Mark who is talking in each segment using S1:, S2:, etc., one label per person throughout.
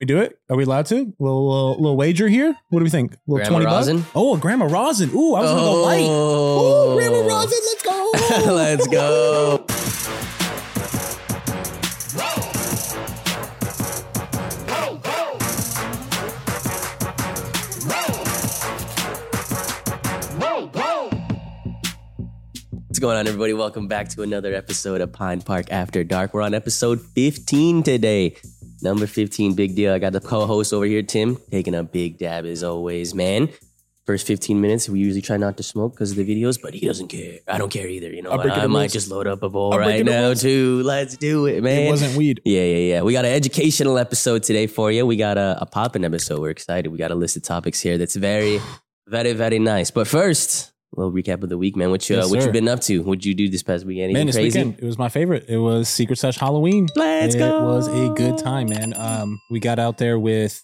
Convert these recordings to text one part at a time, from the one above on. S1: We do it? Are we allowed to? Little little, little wager here. What do we think? Little
S2: Grandma
S1: twenty
S2: Rosin?
S1: bucks. Oh, Grandma Rosin. Ooh, I was gonna go light.
S2: Oh.
S1: Ooh, Grandma Rosin. Let's go.
S2: Let's go. What's going on, everybody? Welcome back to another episode of Pine Park After Dark. We're on episode 15 today. Number 15, big deal. I got the co host over here, Tim, taking a big dab as always, man. First 15 minutes, we usually try not to smoke because of the videos, but he doesn't care. I don't care either, you know.
S1: I'm
S2: what?
S1: breaking
S2: I
S1: the
S2: might
S1: rules.
S2: just load up a bowl
S1: I'm
S2: right
S1: breaking the
S2: now,
S1: rules.
S2: too. Let's do it, man.
S1: It wasn't weed.
S2: Yeah, yeah, yeah. We got an educational episode today for you. We got a, a poppin' episode. We're excited. We got a list of topics here that's very, very, very nice. But first, a little recap of the week, man. What you
S1: Yes,
S2: uh, what
S1: sir.
S2: you been up to? What'd you do this past weekend?
S1: Man,
S2: Anything
S1: this
S2: crazy?
S1: weekend it was my favorite. It was Secret Slash Halloween.
S2: Let's
S1: it
S2: go.
S1: was a good time, man. Um, we got out there with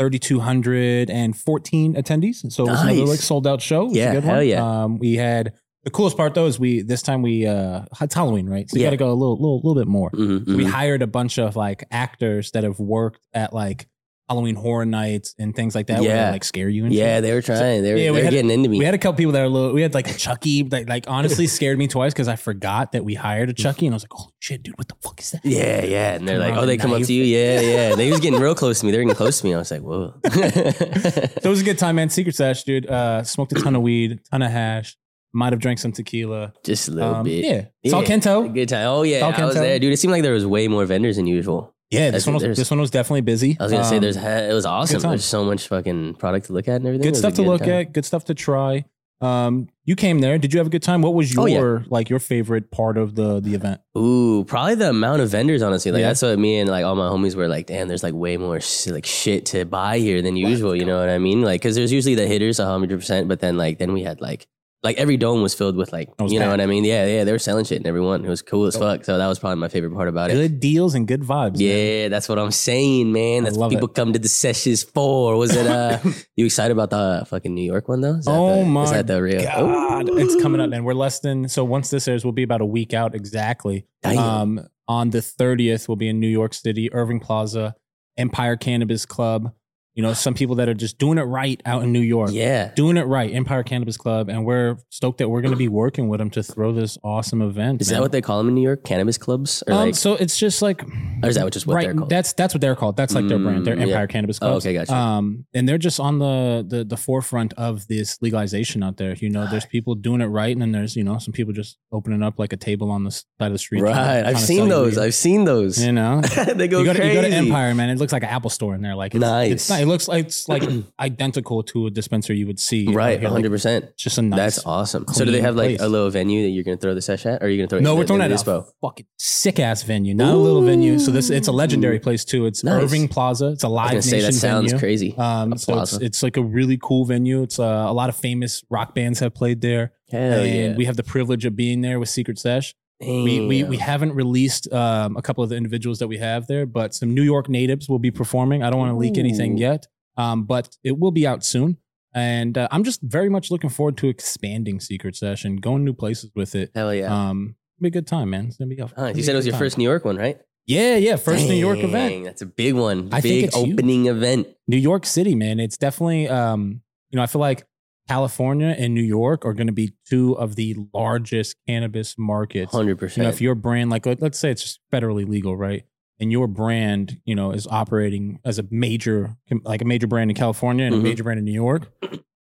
S1: 3,214 attendees. So it was another
S2: Nice.
S1: like sold out show. It was a
S2: Yeah,
S1: good
S2: hell
S1: one.
S2: yeah.
S1: Um, we had the coolest part though is we this time we uh it's Halloween, right? So you
S2: Yeah.
S1: gotta go a little little little bit more.
S2: Mhm,
S1: So we
S2: mhm.
S1: hired a bunch of like actors that have worked at like Halloween horror nights and things like that where
S2: Yeah.
S1: they like scare you and shit.
S2: Yeah, they were trying. They were,
S1: yeah, we
S2: they were
S1: had-
S2: getting into me.
S1: We had a couple people that are a little. We had like a Chucky that like honestly scared me twice because I forgot that we hired a Chucky and I was like, oh shit, dude, what the fuck is that?
S2: yeah, yeah. And they're
S1: Come
S2: like,
S1: around
S2: oh,
S1: with
S2: they
S1: a
S2: come up
S1: knife.
S2: to you. Yeah, yeah. They was getting real close to me. They were getting close to me. I was like, whoa.
S1: So it was a good time, man. Secret stash, dude. Uh, smoked a ton of weed, ton of hash. Might have drank some tequila.
S2: Just a little
S1: Um,
S2: bit.
S1: yeah, it's all
S2: Yeah.
S1: Kento.
S2: Good time. Oh, yeah.
S1: Falcon
S2: I was
S1: Town.
S2: there, dude. It seemed like there was way more vendors than usual.
S1: Yeah,
S2: That's-
S1: this one was
S2: there's-
S1: this one was definitely busy.
S2: I was gonna say
S1: Um,
S2: there's it was awesome.
S1: time.
S2: There's so much fucking product to look at and everything. It
S1: good
S2: was a
S1: stuff to look
S2: time.
S1: at, good stuff to try. Um, you came there. Did you have a good time? What was your
S2: Oh, yeah.
S1: like your favorite part of the the event?
S2: Ooh, probably the amount of vendors. Honestly, like
S1: Yeah.
S2: that's what me and like all my homies were like. Damn, there's like way more sh- like shit to buy here than usual. You know what I mean? Like, because there's usually the hitters, hundred percent. But then like then we had like like every dome was filled with like
S1: That was
S2: you know
S1: packed.
S2: what I mean? Yeah, yeah. They were selling shit and everyone. It was cool as
S1: Dope.
S2: fuck. So that was probably my favorite part about it.
S1: Good deals and good vibes. man.
S2: Yeah, that's what I'm saying,
S1: I
S2: man. That's what
S1: love
S2: people come to the sessions for. Was it uh you excited about the fucking New York one though? Is that
S1: Oh
S2: the, is
S1: my
S2: that the real
S1: God, it's coming up, and we're less than so. Once this airs, we'll be about a week out exactly.
S2: Damn.
S1: Um, on the thirtieth, we'll be in New York City, Irving Plaza, Empire Cannabis Club. You know, some people that are just doing it right out in New York,
S2: Yeah.
S1: doing it right, Empire Cannabis Club, and we're stoked that we're going to be working with them to throw this awesome event.
S2: Is
S1: man.
S2: that what they call them in New York? Cannabis clubs? Or
S1: Um,
S2: like,
S1: so it's just like,
S2: Or is that just what
S1: right,
S2: they're called?
S1: That's that's what they're called. That's like their brand. They're
S2: Mm, yeah.
S1: Empire Cannabis
S2: oh,
S1: Club.
S2: okay, gotcha.
S1: Um, and they're just on the, the the forefront of this legalization out there. You know, there's people doing it right, and then there's you know some people just opening up like a table on the s- side of the street. trying to-
S2: right.
S1: trying
S2: I've
S1: to
S2: seen
S1: sell you
S2: those.
S1: weed.
S2: I've seen those.
S1: you know,
S2: they go
S1: you, go to,
S2: crazy.
S1: you go to Empire, man. It looks like an Apple store in there. Like it's,
S2: Nice.
S1: it's not, it looks like it's like identical to a dispenser you would see. out
S2: Right,
S1: here. Like,
S2: hundred percent.
S1: it's just a nice.
S2: That's awesome. So do they
S1: clean
S2: have like
S1: place.
S2: a little venue that you're gonna throw the sesh at, or are you gonna throw? it
S1: No,
S2: in
S1: we're
S2: the-
S1: throwing
S2: in
S1: at
S2: the
S1: a
S2: dispo?
S1: fucking sick ass venue, not a little venue. So this it's a legendary place too. It's
S2: Nice.
S1: Irving Plaza. It's a
S2: I was
S1: live
S2: gonna
S1: nation
S2: say that sounds
S1: venue.
S2: crazy.
S1: Um,
S2: A
S1: so it's,
S2: plaza.
S1: it's like a really cool venue. It's uh, a lot of famous rock bands have played there,
S2: Hell
S1: and
S2: yeah.
S1: we have the privilege of being there with Secret Sesh. We, we we
S2: Damn.
S1: haven't released um, a couple of the individuals that we have there, but some New York natives will be performing. I don't want to leak anything
S2: Ooh.
S1: yet, um, but it will be out soon. And uh, I'm just very much looking forward to expanding Secret Sesh and going new places with it.
S2: Hell yeah.
S1: Um, it'll be a good time, man. It's gonna be. A,
S2: Nice.
S1: it'll
S2: You
S1: be
S2: said
S1: a
S2: it was
S1: good
S2: your
S1: time.
S2: first New York one, right?
S1: Yeah, yeah, first New York
S2: Dang,
S1: event.
S2: That's a big one.
S1: I think
S2: big
S1: it's huge.
S2: opening event.
S1: New York City, man. It's definitely, um, you know, I feel like California and New York are going to be two of the largest cannabis markets.
S2: Hundred
S1: You know, if
S2: percent.
S1: your brand, like, let- let's say it's just federally legal, right? And your brand, you know, is operating as a major, like a major brand in California and
S2: Mhm.
S1: a major brand in New York.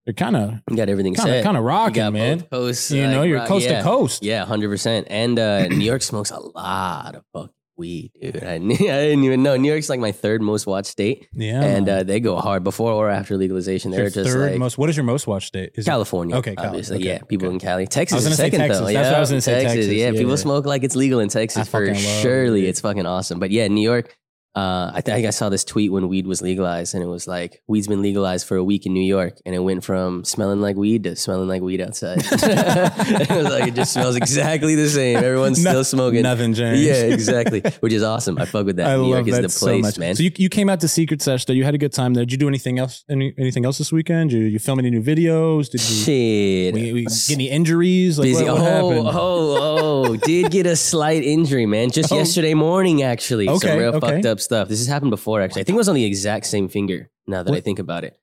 S1: They're kind of,
S2: You got everything
S1: kind of,
S2: set.
S1: kind of
S2: you got
S1: rocking, man.
S2: both coasts.
S1: You
S2: like,
S1: know, you're
S2: rock-
S1: coast
S2: yeah.
S1: to coast.
S2: Yeah, hundred percent. And uh, New York smokes a lot of fucking weed, dude. I, knew, I didn't even know. New York's like my third most watched state,
S1: Yeah.
S2: and uh, they go hard before or after legalization. They're
S1: your
S2: just
S1: third
S2: like
S1: most. What is your most watched state? Is it-
S2: California.
S1: Okay, Cali-
S2: obviously,
S1: okay,
S2: yeah. People
S1: okay.
S2: in Cali, Texas.
S1: was gonna
S2: is
S1: say
S2: second
S1: Texas.
S2: though.
S1: That's
S2: yeah,
S1: what I was gonna say, Texas.
S2: Yeah,
S1: Yeah,
S2: people
S1: yeah.
S2: smoke like it's legal in
S1: I
S2: Texas for
S1: fucking love it,
S2: surely.
S1: dude.
S2: It's fucking awesome. But yeah, New York. Uh, I think I saw this tweet when weed was legalized, and it was like weed's been legalized for a week in New York, and it went from smelling like weed to smelling like weed outside. it was like it just smells exactly the same. Everyone's
S1: No-
S2: still smoking.
S1: Nothing, James.
S2: Yeah, exactly. Which is awesome. I fuck with that.
S1: I
S2: New
S1: love
S2: York is
S1: that
S2: the
S1: so
S2: place,
S1: much.
S2: man.
S1: So you, you came out to Secret Sesh though. You had a good time there. Did you do anything else? Any, anything else this weekend? Did you film any new videos? Did you
S2: Shit.
S1: we, we get any injuries? Like
S2: Busy.
S1: what, what
S2: oh,
S1: happened?
S2: oh, oh! Did get a slight injury, man. Just
S1: Oh.
S2: yesterday morning, actually. Some
S1: Okay,
S2: real
S1: okay.
S2: fucked up stuff. This has happened before, actually. I think it was on the exact same finger. Now that I
S1: What?
S2: think about it,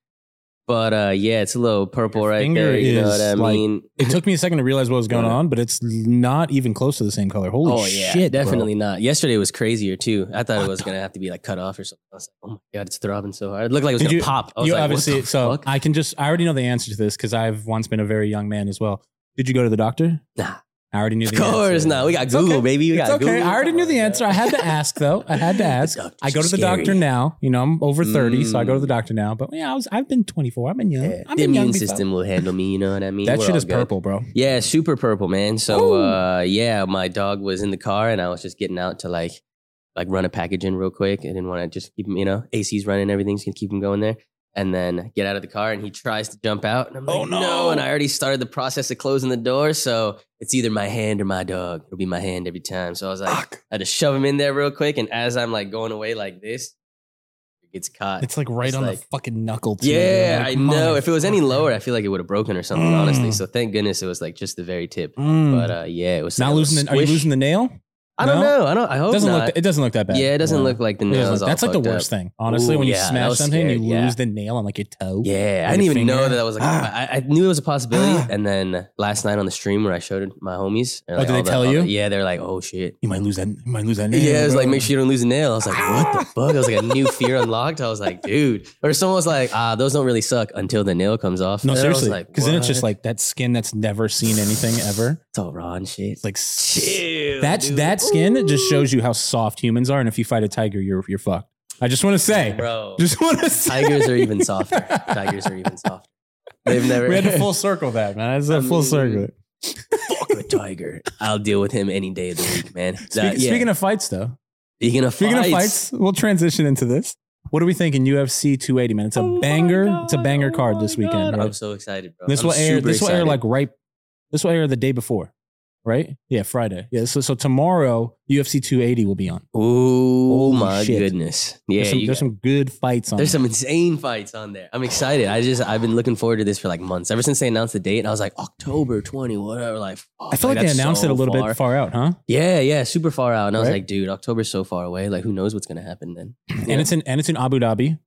S2: but uh, yeah, it's a little purple
S1: Your
S2: right
S1: finger
S2: there. You know what I
S1: is, like,
S2: mean?
S1: It took me a second to realize what was going
S2: Got it.
S1: on, but it's not even close to the same color. Holy
S2: oh yeah,
S1: shit! bro.
S2: definitely not. Yesterday was crazier too. I thought it
S1: What
S2: was
S1: the-
S2: gonna have to be like cut off or something. I was like, oh my god, it's throbbing so hard. It looked like it was
S1: Did
S2: gonna
S1: you-
S2: pop. I was
S1: You
S2: like, what
S1: obviously
S2: the
S1: so
S2: fuck?
S1: I can just I already know the answer to this because I've once been a very young man as well. Did you go to the doctor?
S2: Nah.
S1: I already knew
S2: of
S1: the
S2: course
S1: answer.
S2: not. We got
S1: It's
S2: Google,
S1: okay.
S2: baby. We
S1: It's
S2: got
S1: okay.
S2: Google.
S1: I already knew the
S2: Oh,
S1: answer. I had to ask though. I had to
S2: The
S1: ask.
S2: doctors
S1: I go
S2: are
S1: to the
S2: scary.
S1: doctor now. You know, I'm over 30, so I go to the
S2: Mm.
S1: doctor now. But yeah, I was I've been 24. I've been young.
S2: Yeah,
S1: I've
S2: The
S1: been young
S2: immune
S1: before.
S2: system will handle me. You know what I mean?
S1: That
S2: We're
S1: shit
S2: all
S1: is
S2: good.
S1: purple, bro.
S2: Yeah, super purple, man. So
S1: Ooh.
S2: uh, yeah, my dog was in the car and I was just getting out to like like run a package in real quick. I didn't want to just keep him, you know, AC's running, everything's gonna keep him going there. And then get out of the car and he tries to jump out. And I'm like,
S1: Oh, no.
S2: And I already started the process of closing the door. So it's either my hand or my dog. It'll be my hand every time. So I was like,
S1: Fuck.
S2: I had to shove him in there real quick. And as I'm like going away like this, it gets caught.
S1: It's like right
S2: It's
S1: on
S2: like-
S1: the fucking knuckle. too.
S2: yeah,
S1: Like,
S2: I know. If it was any
S1: motherfucker.
S2: lower, I feel like it would have broken or something,
S1: Mm.
S2: honestly. So thank goodness it was like just the very tip.
S1: Mm.
S2: But uh, yeah, it was
S1: not losing. The, are you losing the nail?
S2: I don't
S1: no?
S2: know. I don't. I hope
S1: doesn't
S2: not.
S1: look. It doesn't look that bad.
S2: yeah, it doesn't
S1: No.
S2: look like the
S1: It doesn't
S2: nails.
S1: look-
S2: all
S1: that's like the
S2: fucked
S1: worst
S2: up.
S1: thing, honestly.
S2: Ooh,
S1: when you
S2: yeah, that
S1: smash
S2: was
S1: something,
S2: scary,
S1: you
S2: yeah.
S1: lose the nail on like your toe.
S2: Yeah, I
S1: Or
S2: didn't
S1: your
S2: even know
S1: finger.
S2: that I was like.
S1: Ah.
S2: I, I knew it was a possibility,
S1: Ah.
S2: and then last night on the stream where I showed it my homies.
S1: Oh, did they
S2: all the-
S1: tell
S2: all the-
S1: you?
S2: yeah, they're like, "Oh shit."
S1: You might lose that. You might lose that nail.
S2: Yeah, it was like,
S1: bro.
S2: make sure you don't lose a nail. I was like, what the
S1: Ah.
S2: fuck? It was like a new fear unlocked. I was like, dude. Or someone was like, ah, those don't really suck until the nail comes off.
S1: No,
S2: And I was
S1: seriously,
S2: like,
S1: because then it's just
S2: "What?"
S1: like that skin that's never seen anything ever.
S2: it's all raw and shit.
S1: It's like s-
S2: Chill,
S1: that
S2: dude.
S1: that skin
S2: Ooh.
S1: just shows you how soft humans are, and if you fight a tiger, you're you're fucked. I just want to say,
S2: bro.
S1: just want to say,
S2: Tigers are even softer. Tigers are even softer. They've never
S1: we had to full circle that man. That's a
S2: I
S1: full
S2: mean,
S1: circle.
S2: fuck with Tiger. I'll deal with him any day of the week, man.
S1: Speaking, speaking of fights, though,
S2: speaking of
S1: speaking
S2: fights,
S1: of fights, we'll transition into this. What are we thinking? UFC 280, man. It's a
S2: Oh
S1: banger. It's a banger card this weekend. right?
S2: I'm so excited, bro.
S1: This
S2: I'm
S1: will air.
S2: super
S1: This will air
S2: excited.
S1: like right. This will air the day before, right? Yeah, Friday. Yeah. So so tomorrow, UFC 280 will be on.
S2: oh
S1: Holy
S2: my
S1: shit.
S2: goodness, yeah.
S1: there's some,
S2: you
S1: there's
S2: got-
S1: some good fights on.
S2: there's
S1: there.
S2: some insane fights on there. I'm excited. I just I've been looking forward to this for like months. Ever since they announced the date, and I was like October 20, whatever. Like
S1: I feel like, they announced it a little bit far out, huh?
S2: Yeah, yeah, super far out. And I was
S1: Right?
S2: like, dude, October's so far away. Like, who knows what's gonna happen then? Yeah.
S1: And it's in and it's in Abu Dhabi,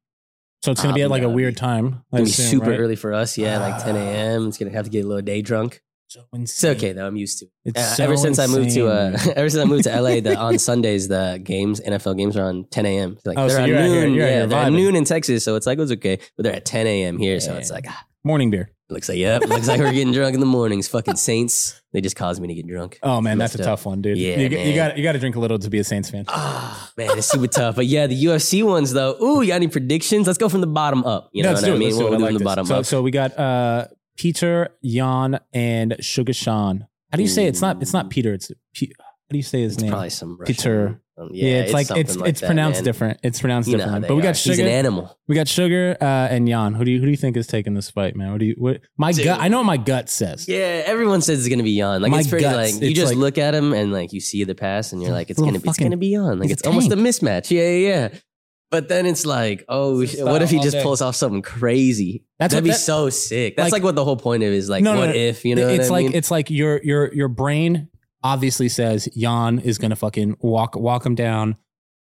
S1: so it's gonna be at
S2: Abu
S1: like a
S2: Dhabi.
S1: weird time. I
S2: It's gonna be
S1: assume,
S2: super
S1: right? Ah.
S2: early for us. Yeah, like 10 a.m. It's gonna have to get a little day drunk.
S1: So
S2: It's okay though. I'm used to. it.
S1: It's
S2: Uh,
S1: so
S2: ever since I moved to uh,
S1: insane, dude.
S2: ever since I moved to LA, the, on Sundays the games, NFL games are on 10 a.m. Like
S1: Oh,
S2: they're
S1: so
S2: at
S1: you're out here-
S2: noon.
S1: you're out
S2: yeah,
S1: here
S2: they're at
S1: vibing.
S2: noon in Texas, so it's like it's okay. But they're at 10 a.m. here, so it's
S1: Yeah.
S2: like ah,
S1: morning beer.
S2: looks like yep, looks like we're getting drunk in the mornings. Fucking Saints, they just caused me to get drunk.
S1: Oh man, that's a
S2: Messed up.
S1: tough one, dude.
S2: Yeah,
S1: you,
S2: man.
S1: you got you got to drink a little to be a Saints fan.
S2: Ah man, it's super tough. But yeah, the UFC ones though. Ooh, you got any predictions? Let's go from the bottom up. You know
S1: Let's
S2: what
S1: do
S2: I
S1: it,
S2: mean?
S1: let's do
S2: What
S1: it.
S2: we're
S1: I like
S2: doing the
S1: this.
S2: bottom
S1: so,
S2: up.
S1: So we got uh, Peter, Jan, and Sugar Sean. How do you say it's not? It's not Peter. It's P- how do you say his
S2: It's
S1: name?
S2: probably some Russian.
S1: Peter.
S2: um,
S1: yeah, it's, like it's
S2: something like
S1: it's
S2: that,
S1: pronounced
S2: man.
S1: different. It's pronounced
S2: You know how
S1: different.
S2: they
S1: But we
S2: are.
S1: got
S2: He's an
S1: sugar.
S2: animal.
S1: We got sugar uh, and Jan. Who do you who do you think is taking this fight, man? What do you? What my
S2: Dude.
S1: gut? I know what my gut says.
S2: Yeah, everyone says it's gonna be on. Like
S1: My
S2: it's pretty
S1: guts,
S2: like you
S1: it's
S2: just
S1: like-
S2: look at him and like you see the pass and you're like it's
S1: Little
S2: gonna be it's
S1: fucking-
S2: gonna be on. Like
S1: he's a
S2: it's almost a mismatch. Yeah, yeah, yeah. But then it's like, oh,
S1: It's his
S2: shit, what
S1: style
S2: if he
S1: all
S2: just
S1: day.
S2: pulls off something crazy?
S1: That's what
S2: That'd be
S1: that-
S2: so sick. That's like,
S1: like-
S2: what the whole point of it is like,
S1: No, no,
S2: what
S1: no.
S2: if you know? what
S1: it's
S2: I
S1: like
S2: mean?
S1: it's like your your your brain obviously says Jan is gonna fucking walk walk him down,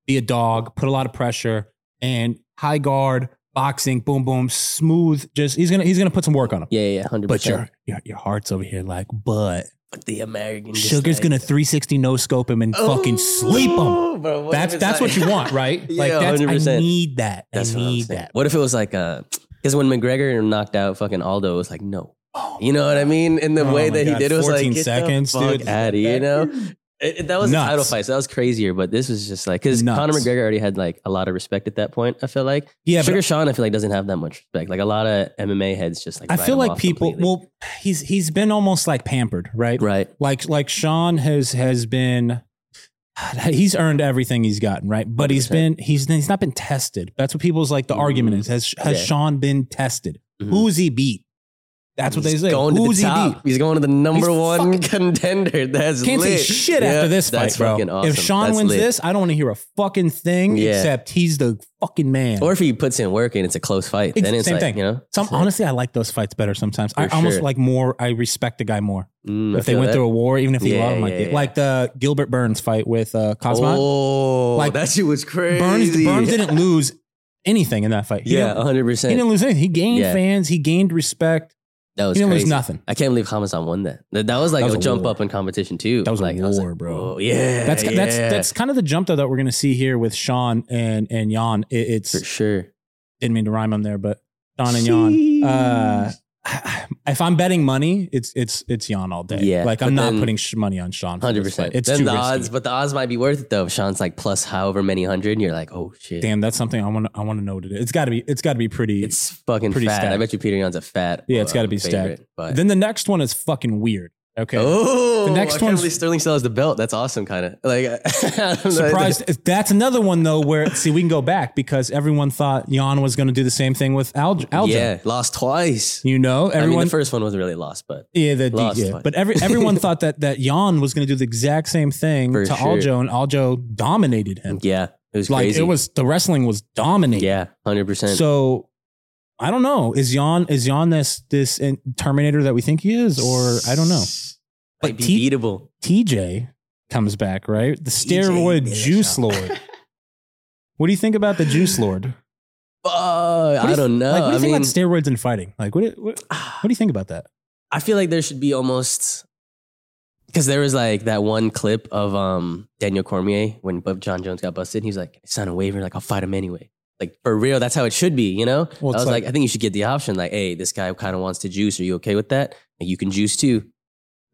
S1: be a dog, put a lot of pressure, and high guard boxing, boom boom, smooth. Just he's gonna he's gonna put some work on him.
S2: yeah, yeah, hundred
S1: But
S2: percent.
S1: your, your your heart's over here like, but
S2: But the American just
S1: Sugar's
S2: like,
S1: gonna 360 no scope him and fucking sleep him.
S2: Oh, bro, what if
S1: That's
S2: it's
S1: that's
S2: like-
S1: what you want, right?
S2: Yeah,
S1: like that's I
S2: 100%.
S1: need that.
S2: That's
S1: I
S2: what I'm
S1: need
S2: saying.
S1: that.
S2: What if it was like uh because when McGregor knocked out fucking Aldo, it was like no. You know what I mean? In the
S1: Oh
S2: way
S1: my
S2: that he
S1: God,
S2: did, it was like
S1: 14
S2: get
S1: seconds,
S2: the fuck
S1: dude.
S2: outta, you know. It, it- that was a title
S1: Nuts.
S2: fight, so that was crazier. But this was just like because
S1: Nuts.
S2: Conor McGregor already had like a lot of respect at that point. I feel like
S1: Yeah, but
S2: Sugar Sean, I feel like doesn't have that much respect. Like a lot of MMA heads just like
S1: I
S2: write
S1: feel
S2: him
S1: like
S2: off
S1: people
S2: completely.
S1: well he's he's been almost like pampered, right?
S2: right.
S1: Like like Sean has has been he's earned everything he's gotten, right? But he has
S2: 100%.
S1: been he's he's not been tested. That's what people's like the
S2: Mm.
S1: argument is. Has has
S2: Yeah.
S1: Sean been tested?
S2: Mhm.
S1: Who's he beat? That's what they
S2: He's
S1: say.
S2: Going
S1: Who's
S2: to the
S1: he
S2: top.
S1: beat?
S2: He's going to the number
S1: He's
S2: one
S1: fucking-
S2: contender. That's
S1: Can't
S2: lit.
S1: say shit
S2: Yeah,
S1: after this fight,
S2: that's
S1: bro.
S2: Fucking awesome.
S1: If Sean
S2: That's
S1: wins
S2: lit.
S1: this, I don't want to hear a fucking thing
S2: Yeah.
S1: except he's the fucking man.
S2: or if he puts in work and it's a close fight,
S1: Ex-
S2: then it's
S1: same
S2: like
S1: thing.
S2: you know.
S1: Some
S2: it's like,
S1: honestly, I like those fights better sometimes. I
S2: For
S1: almost
S2: sure.
S1: like more. I respect the guy more
S2: mm, I
S1: if they
S2: feel
S1: went
S2: that.
S1: through a war, even if they
S2: Yeah,
S1: love him like
S2: yeah,
S1: that.
S2: yeah.
S1: Like the Gilbert Burns fight with uh, Cosmo.
S2: Oh,
S1: Like,
S2: that shit was crazy.
S1: Burns Burns didn't lose anything in that fight. He
S2: Yeah,
S1: didn't,
S2: hundred
S1: he
S2: percent.
S1: didn't lose anything. He gained
S2: Yeah.
S1: fans. He gained respect.
S2: That
S1: He
S2: was
S1: didn't
S2: crazy.
S1: lose nothing.
S2: I can't believe Hamazan won that. That, that was like
S1: That was
S2: a
S1: a
S2: jump
S1: war.
S2: up in competition too.
S1: That was a
S2: like, I
S1: war, bro.
S2: whoa, yeah,
S1: That's
S2: yeah.
S1: that's that's kind of the jump though that we're gonna see here with Sean and and Jan. It, it's
S2: for sure.
S1: didn't mean to rhyme on there, but Don and Jan. Uh, if I'm betting money, it's it's it's Jan all day.
S2: Yeah,
S1: like
S2: but
S1: I'm not
S2: then-
S1: putting sh- money on Sean. for
S2: Hundred
S1: this fight.
S2: percent.
S1: It's
S2: then
S1: too
S2: the
S1: risky.
S2: odds, but the odds might be worth it though. If Sean's like plus however many hundred, and you're like, oh shit,
S1: Damn, that's something I want. to I want to know what it is. It's got to be. It's got to be pretty.
S2: it's fucking
S1: pretty
S2: fat. I
S1: stacked.
S2: bet you Peter Yan's a fat. uh,
S1: Yeah, it's gotta be
S2: favorite, But
S1: then the next one is fucking weird. Okay,
S2: oh,
S1: The next
S2: I can't
S1: one's-
S2: believe Sterling still has the belt. That's awesome, kind of like I don't know.
S1: surprised. That's another one though where see we can go back because everyone thought Jan was going to do the same thing with Al. Aljo.
S2: Yeah, lost twice.
S1: you know
S2: I mean,
S1: everyone.
S2: the first one wasn't really lost, but
S1: yeah, the
S2: lost
S1: yeah.
S2: fight.
S1: but every everyone thought that that Jan was going to do the exact same thing
S2: For
S1: to
S2: sure.
S1: Aljo, and Aljo dominated him.
S2: yeah, it was
S1: like
S2: crazy.
S1: it was the wrestling was dominating.
S2: yeah, hundred percent.
S1: So I don't know. Is Jan is Jan this this in- Terminator that we think he is, or I don't know. But
S2: Might be
S1: T-
S2: beatable.
S1: TJ comes back, right? The steroid
S2: Dillashaw.
S1: juice lord. what do you think about the juice lord?
S2: Uh,
S1: What do
S2: I
S1: you-
S2: don't know.
S1: like, what do you
S2: I
S1: think
S2: mean,
S1: about steroids and fighting? Like, what, do- what what do you think about that?
S2: I feel like there should be almost because there was like that one clip of um Daniel Cormier when Bu- John Jones got busted. He's like, sign a waiver, like I'll fight him anyway. Like for real, that's how it should be, you know.
S1: Well, it's
S2: I was like,
S1: like-
S2: I think you should get the option. Like, hey, this guy kind of wants to juice. Are you okay with that? Like, you can juice too.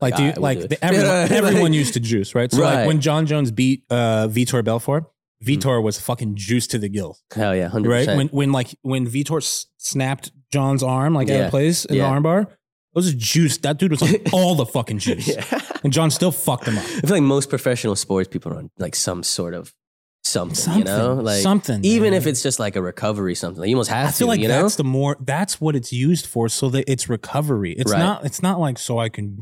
S1: Like, do you,
S2: I would do
S1: like
S2: it.
S1: the, everyone,
S2: Yeah, like-
S1: everyone used to juice, right? So,
S2: Right.
S1: like when John Jones beat uh, Vitor Belfort, Vitor was fucking juiced to the gills.
S2: Hell yeah, hundred
S1: right?
S2: percent.
S1: When when like when Vitor s- snapped John's arm like out
S2: Yeah.
S1: of place in
S2: Yeah.
S1: the armbar, it was juice. That dude was on all the fucking juice,
S2: Yeah. I
S1: and John still fucked him up.
S2: feel like most professional sports people are on like some sort of something,
S1: Something,
S2: you know, like
S1: something.
S2: even
S1: man.
S2: if it's just like a recovery something. Like, you almost have
S1: I feel
S2: to,
S1: like
S2: you know.
S1: that's the more that's what it's used for, so that it's recovery. It's
S2: Right.
S1: not it's not like so I can.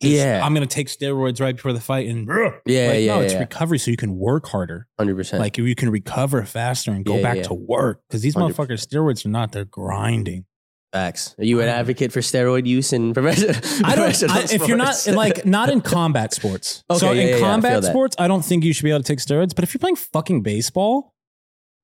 S2: Yeah.
S1: I'm gonna take steroids right before the fight, and
S2: yeah,
S1: like,
S2: yeah,
S1: no, it's
S2: yeah,
S1: recovery, so you can work harder.
S2: hundred percent.
S1: Like you can recover faster and go
S2: Yeah,
S1: back
S2: yeah.
S1: to work because these
S2: 100%.
S1: motherfuckers steroids are not. They're grinding.
S2: Facts. Are you an advocate for steroid use in profession- professional?
S1: I don't. I, if you're not
S2: sports?
S1: like not in combat sports, so
S2: Okay, yeah, yeah, yeah, I
S1: in
S2: feel
S1: combat
S2: that.
S1: sports, I don't think you should be able to take steroids. But if you're playing fucking baseball,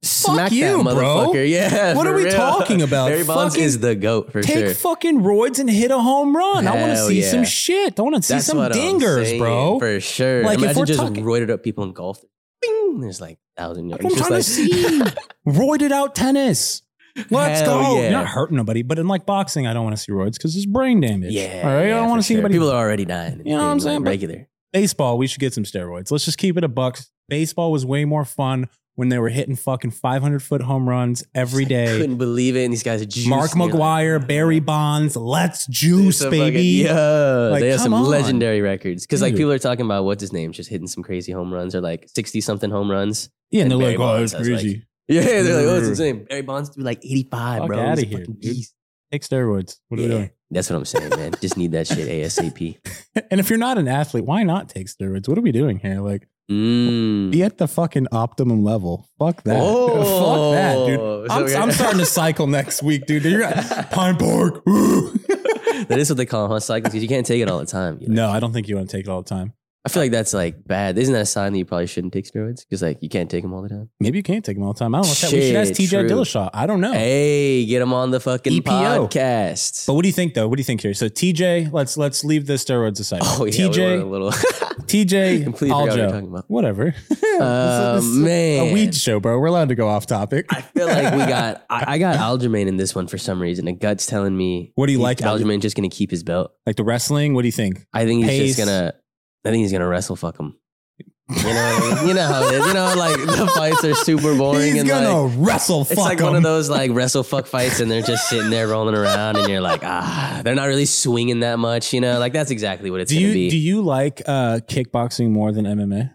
S2: smack
S1: fuck you,
S2: that
S1: bro.
S2: motherfucker. Yeah.
S1: What
S2: for
S1: are we
S2: real.
S1: talking about?
S2: Barry Bonds
S1: Fucking
S2: is the goat for
S1: take
S2: sure.
S1: fucking roids and hit a home run. I want to
S2: Hell
S1: see
S2: yeah.
S1: some shit. I want to see
S2: That's
S1: some
S2: what I'm
S1: dingers,
S2: saying,
S1: bro.
S2: For sure.
S1: Like, if
S2: Imagine
S1: we're
S2: just
S1: talking-
S2: roided up people in golf. Bing, there's like thousand yards.
S1: That's what I'm
S2: Just
S1: trying to
S2: like,
S1: see. roided out tennis. Let's
S2: Hell
S1: go.
S2: yeah.
S1: You're not hurting nobody, but in like boxing, I don't want to see roids because it's brain damage.
S2: Yeah.
S1: All right.
S2: yeah,
S1: I don't want
S2: for
S1: to see
S2: sure.
S1: anybody.
S2: People are already dying.
S1: You know what I'm
S2: Like,
S1: saying? But-
S2: regular.
S1: baseball, we should get some steroids. Let's just keep it a bucks. Baseball was way more fun when they were hitting fucking 500 foot home runs every day.
S2: Couldn't believe it. And these guys are juicing.
S1: Mark
S2: You're like,
S1: McGuire, Barry Bonds, let's juice,
S2: It's a fucking-
S1: baby.
S2: yeah,
S1: Like,
S2: they have
S1: come
S2: some
S1: on.
S2: legendary records because like
S1: Dude.
S2: people are talking about what's his name just hitting some crazy home runs or like sixty something home runs.
S1: Yeah, and they're
S2: And
S1: like,
S2: Barry
S1: oh,
S2: Bonds
S1: it's
S2: has, like,
S1: crazy.
S2: Yeah, they're like, oh, it's
S1: Brr.
S2: insane. Barry Bonds threw like eighty five,
S1: Fuck
S2: bro.
S1: outta
S2: He's a
S1: here,
S2: fucking
S1: dude.
S2: beast.
S1: Take steroids. What are we
S2: Yeah,
S1: doing?
S2: That's what I'm saying, man. just need that shit asap.
S1: And if you're not an athlete, why not take steroids? What are we doing here? Like,
S2: Mm.
S1: be at the fucking optimum level. Fuck that.
S2: Oh.
S1: Fuck that, dude.
S2: So
S1: I'm,
S2: we're-
S1: Oh. I'm starting to cycle next week, dude. You're Pine Park. Ooh.
S2: that is what they call them, huh? cycles because you can't take it all the time. you know?
S1: no, I don't think you want to take it all the time.
S2: I feel like that's like bad. Isn't that a sign that you probably shouldn't take steroids because like you can't take them all the time?
S1: Maybe you can't take them all the time. I don't know. Shit, we should ask
S2: Shit,
S1: TJ
S2: true.
S1: Dillashaw. I don't know.
S2: Hey, get them on the fucking
S1: EPO.
S2: podcast.
S1: But what do you think though? What do you think here? So TJ, let's let's leave the steroids aside.
S2: oh yeah, we were a
S1: TJ,
S2: little
S1: TJ,
S2: completely forgot what you're
S1: Aljo,
S2: talking about.
S1: whatever.
S2: Uh,
S1: This is- this is
S2: man.
S1: a weed show, bro. We're allowed to go off topic.
S2: I feel like we got. I, I got Aljamain in this one for some reason. A gut's telling me.
S1: What do you like,
S2: Aljamain just gonna keep his belt.
S1: Like the wrestling. What do you think?
S2: I think he's
S1: Pace.
S2: just gonna. I think he's gonna wrestle fuck him. You know, what I mean? you know how it is. You know, like the fights are super boring
S1: He's
S2: and
S1: gonna
S2: like
S1: wrestle.
S2: it's
S1: fuck
S2: like one of
S1: him.
S2: those like wrestle fuck fights, and they're just sitting there rolling around, and you're like, ah, they're not really swinging that much. You know, like that's exactly what it's
S1: Do
S2: gonna
S1: you
S2: be.
S1: do you like uh, kickboxing more than MMA?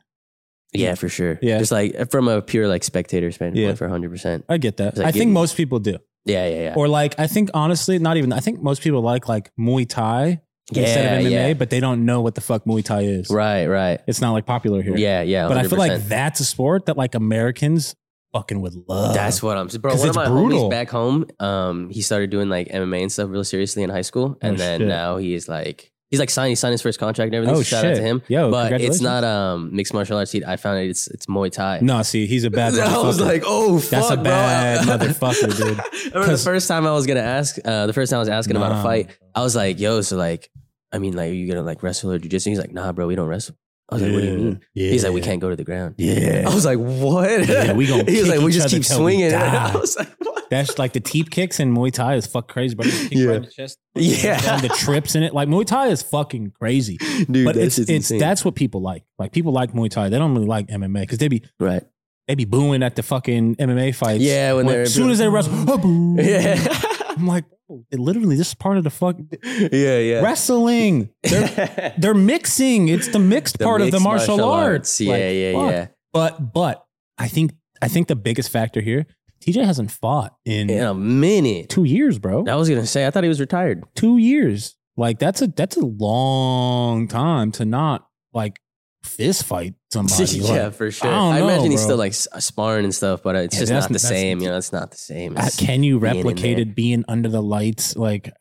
S2: yeah, for sure.
S1: Yeah.
S2: just like from a pure like spectator standpoint,
S1: Yeah.
S2: for hundred percent.
S1: I get that.
S2: Like
S1: I think
S2: getting-
S1: most people do.
S2: Yeah, yeah, yeah.
S1: Or like, I think honestly, not even. I think most people like like Muay Thai
S2: yeah,
S1: instead of MMA,
S2: yeah.
S1: but they don't know what the fuck Muay Thai is.
S2: Right, right.
S1: It's not like popular here.
S2: Yeah, yeah.
S1: but I feel
S2: 100%.
S1: like that's a sport that like Americans fucking would love.
S2: That's what I'm. Bro,
S1: 'Cause
S2: one
S1: it's
S2: of my
S1: brutal.
S2: homies back home, um, he started doing like MMA and stuff real seriously in high school, and
S1: Oh,
S2: then
S1: shit.
S2: now he is like, he's like signed, he signed his first contract and everything.
S1: Oh,
S2: so shout out to
S1: shit.
S2: him.
S1: Yo,
S2: but it's
S1: congratulations.
S2: not um mixed martial arts. He, I found it. It's it's Muay Thai.
S1: no, see, he's a bad.
S2: I was
S1: motherfucker.
S2: like, oh, fuck,
S1: That's a
S2: bro.
S1: bad motherfucker, dude.
S2: I remember the
S1: 'Cause-
S2: first time I was gonna ask, uh, the first time I was asking about a
S1: Nah.
S2: fight, I was like, yo, so like, I mean, like, are you gonna like wrestle or jujitsu? He's like, nah, bro, we don't wrestle. I was like, what do you mean?
S1: Yeah.
S2: He's like, we can't go to the ground. I
S1: Yeah.
S2: was like, what?
S1: Yeah, we gonna
S2: He was
S1: kick
S2: like, we
S1: each
S2: just
S1: other
S2: keep
S1: till we
S2: swinging.
S1: die.
S2: I was like, what?
S1: That's like the teep kicks in Muay Thai is fuck crazy, bro. Kick
S2: Yeah.
S1: right in the chest.
S2: Yeah.
S1: And the trips in it. Like Muay Thai is fucking crazy.
S2: Dude,
S1: but
S2: that
S1: it's, it's
S2: shit's insane.
S1: that's what people like. Like people like Muay Thai. They don't really like MMA because they be
S2: right.
S1: they be booing at the fucking MMA fights.
S2: Yeah, when they're-
S1: as soon as they wrestle, "Ah, boo."
S2: Yeah.
S1: I'm like, oh, it literally, this is part of the fuck
S2: yeah, yeah.
S1: wrestling. They're, they're mixing. It's the mixed
S2: The
S1: part of
S2: mixed
S1: the martial, arts.
S2: Yeah,
S1: Like,
S2: yeah,
S1: fuck.
S2: yeah.
S1: But but I think I think the biggest factor here, TJ hasn't fought in
S2: In a minute.
S1: two years, bro.
S2: I was gonna say, I thought he was retired.
S1: two years. Like that's a that's a long time to not like fist fight somebody. Like,
S2: yeah, for sure.
S1: I don't
S2: I,
S1: know,
S2: imagine he's
S1: bro.
S2: still like s- sparring and stuff, but it's
S1: Yeah,
S2: just
S1: that's-
S2: not the
S1: that's-
S2: same. You know, it's not the same.
S1: uh,
S2: It's
S1: Can you
S2: being in
S1: replicate
S2: there.
S1: it being under the lights? Like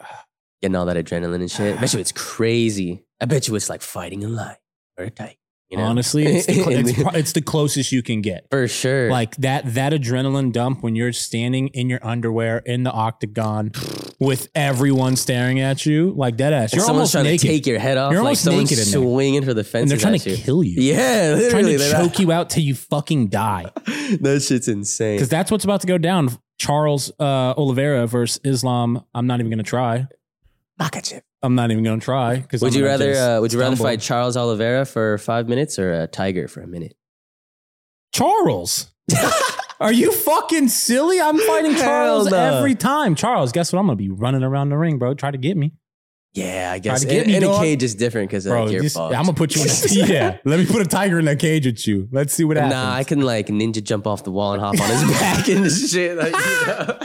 S2: getting all that adrenaline and shit. I bet you it's crazy. I bet you it's like fighting a lion or a tiger. You know,
S1: honestly, it's the, cl-
S2: And
S1: it's,
S2: then-
S1: pro- it's the closest you can get.
S2: for sure.
S1: Like that that adrenaline dump when you're standing in your underwear in the octagon with everyone staring at you like dead ass.
S2: And
S1: You're almost
S2: someone's trying
S1: naked
S2: to take your head off.
S1: You're
S2: like
S1: almost
S2: someone's
S1: naked in there.
S2: swinging for the
S1: and
S2: fences.
S1: they're trying
S2: at
S1: to
S2: you.
S1: kill you.
S2: Yeah,
S1: Trying
S2: literally.
S1: to
S2: they're not-
S1: choke you out till you fucking die.
S2: that shit's insane.
S1: Because that's what's about to go down. Charles uh, Oliveira versus Islam. I'm not even going to try. I'm not even going to try. Because
S2: Would you rather? Uh, would you rather
S1: stumble.
S2: fight Charles Oliveira for five minutes or a tiger for a minute?
S1: Charles? Are you fucking silly? I'm fighting
S2: Hell
S1: Charles
S2: no.
S1: every time. Charles, guess what? I'm going to be running around the ring, bro. Try to get me,
S2: yeah, I guess.
S1: to get
S2: And,
S1: me,
S2: and a
S1: dog.
S2: cage is different because
S1: bro.
S2: like you're
S1: just- I'm
S2: fucked.
S1: gonna put you in. A, yeah, let me put a tiger in a cage with you. Let's see what happens.
S2: Nah, I can like ninja jump off the wall and hop on his back and shit. Like, you know?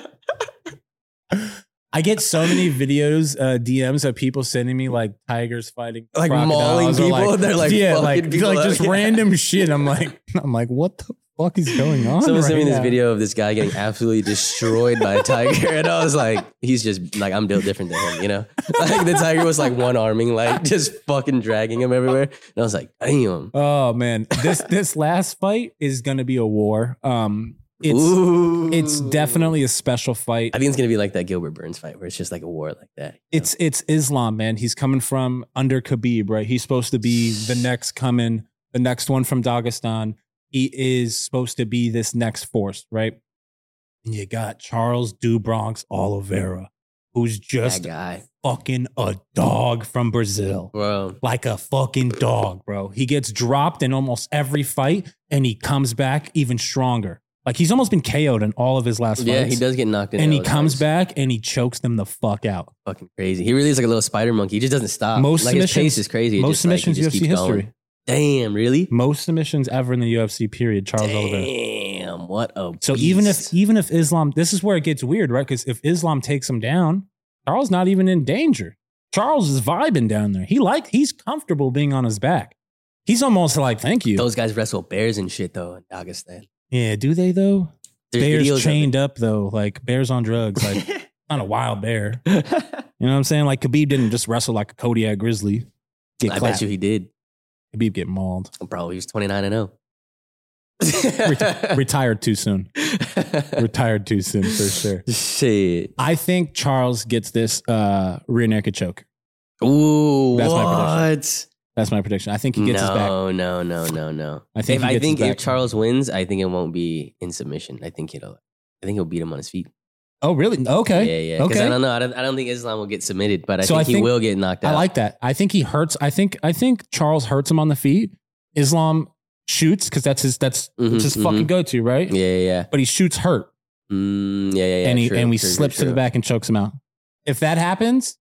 S1: I get so many videos, uh, DMs of people sending me like tigers fighting,
S2: Like
S1: crocodiles,
S2: mauling
S1: or,
S2: people, they're, like,
S1: yeah,
S2: fucking
S1: like,
S2: people
S1: like
S2: up.
S1: just random shit. I'm like, I'm like, what the fuck is going on?
S2: Someone sent me
S1: right
S2: this
S1: now?
S2: video of this guy getting absolutely destroyed by a tiger, and I was like, he's just like I'm built different than him, you know. Like the tiger was like one arming, like just fucking dragging him everywhere, and I was like, damn.
S1: Oh man, this this last fight is gonna be a war. Um, it's
S2: Ooh.
S1: it's definitely a special fight.
S2: I think it's gonna be like that Gilbert Burns fight where it's just like a war like that. you know?
S1: It's it's Islam, man. He's coming from under Khabib, right? He's supposed to be the next coming, the next one from Dagestan. He is supposed to be this next force, right? And you got Charles Dubronx Oliveira, who's just
S2: that guy,
S1: fucking a dog from Brazil.
S2: bro.
S1: Like a fucking dog, bro. He gets dropped in almost every fight and he comes back even stronger. Like he's almost been KO'd in all of his last
S2: Yeah,
S1: fights.
S2: he does get knocked in.
S1: And he
S2: those
S1: comes
S2: fights.
S1: back and he chokes them the fuck out.
S2: fucking crazy. He really is like a little spider monkey. He just doesn't stop.
S1: Most
S2: like his pace
S1: submissions-
S2: is crazy. It
S1: Most
S2: just, like, he
S1: submissions
S2: just
S1: UFC
S2: keeps going.
S1: history.
S2: Damn, really?
S1: Most submissions ever in the UFC period. Charles Oliveira.
S2: Damn, what a
S1: So even if E
S2: beast.
S1: even if Islam, this is where it gets weird, right? Because if Islam takes him down, Charles not even in danger. Charles is vibing down there. He like he's comfortable being on his back. He's almost like thank you.
S2: those guys wrestle bears and shit though in Dagestan.
S1: yeah, do they though?
S2: There's videos
S1: bears
S2: of
S1: chained up though, like bears on drugs, like
S2: it.
S1: not a wild bear. You know what I'm saying? Like Khabib didn't just wrestle like a Kodiak grizzly. Get
S2: I bet
S1: clapped.
S2: you he did.
S1: Khabib get mauled.
S2: Probably he was 29 and oh. 0.
S1: Retired too soon. Retired too soon for sure.
S2: Shit.
S1: I think Charles gets this uh, rear naked choke.
S2: Ooh,
S1: That's my
S2: what?
S1: That's my prediction. I think he gets his back.
S2: no, no, no, no, no.
S1: I think
S2: if
S1: he
S2: I
S1: gets his
S2: think
S1: back.
S2: if Charles wins, I think it won't be in submission. I think it'll. I think he'll beat him on his feet.
S1: Oh, really? Okay.
S2: Yeah, yeah. Because
S1: Okay.
S2: I don't know. I don't, I don't think Islam will get submitted, but I
S1: So
S2: think
S1: I
S2: he
S1: think-
S2: will get knocked out.
S1: I like that. I think he hurts. I think I think Charles hurts him on the feet. Islam shoots because that's his that's
S2: Mhm,
S1: it's his
S2: mhm.
S1: fucking go to, right?
S2: Yeah, yeah, yeah.
S1: But he shoots hurt
S2: Mm, yeah, yeah, yeah.
S1: and he
S2: true,
S1: and we
S2: true, true,
S1: slips to the
S2: true.
S1: back and chokes him out. If that happens,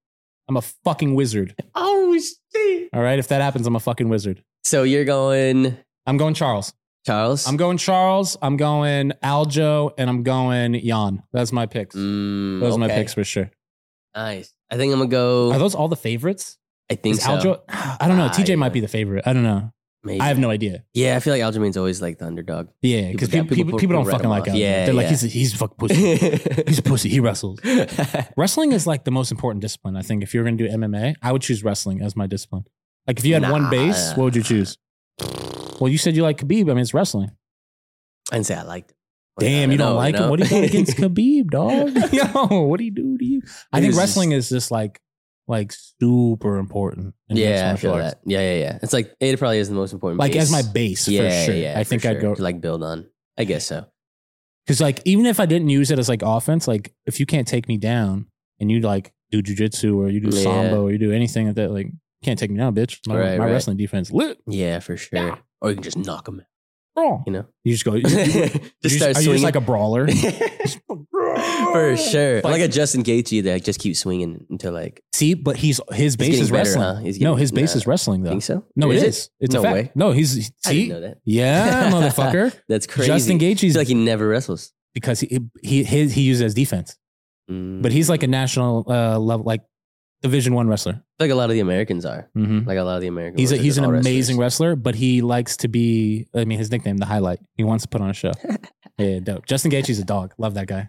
S1: I'm a fucking wizard.
S2: Oh shit!
S1: All right. If that happens, I'm a fucking wizard.
S2: So you're going
S1: I'm going Charles.
S2: Charles?
S1: I'm going Charles. I'm going Aljo, and I'm going Jan. That's my picks.
S2: Mm,
S1: Those are my
S2: okay.
S1: picks for sure.
S2: Nice. I think I'm gonna go.
S1: Are those all the favorites?
S2: I think
S1: Is
S2: so.
S1: Aljo? I don't know.
S2: Ah,
S1: TJ
S2: yeah.
S1: might be the favorite. I don't know.
S2: Maybe.
S1: I have no idea.
S2: Yeah, I feel like Aljamain's always like the underdog.
S1: Yeah, because
S2: People-
S1: people, people,
S2: people
S1: don't
S2: write
S1: fucking
S2: him
S1: like
S2: off.
S1: Aljo.
S2: Yeah,
S1: They're like
S2: yeah.
S1: he's a, he's a fucking pussy. he's a pussy. He wrestles. Wrestling is like the most important discipline. I think if you're gonna do MMA, I would choose wrestling as my discipline. Like if you had one base,
S2: Nah.
S1: what would you choose? Well, you said you like Khabib. I mean, it's wrestling.
S2: and say I liked him.
S1: Damn,
S2: I
S1: you don't
S2: know,
S1: like
S2: know?
S1: him. What do you got against Khabib, dog? Yo, what do you do to you? I
S2: He
S1: think
S2: was
S1: wrestling
S2: just-
S1: is just like like super important. in mixed
S2: yeah, I
S1: martial
S2: feel
S1: arts.
S2: that. Yeah, yeah, yeah. It's like it probably is the most important.
S1: Like as
S2: base.
S1: my base
S2: yeah,
S1: for sure.
S2: yeah.
S1: I
S2: for
S1: think I'd
S2: sure,
S1: go
S2: to, like build on. I guess so.
S1: Because like even if I didn't use it as like offense, like if you can't take me down and you like do jujitsu or you do
S2: Yeah.
S1: sambo or you do anything like that, like can't take me down, bitch. My,
S2: Right,
S1: my
S2: right.
S1: wrestling defense lit
S2: Yeah, for sure. Or you can just knock him out.
S1: brawl.
S2: You know,
S1: You just go. You, you- you
S2: just
S1: just,
S2: start
S1: are you
S2: swinging.
S1: just like a brawler?
S2: for
S1: For
S2: sure,
S1: Like,
S2: like a Justin Gaethje that just keeps swinging until like.
S1: see, but he's his base
S2: getting
S1: is
S2: better,
S1: wrestling.
S2: huh? He's
S1: no,
S2: getting-
S1: his base
S2: nah.
S1: is wrestling though.
S2: Think so?
S1: No,
S2: Is
S1: it
S2: it?
S1: is. It's
S2: No
S1: a fact.
S2: way.
S1: No, he's
S2: I didn't
S1: see.
S2: know that.
S1: Yeah, motherfucker.
S2: That's crazy.
S1: Justin
S2: He's
S1: Gaethje's
S2: like he never wrestles.
S1: because he he his, he uses it as defense,
S2: Mm.
S1: but he's like a national uh, level like division one wrestler.
S2: I feel like a lot of the Americans are.
S1: Mm-hmm.
S2: Like a lot of the Americans.
S1: He's a, he's an amazing wrestler, but he likes to be. I mean, his nickname, the highlight. He wants to put on a show. yeah, dope. Justin Gaethje's a dog. Love that guy.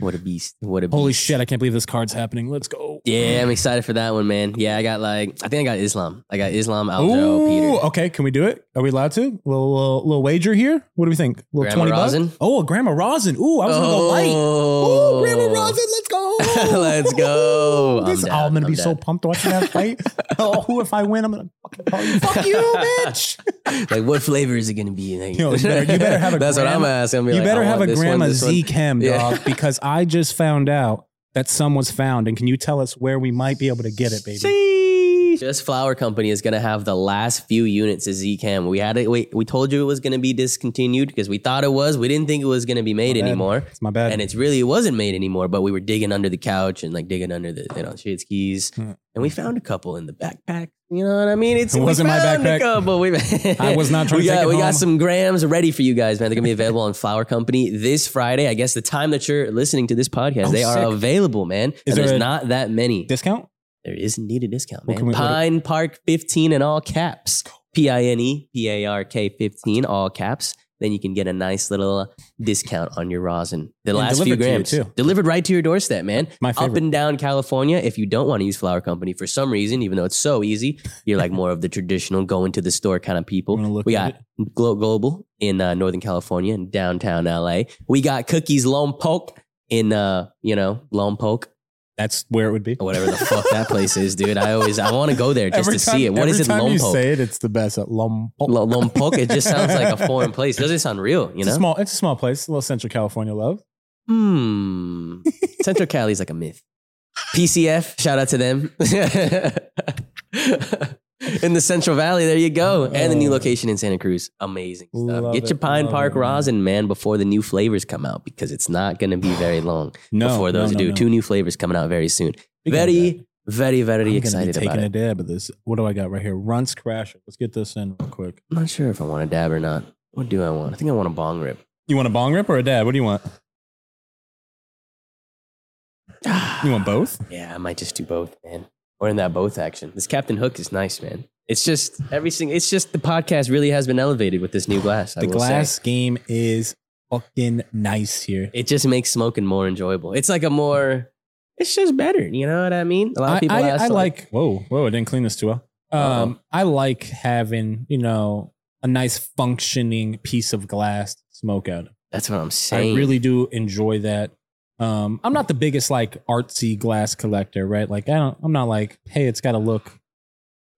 S2: What a beast! What a
S1: Holy
S2: beast.
S1: shit! I can't believe this card's happening. Let's go.
S2: Yeah, I'm excited for that one, man. Yeah, I got like I think I got Islam. I got Islam Aljo
S1: Ooh, oh,
S2: Peter.
S1: okay. Can we do it? Are we allowed to? Little little, little wager here. What do we think? Little
S2: Grandma
S1: twenty bucks.
S2: Rosin? Oh.
S1: Oh, a Grandma Rosin. Ooh, I was gonna go light. Ooh, Grandma Rosin. Let's go.
S2: Let's go.
S1: This,
S2: I'm
S1: oh, I'm
S2: down.
S1: gonna
S2: I'm
S1: be so
S2: down.
S1: pumped watching that fight. oh, if I win, I'm gonna fucking call you. Fuck you, bitch.
S2: like what flavor is it gonna be? Like,
S1: Yo, you better- you better have a
S2: That's what I'm
S1: grandma-
S2: asking. I'm
S1: You
S2: like, I
S1: better have
S2: want
S1: a
S2: this one,
S1: grandma
S2: this one.
S1: Z chem, dog,
S2: Yeah.
S1: because I just found out that some was found. And can you tell us where we might be able to get it, baby?
S2: Just Flower Company is gonna have the last few units of Zcam. We had it. We, we told you it was gonna be discontinued because we thought it was. We didn't think it was gonna be made
S1: My bad.
S2: anymore.
S1: It's my bad.
S2: and it's really it wasn't made anymore. But we were digging under the couch and like digging under the you know shit skis,
S1: Hmm.
S2: and we found a couple in the backpack. You know what I mean? It's
S1: It
S2: we
S1: wasn't my
S2: found
S1: backpack.
S2: A couple. We,
S1: I was not trying
S2: we
S1: to
S2: got
S1: take it
S2: we
S1: home.
S2: got some grams ready for you guys, man. They're gonna be available on Flower Company this Friday. I guess the time that you're listening to this podcast,
S1: Oh,
S2: they are
S1: sick.
S2: available, man.
S1: Is
S2: and
S1: there
S2: there's
S1: a-
S2: not that many.
S1: Discount?
S2: There is indeed a discount,
S1: What
S2: man.
S1: can we- what-
S2: Pine Park 15 in all caps. P I N E P A R K 15, all caps. Then you can get a nice little discount on your rosin. The
S1: And
S2: last few
S1: delivered to you,
S2: grams.
S1: too.
S2: Delivered right to your doorstep, man.
S1: My
S2: Up
S1: favorite.
S2: and down California. If you don't want to use Flower Company for some reason, even though it's so easy, you're like more of the traditional go into the store kind of people.
S1: I'm gonna look
S2: we
S1: at
S2: got Glo- Global in uh, Northern California and downtown LA. We got Cookies Lone Poke in, uh, you know, Lone Poke
S1: That's where it would be.
S2: or whatever the fuck that place is, dude. I always I want to go there just
S1: Every
S2: to
S1: time-
S2: see it. What is
S1: every
S2: it,
S1: time you
S2: Lompoc?
S1: say it, it's the best. At Lompoc.
S2: Lo- Lompoc? It just sounds like a foreign place. Doesn't sound real, you
S1: It's a
S2: know?
S1: small. It's a small place. A little Central California love.
S2: Hmm. Central Cali is like a myth. PCF, shout out to them. in the Central Valley, there you go. And the new
S1: Oh.
S2: location in Santa Cruz. Amazing stuff.
S1: Love
S2: Get your
S1: it,
S2: Pine
S1: love
S2: Park
S1: it, man.
S2: rosin, man, before the new flavors come out because it's not going to be very long
S1: No,
S2: before
S1: no,
S2: those
S1: no,
S2: do.
S1: no.
S2: Two new flavors coming out very soon.
S1: Speaking of that,
S2: very, very,
S1: I'm
S2: very
S1: gonna be
S2: excited
S1: taking
S2: about it.
S1: a dab at this. What do I got right here? Runts Crasher. Let's get this in real quick.
S2: I'm not sure if I want a dab or not. What do I want? I think I want a bong rip.
S1: You want a bong rip or a dab? What do you want? You want both?
S2: yeah, I might just do both, man. We're in that both action. This Captain Hook is nice, man. It's just everything. It's just the podcast really has been elevated with this new glass. I
S1: The
S2: will say.
S1: glass game is fucking nice here.
S2: It just makes smoking more enjoyable. It's like a more. It's just better. You know what I mean? A lot
S1: I,
S2: of people
S1: I,
S2: ask.
S1: I like whoa whoa I didn't clean this too well. Um, I like having you know a nice functioning piece of glass to smoke out. of.
S2: That's what I'm
S1: I
S2: saying.
S1: really do enjoy that. Um, I'm not the biggest like artsy glass collector, right? Like I don't. I'm not like hey, it's got to look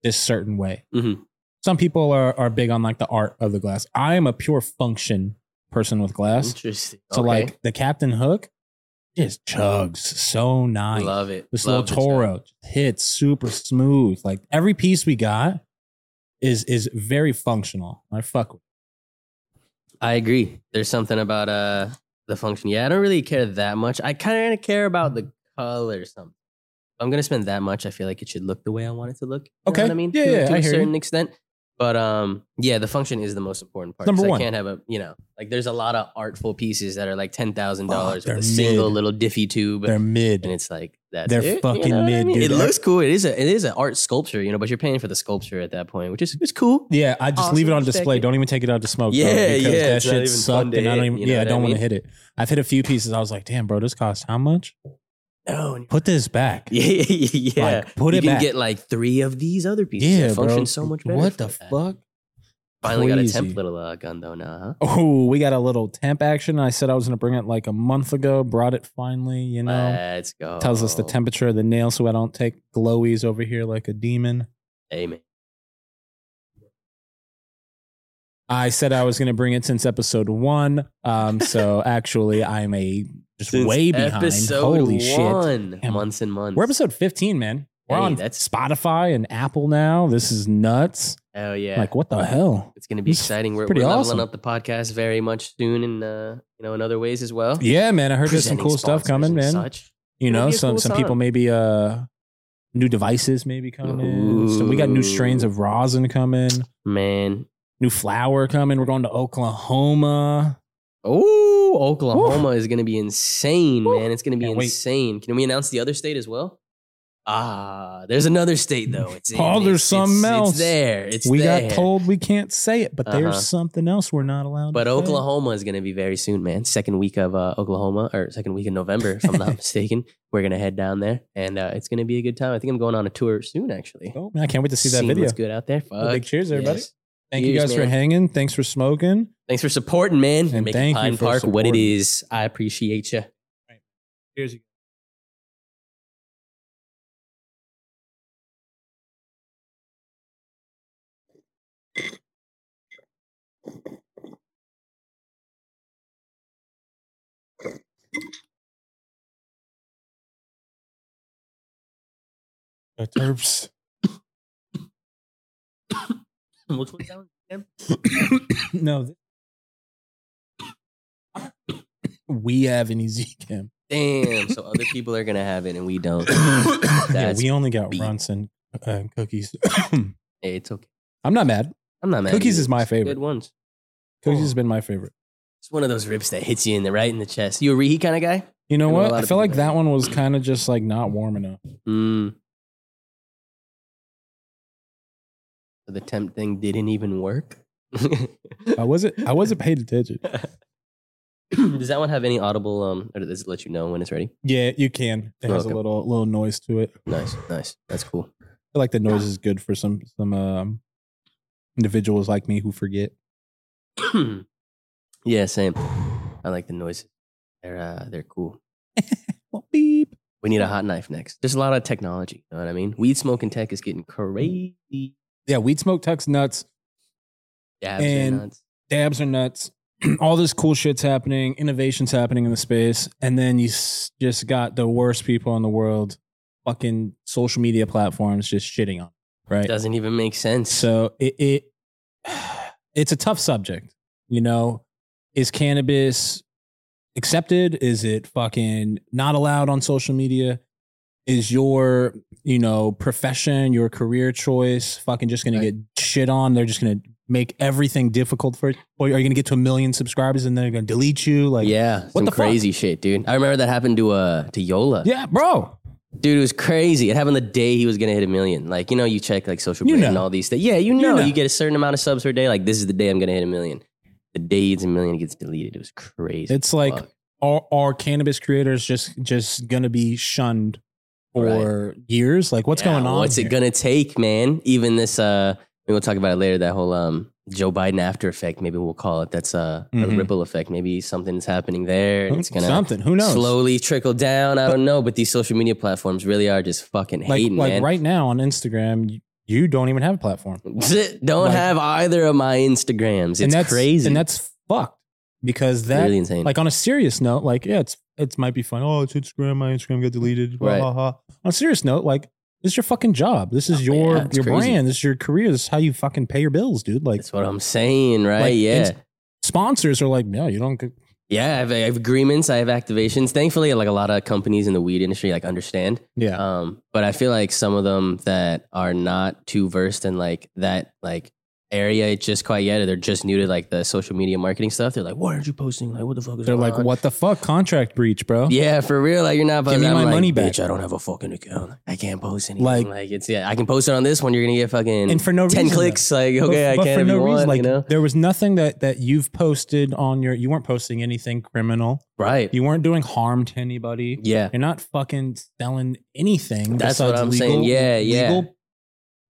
S1: this certain way.
S2: Mhm.
S1: Some people are are big on like the art of the glass. I am a pure function person with glass.
S2: interesting.
S1: So
S2: Okay.
S1: like the Captain Hook just chugs so nice.
S2: love it.
S1: This
S2: Love
S1: little Toro hits super smooth. Like every piece we got is is very functional. I fuck with.
S2: I agree. There's something about uh the function. Yeah, I don't really care that much. I kind of care about the color. Something. If I'm gonna spend that much. I feel like it should look the way I want it to look. You know
S1: Okay.
S2: what I mean,
S1: Yeah,
S2: to,
S1: yeah,
S2: to
S1: I
S2: a
S1: hear
S2: certain extent. But um, yeah, the function is the most important part.
S1: Number
S2: 'cause
S1: one.
S2: I can't have a you know like there's a lot of artful pieces that are like ten thousand dollars
S1: they're
S2: with a single
S1: mid.
S2: little diffy tube,
S1: They're mid.
S2: and it's like that's
S1: They're
S2: it, you
S1: fucking
S2: know what I
S1: mid,
S2: mean?
S1: dude.
S2: It
S1: They're-
S2: looks cool. It is a it is an art sculpture, you know, but you're paying for the sculpture at that point, which is it's cool.
S1: Yeah, I just leave it
S2: Awesome.
S1: on display.
S2: Second.
S1: Don't even take it out to smoke. bro,
S2: Yeah,
S1: because
S2: yeah,
S1: That
S2: it's not even
S1: shit
S2: fun
S1: sucked,
S2: to
S1: and I don't
S2: hit,
S1: even.
S2: you know
S1: yeah, I
S2: what I
S1: don't want to
S2: mean?
S1: hit it. I've hit a few pieces. I was like, damn, bro, this cost how much?
S2: No, and
S1: Put this back.
S2: Yeah, yeah, yeah, yeah.
S1: Like, put
S2: you
S1: it
S2: can
S1: back.
S2: get like three of these other pieces.
S1: yeah,
S2: that
S1: bro.
S2: function so much better.
S1: What
S2: for
S1: the
S2: that.
S1: fuck?
S2: Finally got a
S1: Crazy.
S2: temp little uh, gun though now, huh?
S1: Oh, we got a little temp action. I said I was gonna bring it like a month ago. Brought it finally. You know,
S2: Let's go.
S1: tells us the temperature of the nail, so I don't take glowies over here like a demon.
S2: Amen.
S1: I said I was gonna bring it since episode one. Um, so actually, I'm a just way behind.
S2: Episode
S1: Holy shit.
S2: one.
S1: Damn.
S2: Months and months.
S1: We're episode 15, man. We're
S2: Hey,
S1: on
S2: that's-
S1: Spotify and Apple now. This is nuts.
S2: Oh yeah.
S1: Like, what the hell?
S2: it's gonna be
S1: It's
S2: exciting. We're,
S1: pretty
S2: we're
S1: awesome.
S2: leveling up the podcast very much soon, and uh, you know, in other ways as well.
S1: Yeah, man. I heard there's some
S2: Presenting
S1: cool stuff
S2: sponsors
S1: coming,
S2: and
S1: man.
S2: Such.
S1: You
S2: It'll
S1: know,
S2: be a
S1: some
S2: cool
S1: some
S2: time.
S1: people maybe uh new devices maybe coming in. So we got new strains of rosin coming,
S2: Man.
S1: new flour coming. We're going to Oklahoma.
S2: Oh, Oklahoma is going to be insane,
S1: Woo.
S2: man. It's going to be
S1: Can't wait.
S2: insane. Can we announce the other state as well? Ah, there's another state though. It's in.
S1: Oh,
S2: It's-
S1: there's something
S2: it's-
S1: else.
S2: It's there. It's
S1: we
S2: there.
S1: got told we can't say it, but
S2: Uh-huh.
S1: there's something else we're not allowed
S2: But
S1: to say.
S2: Oklahoma is going to be very soon, man. Second week of uh, Oklahoma, or second week of November, if I'm not mistaken. We're going to head down there, and uh, it's going to be a good time. I think I'm going on a tour soon, actually.
S1: Oh, man, I can't wait to see that
S2: Seeing
S1: video.
S2: What's good out there?
S1: Well, big
S2: Fuck
S1: cheers, everybody.
S2: yes.
S1: Thank you
S2: Cheers,
S1: guys for
S2: man.
S1: hanging. Thanks for smoking.
S2: Thanks for supporting, man.
S1: And
S2: Making
S1: thank you
S2: Pine
S1: for
S2: Park what
S1: supporting.
S2: it is. I appreciate you.
S1: Cheers. The terps.
S2: Which one's that one again?
S1: no. th- we have an easy cam.
S2: Damn. So other people are gonna have it and we don't.
S1: yeah,
S2: That's
S1: we only got
S2: beat.
S1: runts and uh, cookies.
S2: it's okay.
S1: I'm not mad.
S2: I'm not mad.
S1: Cookies
S2: either.
S1: is my
S2: It's
S1: favorite.
S2: Good ones.
S1: Cookies
S2: Oh.
S1: has been my favorite.
S2: It's one of those rips that hits you in the right in the chest. You a reheat kind of guy?
S1: You know
S2: I know a
S1: what?
S2: lot
S1: I
S2: of
S1: feel like
S2: people
S1: that
S2: like-
S1: one was kind of just like not warm enough.
S2: Mm. So the temp thing didn't even work.
S1: I wasn't. I wasn't paid attention.
S2: Does that one have any audible? Um, or does it let you know when it's ready?
S1: Yeah, you can. It has
S2: Okay.
S1: a little little noise to it. I
S2: Nice, nice. That's cool.
S1: feel like the noise is good for some some um, individuals like me who forget.
S2: yeah, same. I like the noises. They're uh, they're cool.
S1: Well, beep.
S2: We need a hot knife next. There's a lot of technology. You know what I mean? Weed smoking tech is getting crazy.
S1: Yeah, weed smoke tucks nuts.
S2: Dabs
S1: And-
S2: and nuts.
S1: Dabs are nuts. All this cool shit's happening. Innovations happening in the space, and then you s- just got the worst people in the world, fucking social media platforms, just shitting on. it, Right.
S2: doesn't even make sense.
S1: So it, it it's a tough subject. You know, is cannabis accepted? Is it fucking not allowed on social media? Is your, you know, profession, your career choice fucking just gonna
S2: Right.
S1: get shit on? They're just gonna make everything difficult for you. Or are you gonna get to a million subscribers and then they're gonna delete you? Like
S2: yeah,
S1: what
S2: some
S1: the fuck?
S2: crazy shit, dude. I remember that happened to uh to Yola.
S1: Yeah, bro.
S2: Dude, it was crazy. It happened the day he was gonna hit a million. Like, you know, you check like social
S1: You
S2: media
S1: know.
S2: and all these things. Yeah, you know,
S1: know.
S2: you get a certain amount of subs per day. Like, this is the day I'm gonna hit a million. The day he hits a million, it gets deleted. It was crazy.
S1: It's like
S2: Fuck.
S1: are are cannabis creators just just gonna be shunned for years? Like what's
S2: Yeah,
S1: going on?
S2: What's
S1: here?
S2: it gonna take, man? Even this uh maybe we'll talk about it later, that whole um Joe Biden after effect, maybe we'll call it. That's uh, a
S1: Mhm.
S2: ripple effect. Maybe something's happening there and it's gonna
S1: something. Who knows?
S2: slowly trickle down. I
S1: But-
S2: don't know, but these social media platforms really are just fucking
S1: like
S2: hating,
S1: like
S2: man.
S1: right now on Instagram, you, you don't even have a platform,
S2: don't
S1: like-
S2: have either of my Instagrams. It's
S1: and that's
S2: crazy.
S1: and that's fucked because that
S2: really insane.
S1: like on a serious note, like yeah, it's it might be fun. Oh, it's Instagram. My Instagram got deleted. Blah,
S2: Right.
S1: blah, blah. On a serious note, like this is your fucking job. This is
S2: Oh,
S1: your
S2: yeah, it's
S1: your
S2: crazy.
S1: brand. This is your career. This is how you fucking pay your bills, dude. Like
S2: that's what I'm saying, right?
S1: like,
S2: yeah.
S1: Inst- sponsors are like, no, you don't.
S2: yeah, I have, I have agreements, I have activations. Thankfully, like a lot of companies in the weed industry like understand.
S1: Yeah,
S2: Um, but I feel like some of them that are not too versed in like that like area just quite yet. Or they're just new to like the social media marketing stuff. They're like, why aren't you posting? Like, what the fuck is
S1: They're
S2: going
S1: like,
S2: on?
S1: what the fuck? Contract breach, bro.
S2: Yeah, for real. Like you're not.
S1: Give me
S2: I'm
S1: my
S2: like,
S1: money back.
S2: Bitch, I don't have a fucking account. I can't post anything. Like,
S1: Like-
S2: it's yeah. I can post it on this one. You're gonna get fucking
S1: And for no
S2: ten
S1: reason, though.
S2: clicks. Like
S1: But-
S2: okay,
S1: but
S2: I can
S1: for
S2: if
S1: no
S2: you
S1: reason.
S2: want.
S1: like
S2: you know,
S1: there was nothing that that you've posted on your. You weren't posting anything criminal.
S2: right?
S1: You weren't doing harm to anybody.
S2: yeah,
S1: You're not fucking selling anything.
S2: That's what
S1: besides
S2: I'm
S1: legal,
S2: saying. Yeah, yeah.
S1: Legal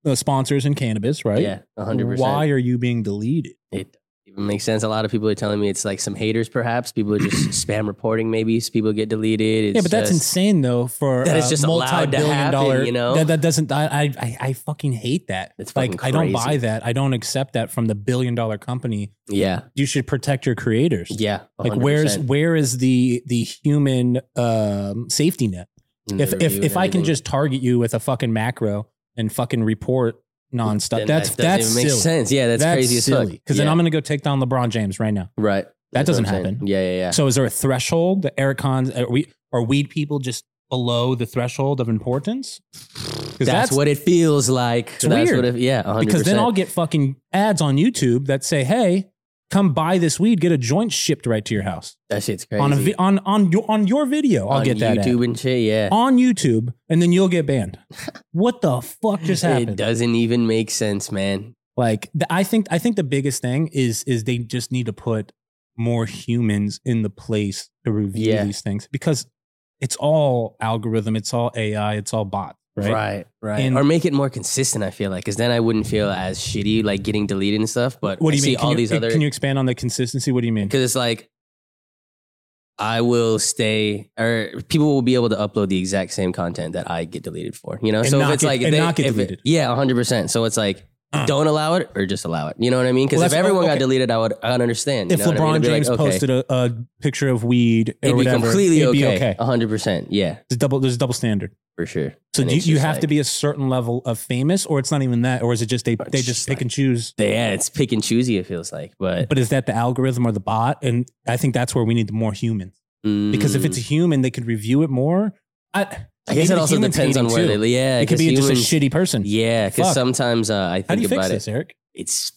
S1: uh, sponsors in cannabis, right?
S2: yeah, hundred percent.
S1: Why are you being deleted?
S2: It even makes sense. A lot of people are telling me it's like some haters, perhaps. People are just spam reporting. Maybe so people get deleted. It's
S1: yeah, but that's
S2: just-
S1: insane though. For
S2: That
S1: uh,
S2: it's just allowed to
S1: multi-billion
S2: happen,
S1: dollar-
S2: you know?
S1: that, that doesn't. I, I I I fucking hate that.
S2: It's
S1: like
S2: fucking
S1: I don't
S2: crazy.
S1: buy that. I don't accept that from the billion dollar company.
S2: Yeah,
S1: You should protect your creators.
S2: yeah.
S1: Like where's
S2: 100%.
S1: where is the the human um, safety net?
S2: And
S1: If
S2: the
S1: if
S2: review
S1: if
S2: and
S1: I can
S2: everything.
S1: just target you with a fucking macro and fucking report nonstop,
S2: Then
S1: that's
S2: that doesn't
S1: that's
S2: even make
S1: silly.
S2: sense. Yeah, that's, crazy as fuck.
S1: Because then
S2: Yeah,
S1: I'm gonna go take down LeBron James right now.
S2: right.
S1: That
S2: That's what
S1: doesn't
S2: I'm saying.
S1: happen.
S2: Yeah, yeah, yeah.
S1: So is there a threshold that Eric Cons are we are weed people just below the threshold of importance? Because
S2: That's, what it feels like. that's
S1: weird.
S2: what it, yeah, 100%.
S1: because then I'll get fucking ads on YouTube that say, "Hey, come buy this weed, get a joint shipped right to your house
S2: that shit's crazy.
S1: on a vi- on on your on your video." I'll
S2: On
S1: get that ad.
S2: YouTube and shit, yeah.
S1: on YouTube, and then you'll get banned. what the fuck just
S2: It
S1: happened?
S2: doesn't even make sense, man.
S1: Like th- I think I think the biggest thing is is they just need to put more humans in the place to review
S2: Yeah.
S1: these things because it's all algorithm, it's all AI, it's all bot, right?
S2: Right, right.
S1: And-
S2: or make it more consistent, I feel like, because then I wouldn't feel as shitty, like getting deleted and stuff. But
S1: What do
S2: I
S1: you
S2: see
S1: mean? Can
S2: all
S1: you,
S2: these
S1: can-
S2: other.
S1: Can you expand on the consistency? What do you mean?
S2: Because it's like, I will stay, or people will be able to upload the exact same content that I get deleted for. You know,
S1: And
S2: so if
S1: not
S2: it's
S1: get-
S2: like,
S1: and
S2: they-
S1: not get
S2: if it-
S1: deleted.
S2: yeah, hundred percent. So it's like,
S1: Uh.
S2: don't allow it or just allow it. You know what I mean? Because
S1: Well,
S2: if
S1: that's- oh,
S2: everyone got
S1: okay.
S2: deleted, I would, I would understand. You
S1: If
S2: know what I mean?
S1: LeBron
S2: It'd be like,
S1: James
S2: okay,
S1: posted a, a picture of weed, or
S2: it'd be
S1: whatever,
S2: completely
S1: it'd be
S2: okay, hundred percent. Yeah,
S1: There's double, there's a double standard.
S2: for sure.
S1: So
S2: And
S1: do you,
S2: it's
S1: you
S2: just
S1: have
S2: like-
S1: to be a certain level of famous, or it's not even that, or is it just they
S2: It's
S1: they just
S2: just
S1: pick
S2: like-
S1: and choose?
S2: Yeah, it's pick and choosy. It feels like, but,
S1: But is that the algorithm or the bot? And I think that's where we need more humans because if
S2: Mm.
S1: it's a human, they could review it more. I,
S2: I
S1: even
S2: guess it
S1: if
S2: also
S1: humans
S2: depends
S1: hate
S2: on where
S1: too.
S2: they live. Yeah,
S1: it could
S2: 'cause
S1: be just a
S2: humans-
S1: shitty person.
S2: Yeah, because
S1: Fuck.
S2: sometimes uh, I
S1: How do
S2: think
S1: you
S2: about
S1: fix
S2: it.
S1: this, Eric?
S2: It's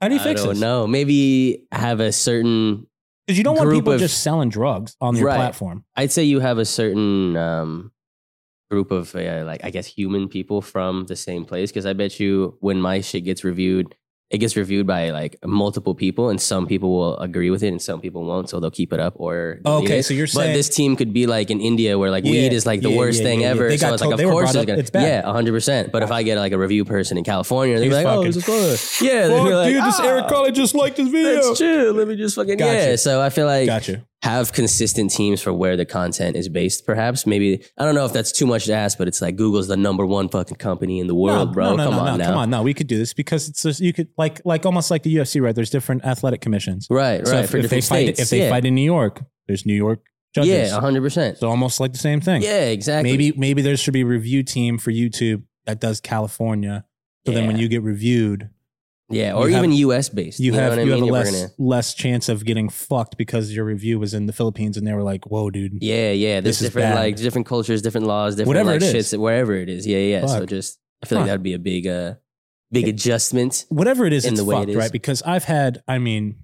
S1: How do you
S2: I
S1: fix
S2: don't
S1: this?
S2: know. Maybe have a certain.
S1: Because you don't want
S2: Group
S1: people
S2: of-
S1: just selling drugs on your
S2: Right.
S1: platform.
S2: I'd say you have a certain um, group of uh, like I guess human people from the same place. Because I bet you when my shit gets reviewed, it gets reviewed by like multiple people, and some people will agree with it, and some people won't, so they'll keep it up or delete
S1: Okay,
S2: it.
S1: so you're
S2: But
S1: saying
S2: this team could be like in India where like weed
S1: Yeah,
S2: is like the
S1: yeah,
S2: worst
S1: yeah,
S2: thing
S1: yeah, yeah.
S2: ever.
S1: They
S2: so
S1: got
S2: it's
S1: told-
S2: like
S1: they
S2: of
S1: were
S2: course
S1: brought
S2: it's
S1: up-
S2: gonna
S1: it's bad.
S2: Yeah, hundred percent. But if I get like a review person in California, they're
S1: He's
S2: like, oh,
S1: fucking-
S2: this is good. Yeah, they'll be like, "Ah,
S1: College just liked this
S2: That's true. Let me just fucking
S1: Gotcha.
S2: yeah. So I feel like
S1: Gotcha.
S2: have consistent teams for where the content is based. Perhaps maybe I don't know if that's too much to ask, but it's like Google's the number one fucking company in the world,
S1: no,
S2: bro.
S1: No, no,
S2: come
S1: no,
S2: on
S1: no.
S2: now.
S1: Come on, no. We could do this because it's just, you could like like almost like the UFC, right? There's different athletic commissions.
S2: Right, right.
S1: so if,
S2: for
S1: if they
S2: different
S1: fight
S2: states.
S1: if they
S2: yeah.
S1: fight in New York, there's New York judges.
S2: yeah, hundred percent.
S1: It's almost like the same thing.
S2: Yeah, exactly.
S1: Maybe maybe there should be a review team for YouTube that does California. So then when
S2: Yeah.
S1: you get reviewed,
S2: yeah, or
S1: you have-
S2: even US based.
S1: you,
S2: know
S1: have
S2: what
S1: you
S2: I
S1: have
S2: mean?
S1: a
S2: If we're
S1: less
S2: gonna-
S1: less chance of getting fucked because your review was in the Philippines and they were like, "Whoa, dude."
S2: Yeah, yeah. There's
S1: This is
S2: different
S1: bad.
S2: like different cultures, different laws, different
S1: Whatever
S2: like
S1: it is.
S2: shits, wherever it is. Yeah, yeah. So
S1: Fuck.
S2: just I feel like
S1: Huh.
S2: that'd be a big uh big
S1: Yeah.
S2: adjustment.
S1: Whatever it is,
S2: In
S1: it's
S2: the way it
S1: fucked,
S2: is.
S1: right? Because I've had, I mean,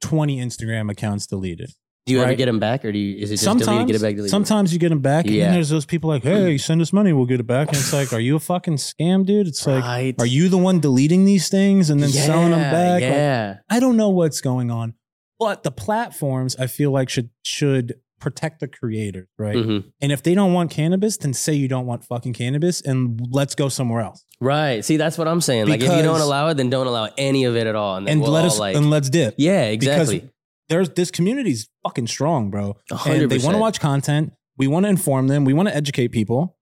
S1: 20 Instagram accounts deleted.
S2: Do you ever
S1: Right.
S2: get them back or do you is it just
S1: sometimes,
S2: deleted, get it back deleted?
S1: sometimes you get them back, and
S2: Yeah.
S1: then there's those people like, "Hey, send us money, we'll get it back." And it's like, "Are you a fucking scam, dude?" It's like,
S2: Right.
S1: "Are you the one deleting these things and then selling them
S2: Yeah,
S1: back?" Like,
S2: Yeah.
S1: I don't know what's going on, but the platforms I feel like should should protect the creators, right?
S2: Mhm.
S1: And if they don't want cannabis, then say you don't want fucking cannabis, and let's go somewhere else,
S2: Right. See, that's what I'm saying. like, if you don't
S1: Because-
S2: allow it, then don't allow any of it at all, and then
S1: and
S2: we'll
S1: let
S2: all,
S1: us
S2: like,
S1: and let's dip.
S2: yeah,
S1: Because
S2: exactly,
S1: There's this community's fucking strong, bro.
S2: A hundred
S1: And they
S2: percent.
S1: want to watch content. We want to inform them. We want to educate people.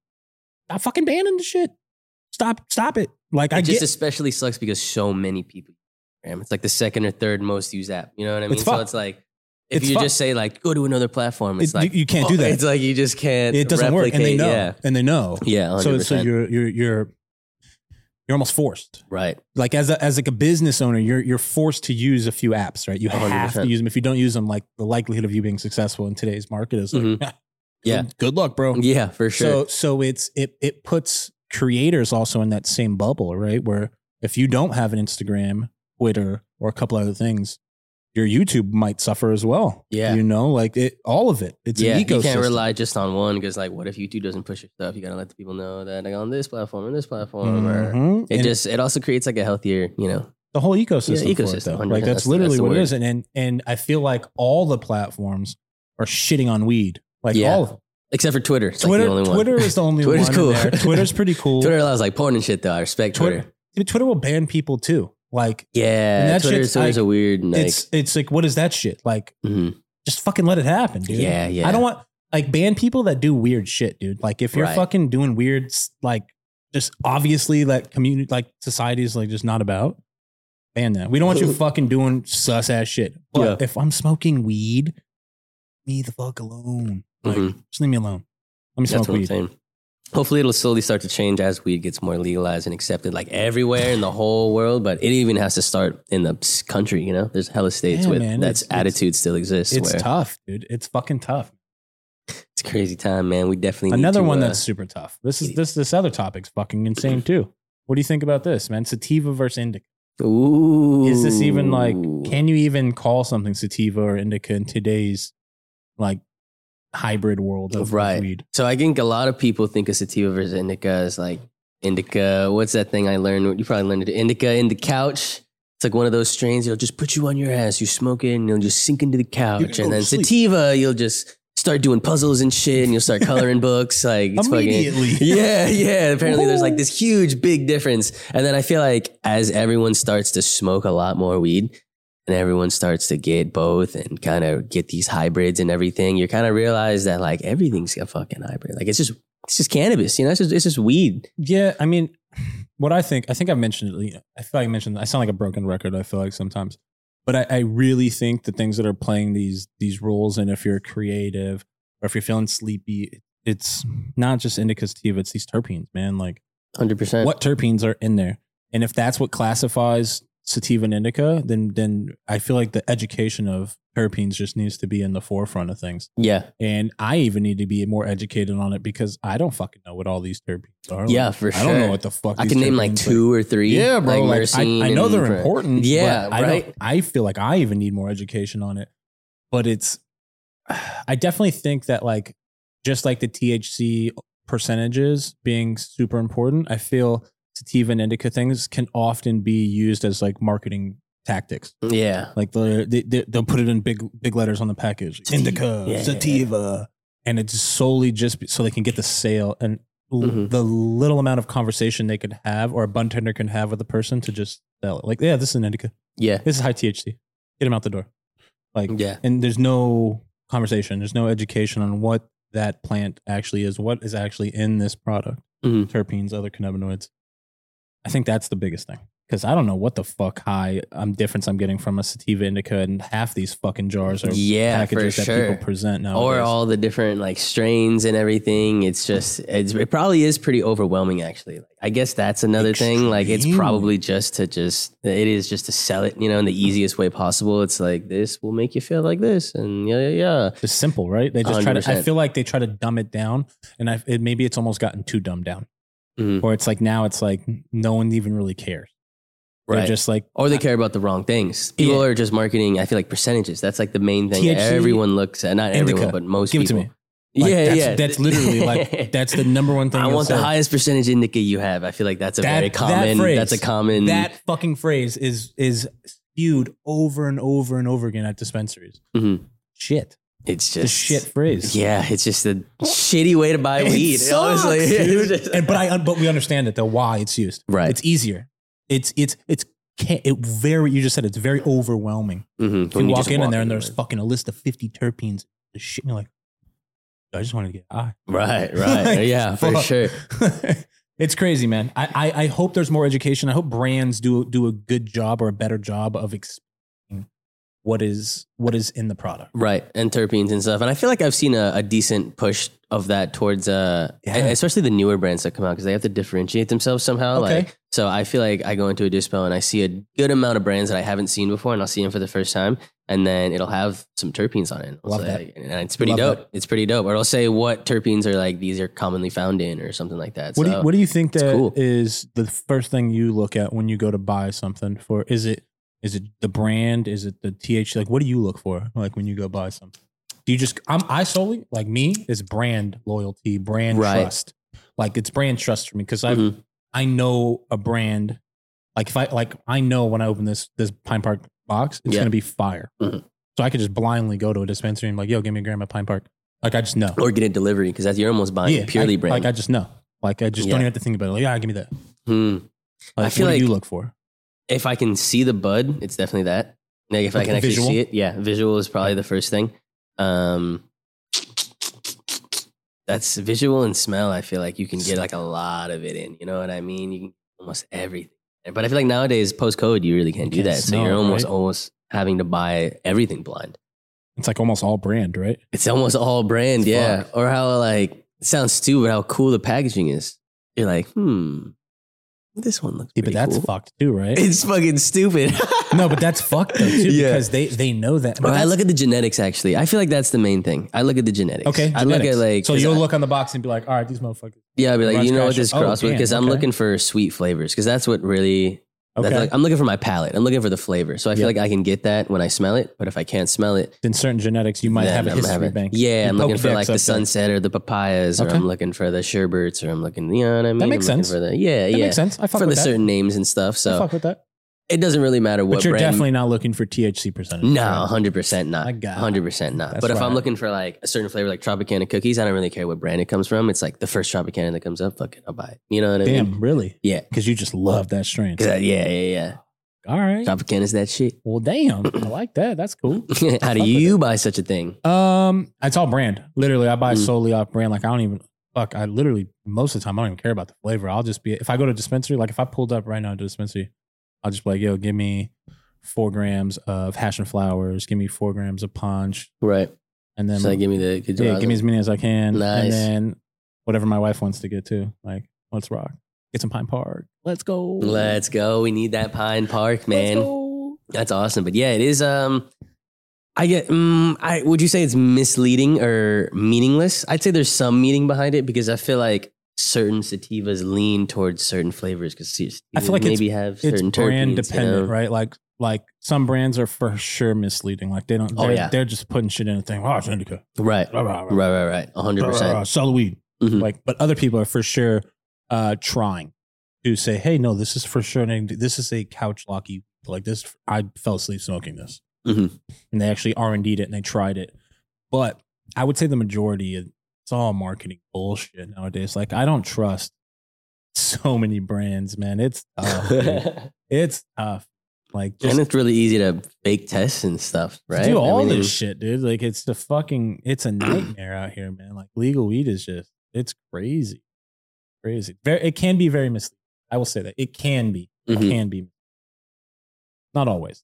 S1: Stop fucking banning the shit. Stop. Stop it. Like
S2: It
S1: I
S2: just
S1: get.
S2: especially sucks because so many people. Instagram. It's like the second or third most used app. You know what I mean?
S1: It's
S2: so
S1: fucked.
S2: it's like if
S1: It's
S2: you
S1: fucked.
S2: just say like go to another platform, it's
S1: it-
S2: like
S1: you, you can't do
S2: fuck,
S1: that.
S2: It's like you just can't.
S1: it doesn't work, and they
S2: replicate-
S1: know.
S2: Yeah,
S1: And they know.
S2: yeah. 100%.
S1: So so you're you're you're you're almost forced.
S2: right.
S1: like as a, as like a business owner, you're you're forced to use a few apps, right? You have
S2: 100%.
S1: to use them. If you don't use them, like the likelihood of you being successful in today's market is like,
S2: Mm-hmm. Yeah.
S1: good, good luck, bro.
S2: Yeah, for
S1: So
S2: sure.
S1: so it's it it puts creators also in that same bubble, right? Where if you don't have an Instagram, Twitter, or a couple other things, your YouTube might suffer as well.
S2: Yeah.
S1: You know, like it, all of it. It's
S2: yeah,
S1: an ecosystem.
S2: you can't rely just on one because, like, what if YouTube doesn't push your stuff? You gotta let the people know that like on this platform and this platform. Or
S1: Mhm.
S2: it
S1: And
S2: just it also creates like a healthier, you know.
S1: the whole ecosystem.
S2: Yeah,
S1: for it,
S2: ecosystem,
S1: though.
S2: 100%.
S1: Like
S2: That's
S1: that's
S2: the-
S1: literally
S2: that's the
S1: what
S2: word.
S1: it is. And, and and I feel like all the platforms are shitting on weed. Like
S2: Yeah.
S1: all of them.
S2: Except for Twitter, it's
S1: Twitter.
S2: like the only
S1: Twitter
S2: one.
S1: is the only
S2: Twitter's
S1: one. in
S2: cool.
S1: there. Twitter's pretty cool.
S2: Twitter allows like porn and shit though. I respect Twitter.
S1: Twitter- Dude, Twitter will ban people too. Like
S2: Yeah,
S1: And that
S2: Twitter,
S1: shit's,
S2: Twitter's
S1: like,
S2: a weird like.
S1: it's it's like what is that shit? Like
S2: mhm.
S1: just fucking let it happen, dude.
S2: Yeah, yeah.
S1: I don't want like ban people that do weird shit, dude. Like if you're
S2: Right.
S1: fucking doing weird, s- like just obviously like community, like society is like just not about. Ban that. We don't want you fucking doing sus ass shit. But if I'm smoking weed, leave me the fuck alone. Like
S2: Mhm.
S1: just leave me alone. Let me
S2: That's
S1: smoke
S2: what I'm
S1: weed.
S2: saying. Hopefully, it'll slowly start to change as weed gets more legalized and accepted, like everywhere in the whole world. But it even has to start in the s- country. You know, there's hella states
S1: Yeah,
S2: with
S1: man,
S2: that's
S1: it's- it's-
S2: attitude still exists.
S1: It's
S2: where
S1: tough, dude. It's fucking tough.
S2: it's a crazy time, man. We definitely need
S1: Another
S2: to,
S1: one
S2: uh,
S1: that's super tough. This is this this other topic's fucking insane too. What do you think about this, man? Sativa versus indica.
S2: ooh.
S1: Is this even like can you even call something sativa or indica in today's like hybrid world of
S2: Right.
S1: weed?
S2: So I think a lot of people think of sativa versus indica as like indica. What's that thing I learned? You probably learned it. Indica in the couch. It's like one of those strains. It'll just put you on your ass. You smoke it, and you'll just sink into the couch.
S1: go
S2: And then
S1: to sleep.
S2: sativa, you'll just start doing puzzles and shit, and you'll start coloring books. Like it's fucking
S1: Immediately.
S2: yeah, yeah. Apparently, there's like this huge, big difference. And then I feel like as everyone starts to smoke a lot more weed and everyone starts to get both and kind of get these hybrids and everything, you kind of realize that like everything's a fucking hybrid. Like it's just, it's just cannabis, you know, it's just, it's just weed.
S1: Yeah, I mean, what I think, I think I've mentioned it. I feel like I mentioned. I sound like a broken record. I feel like sometimes, but I, I really think the things that are playing these these roles, and if you're creative or if you're feeling sleepy, it's not just indica sativa. It's these terpenes, man. Like
S2: 100%.
S1: what terpenes are in there, and if that's what classifies sativa and indica, then then I feel like the education of terpenes just needs to be in the forefront of things.
S2: Yeah.
S1: And I even need to be more educated on it because I don't fucking know what all these terpenes are. Like,
S2: Yeah, for
S1: I don't
S2: sure.
S1: know what the fuck.
S2: I
S1: these
S2: can name like
S1: terpenes,
S2: two or three.
S1: yeah, bro. Like, I,
S2: myrcene
S1: I know
S2: and-
S1: they're important.
S2: Yeah,
S1: but I don't-
S2: right?
S1: I feel like I even need more education on it. But it's, I definitely think that like, just like the THC percentages being super important, I feel sativa and indica things can often be used as like marketing tactics.
S2: Yeah.
S1: Like the they, they, they'll put it in big big letters on the package,
S2: Sativa.
S1: indica,
S2: Yeah, yeah, yeah.
S1: sativa, and it's solely just so they can get the sale and l-
S2: Mhm.
S1: the little amount of conversation they could have or a bartender can have with a person to just sell it. Like, yeah, this is an indica.
S2: Yeah.
S1: This is high THC. Get them out the door. Like,
S2: Yeah.
S1: and there's no conversation. There's no education on what that plant actually is. What is actually in this product?
S2: Mhm.
S1: Terpenes, other cannabinoids. I think that's the biggest thing because I don't know what the fuck high um, difference I'm getting from a sativa indica, and half these fucking jars are
S2: Yeah, for
S1: packages that
S2: sure.
S1: people present now.
S2: or all the different like strains and everything. It's just it's, it probably is pretty overwhelming actually. Like, I guess that's another thing. Like it's
S1: Extremely.
S2: probably just to just it is just to sell it, you know, in the easiest way possible. It's like this will make you feel like this, and yeah, yeah, yeah.
S1: It's simple, right? They just try to. I
S2: 100%.
S1: feel like they try to dumb it down, and I it, maybe it's almost gotten too dumbed down,
S2: Mhm.
S1: or it's like now it's like no one even really cares.
S2: Right.
S1: They're just like
S2: or they care about the wrong things. People
S1: Yeah.
S2: are just marketing. I feel like percentages. That's like the main thing
S1: THC,
S2: everyone looks at. Not everyone,
S1: indica.
S2: but most
S1: give it to me.
S2: people.
S1: Like,
S2: yeah,
S1: that's,
S2: yeah.
S1: That's literally like that's the number one thing.
S2: I
S1: you'll
S2: want the
S1: say.
S2: highest percentage indica you have. I feel like that's a
S1: That-
S2: very
S1: that
S2: common.
S1: phrase,
S2: that's a common.
S1: That fucking phrase is is spewed over and over and over again at dispensaries.
S2: Mhm.
S1: Shit,
S2: it's just
S1: the shit phrase.
S2: Yeah, it's just a shitty way to buy
S1: It
S2: weed.
S1: sucks,
S2: honestly,
S1: dude.
S2: Just-
S1: and, but I but we understand it though why it's used.
S2: right.
S1: It's easier. It's it's it's can't, it very you just said it's very overwhelming.
S2: Mhm.
S1: If Mm-hmm, you,
S2: When
S1: walk
S2: just
S1: in and there and there's fucking a list of fifty terpenes, the shit, and you're like, I just wanted to get high.
S2: right, right,
S1: Like,
S2: yeah, for
S1: fuck.
S2: sure.
S1: it's crazy, man. I, I I hope there's more education. I hope brands do do a good job or a better job of explaining what is what is in the product.
S2: Right, and terpenes and stuff. And I feel like I've seen a, a decent push of that towards, uh,
S1: Yeah.
S2: and especially the newer brands that come out because they have to differentiate themselves somehow.
S1: Okay.
S2: Like, so I feel like I go into a dispo and I see a good amount of brands that I haven't seen before, and I'll see them for the first time, and then it'll have some terpenes on it. It's
S1: Love that.
S2: like- And it's pretty
S1: Love
S2: dope. It's pretty dope. Or it'll say what terpenes are like these are commonly found in, or something like that.
S1: What do
S2: So-
S1: you, what do you think
S2: it's
S1: that is
S2: cool.
S1: the first thing you look at when you go to buy something for? Is it Is it the brand? Is it the th? Like, what do you look for? Like when you go buy something, do you just? I'm I solely like me is brand loyalty, brand
S2: Right.
S1: trust. Like it's brand trust for me because I
S2: Mhm.
S1: I know a brand. Like if I like I know when I open this this Pine Park box, it's
S2: Yeah.
S1: gonna be fire.
S2: Mhm.
S1: So I could just blindly go to a dispensary and be like, yo, give me a gram at Pine Park. Like I just know.
S2: Or get a delivery because that's you're almost buying
S1: Yeah,
S2: purely
S1: I-
S2: brand.
S1: Like I just know. Like I just
S2: Yeah.
S1: don't even have to think about it. Like, yeah, give me that.
S2: Hmm.
S1: Like,
S2: I feel
S1: what
S2: like-
S1: do you look for?
S2: if I can see the bud, it's definitely that. Like if I
S1: Like
S2: can actually
S1: visual?
S2: see it, yeah, visual is probably the first thing. Um, that's visual and smell. I feel like you can get like a lot of it in. You know what I mean? You can almost everything. But I feel like nowadays, post code, you really can't do
S1: You can't
S2: that.
S1: smell
S2: so you're
S1: it,
S2: almost
S1: right?
S2: almost having to buy everything blind.
S1: It's like almost all brand, right?
S2: It's almost all brand, yeah.
S1: Fuck.
S2: Or how like it sounds stupid how cool the packaging is. You're like, hmm, this one looks.
S1: Yeah, but
S2: pretty
S1: that's
S2: cool.
S1: fucked too, right?
S2: It's fucking stupid.
S1: no, but that's fucked though too
S2: Yeah.
S1: because they they know that. But
S2: Well, I
S1: that's-
S2: look at the genetics actually. I feel like that's the main thing. I look at the genetics.
S1: okay.
S2: I look at
S1: genetics.
S2: like
S1: so
S2: 'cause
S1: you'll
S2: I-
S1: look on the box and be like, all right, these motherfuckers.
S2: Yeah, I'd be like,
S1: Runs
S2: you know what
S1: crash-
S2: this
S1: oh,
S2: cross with?
S1: damn,
S2: Because I'm
S1: okay.
S2: looking for sweet flavors. Because that's what really. that's
S1: Okay.
S2: like- I'm looking for my palate. I'm looking for the flavor. So I feel
S1: Yeah.
S2: like I can get that when I smell it. But if I can't smell it,
S1: in certain genetics, you might
S2: then
S1: have a
S2: I'm
S1: history
S2: having-
S1: bank. Oh,
S2: Yeah,
S1: Your
S2: I'm looking for
S1: Pokedex
S2: like the
S1: up there.
S2: sunset or the papayas, or
S1: Okay.
S2: I'm looking for the sherbets, or I'm looking. You know what I mean?
S1: makes
S2: I'm looking
S1: sense.
S2: For the, yeah,
S1: That
S2: yeah.
S1: makes sense. I fuck
S2: For the
S1: with that.
S2: certain names and stuff.
S1: I
S2: So
S1: fuck with that.
S2: it doesn't really matter what
S1: But you're
S2: brand.
S1: definitely not looking for THC percentage.
S2: No,
S1: right?
S2: hundred percent not.
S1: I got it.
S2: hundred percent not.
S1: That's
S2: but if
S1: right.
S2: I'm looking for like a certain flavor, like Tropicana cookies, I don't really care what brand it comes from. It's like the first Tropicana that comes up, fuck it, I'll buy it. You know what I mean?
S1: Damn, really?
S2: Yeah.
S1: Because you just love that strain.
S2: 'Cause I- yeah, yeah,
S1: All right.
S2: yeah. Tropicana's that shit.
S1: Well, damn. I like that. That's cool.
S2: How
S1: with
S2: do you buy such a thing?
S1: Um, it's all brand. Literally, I buy
S2: Mm.
S1: solely off brand. Like I don't even fuck. I literally most of the time I don't even care about the flavor. I'll just be if I go to a dispensary. Like if I pulled up right now to a dispensary, I'll just be like, yo, give me four grams of hash and flowers. Give me four grams of punch,
S2: Right.
S1: and then
S2: So give me the good
S1: yeah, give me as many as I can. And
S2: Nice.
S1: then whatever my wife wants to get too. Like let's rock. Get some Pine Park. Let's go.
S2: Let's go. We need that Pine Park,
S1: Let's
S2: man.
S1: go.
S2: That's awesome. But yeah, it is um I get um, I would you say it's misleading or meaningless? I'd say there's some meaning behind it because I feel like certain sativas lean towards certain flavors because
S1: I feel like it's-
S2: maybe have
S1: It's
S2: certain
S1: brand
S2: terpenes, you
S1: dependent,
S2: know?
S1: right? Like like some brands are for sure misleading. Like they don't.
S2: Oh,
S1: They're,
S2: yeah.
S1: they're just putting shit in a thing. Oh, it's indica.
S2: Right.
S1: Rah, rah, rah.
S2: Right, right, right. hundred
S1: Rah, rah, rah.
S2: percent.
S1: Sell the weed.
S2: Mhm.
S1: Like, but other people are for sure uh, trying to say, hey, no, this is for sure. an indi- This is a couch locky. Like this, I fell asleep smoking this,
S2: Mhm.
S1: and they actually R and D'd it and they tried it. But I would say the majority, of, it's all marketing bullshit nowadays. Like I don't trust so many brands, man. It's tough. dude. It's tough. Like uh, just
S2: and it's really easy to fake tests and stuff,
S1: to
S2: right?
S1: do
S2: I
S1: all
S2: mean,
S1: this shit, dude. Like it's the fucking it's a nightmare out here, man. Like legal weed is just it's crazy, crazy. Very, it can be very misleading. I will say that it can be, It
S2: Mhm.
S1: can be. Not always.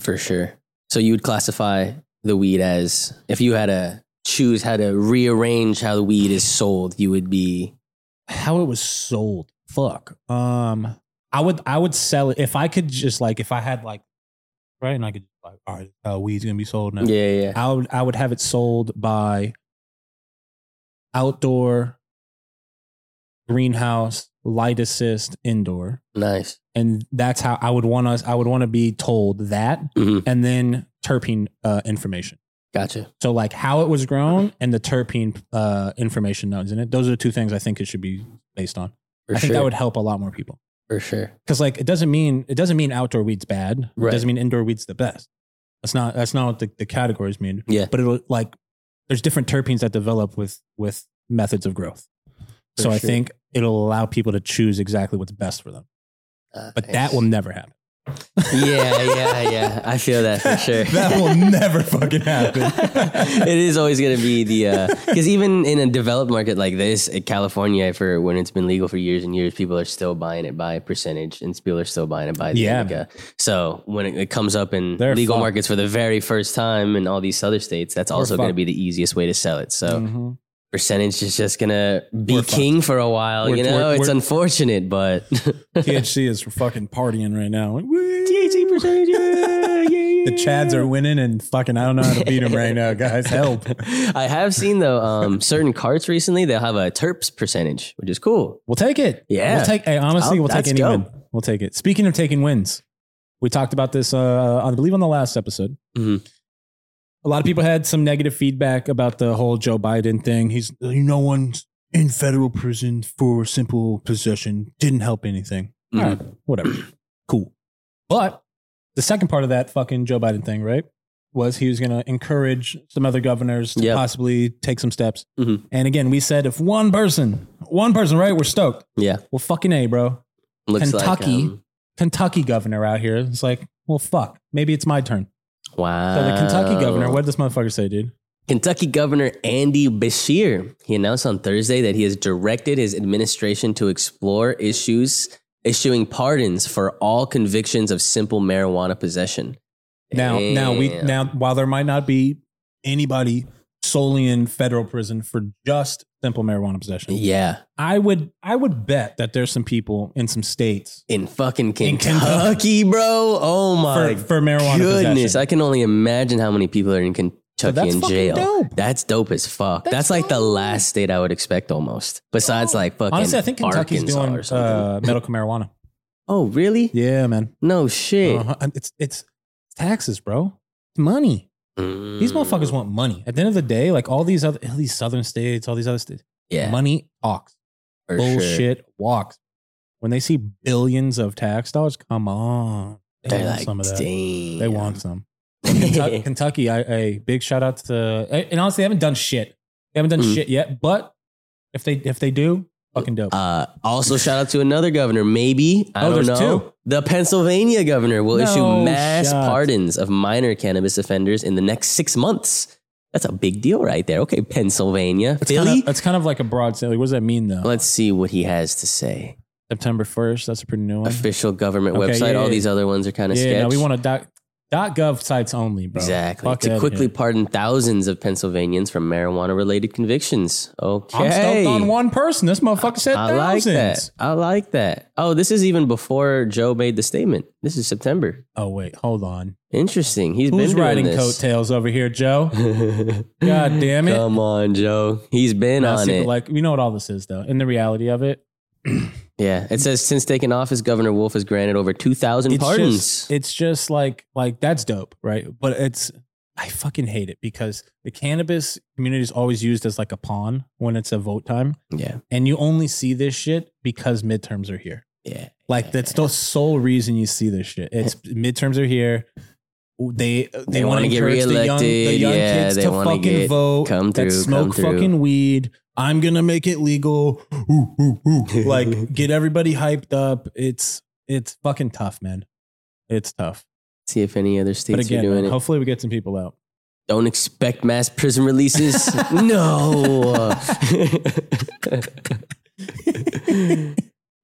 S2: For sure. So you would classify the weed as if you had to choose how to rearrange how the weed is sold, you would be
S1: How it was sold. Fuck. Um, I would I would sell it if I could just like if I had like right and I could like all right, uh, weed's gonna be sold now.
S2: Yeah, yeah.
S1: I would I would have it sold by outdoor greenhouse light assist indoor
S2: Nice.
S1: and that's how I would want us I would want to be told that
S2: Mhm.
S1: and then terpene uh, information
S2: Gotcha.
S1: so like how it was grown and the terpene uh, information that was in it those are the two things I think it should be based on
S2: For
S1: I
S2: sure.
S1: think that would help a lot more people
S2: For sure.
S1: because like it doesn't mean it doesn't mean outdoor weeds bad
S2: Right.
S1: it doesn't mean indoor weeds the best that's not that's not what the, the categories mean
S2: Yeah.
S1: but it'll like there's different terpenes that develop with with methods of growth
S2: For
S1: so i
S2: sure.
S1: think it'll allow people to choose exactly what's best for them but that
S2: Nice.
S1: will never happen
S2: Ah, Yeah, yeah, yeah. I feel that for sure.
S1: that will never fucking happen
S2: it is always going to be the because even in a developed market like this, in California, for when it's been legal for years and years, people are still buying it by percentage, and people are still buying it by the
S1: Yeah.
S2: indica. So when it, it comes up in
S1: They're
S2: legal
S1: fucked.
S2: markets for the very first time in all these other states, that's also going to
S1: fucked.
S2: be the easiest way to sell it. So
S1: Mhm.
S2: percentage is just going to be
S1: We're fucked.
S2: king for a while.
S1: We're-
S2: you know,
S1: we're-
S2: it's
S1: we're-
S2: unfortunate, but
S1: thhc is fucking partying right now Like, woo!
S2: THC percentage, yeah, yeah,
S1: the
S2: yeah.
S1: chads are winning and fucking i don't know how to beat them right now guys help
S2: I have seen though um, certain carts recently. They'll have a terps percentage, which is cool.
S1: we'll take it
S2: Yeah.
S1: we'll take hey, honestly
S2: Oh,
S1: we'll take
S2: let's
S1: any
S2: go.
S1: win we'll take it speaking of taking wins We talked about this, uh, I believe, on the last episode.
S2: Mhm.
S1: A lot of people had some negative feedback about the whole Joe Biden thing. He's no one's in federal prison for simple possession. Didn't help anything.
S2: Mm.
S1: All right, whatever. cool. But the second part of that fucking Joe Biden thing, right, was he was going to encourage some other governors to
S2: Yep.
S1: possibly take some steps.
S2: Mhm.
S1: And again, we said if one person, one person, right, we're stoked.
S2: Yeah.
S1: Well, fucking A, bro.
S2: Looks
S1: Kentucky.
S2: Like, um,
S1: Kentucky governor out here. It's like, well, fuck. Maybe it's my turn.
S2: wow.
S1: So the
S2: Oh.
S1: Kentucky governor, what did this motherfucker say, dude?
S2: Kentucky Governor Andy Bashir. He announced on Thursday that he has directed his administration to explore issues issuing pardons for all convictions of simple marijuana possession.
S1: Now, now we
S2: Damn.
S1: now while there might not be anybody solely in federal prison for just simple marijuana possession,
S2: Yeah.
S1: I would I would bet that there's some people in some states
S2: In fucking Kentucky,
S1: In Kentucky.
S2: bro. Oh my
S1: for, for marijuana
S2: goodness.
S1: possession.
S2: I can only imagine how many people are in Kentucky
S1: So that's
S2: in
S1: fucking
S2: jail.
S1: dope.
S2: That's dope as fuck. That's,
S1: That's
S2: like the
S1: dope. Oh.
S2: last state I would expect almost. Besides like fucking
S1: Honestly, I think Kentucky's
S2: Arkansas
S1: doing
S2: or something.
S1: uh, medical marijuana.
S2: oh, really?
S1: Yeah, man.
S2: No shit.
S1: Uh-huh. And It's it's taxes, bro. It's money. These
S2: Mm.
S1: motherfuckers want money. At the end of the day, like all these other all these southern states, all these other states,
S2: Mm, Yeah.
S1: money talks.
S2: for sure.
S1: bullshit walks. When they see billions of tax dollars, come on. They
S2: They're
S1: want
S2: like,
S1: some of that.
S2: damn.
S1: They want some. Kentucky, Kentucky I, I big shout out to and honestly they haven't done shit. They haven't done
S2: Mm.
S1: shit yet, but if they if they do, fucking dope.
S2: uh, also, shout out to another governor. Maybe I
S1: Oh,
S2: don't know.
S1: there's two.
S2: The Pennsylvania governor will
S1: No
S2: issue mass
S1: shot.
S2: pardons of minor cannabis offenders in the next six months. That's a big deal, right there. Okay, Pennsylvania,
S1: It's uh,
S2: Philly.
S1: kind of, that's kind of like a broad sale. Like, what does that mean though?
S2: Let's see what he has to say.
S1: September first. That's a pretty new one.
S2: Official government
S1: Okay,
S2: website.
S1: yeah,
S2: All
S1: yeah.
S2: these other ones are kind of
S1: Yeah,
S2: sketch.
S1: no, we want to dot dot gov sites only, bro.
S2: exactly
S1: Fuck
S2: to
S1: outta
S2: quickly
S1: here.
S2: pardon thousands of Pennsylvanians from marijuana-related convictions. Okay,
S1: I'm stoked on one person. This motherfucker said
S2: I like
S1: thousands.
S2: that. I like that. Oh, this is even before Joe made the statement. This is September.
S1: Oh wait, hold on.
S2: Interesting. He's
S1: Who's
S2: been doing
S1: riding
S2: this.
S1: coattails over here, Joe?
S2: God
S1: God damn it.
S2: Come on, Joe. He's been
S1: Now,
S2: on
S1: see,
S2: it.
S1: Like we know what all this is, though. In the reality of it,
S2: yeah. It says since taking office, Governor Wolf has granted over two thousand
S1: it's
S2: pardons.
S1: just it's just like like that's dope, right? But it's I fucking hate it because the cannabis community is always used as like a pawn when it's a vote time,
S2: yeah.
S1: and you only see this shit because midterms are here.
S2: Yeah.
S1: Like that's the sole reason you see this shit. It's midterms are here. They they,
S2: They
S1: want to
S2: wanna get
S1: encourage the young, the
S2: reelected.
S1: young
S2: Yeah,
S1: kids
S2: they
S1: to
S2: wanna
S1: fucking
S2: get-
S1: vote.
S2: come
S1: that
S2: through,
S1: smoke
S2: come through.
S1: fucking weed. I'm gonna make it legal. Ooh, ooh, ooh. like get everybody hyped up. It's it's fucking tough, man. It's tough.
S2: See if any other states
S1: but again,
S2: are doing
S1: man,
S2: it.
S1: hopefully we get some people out.
S2: Don't expect mass prison releases. no.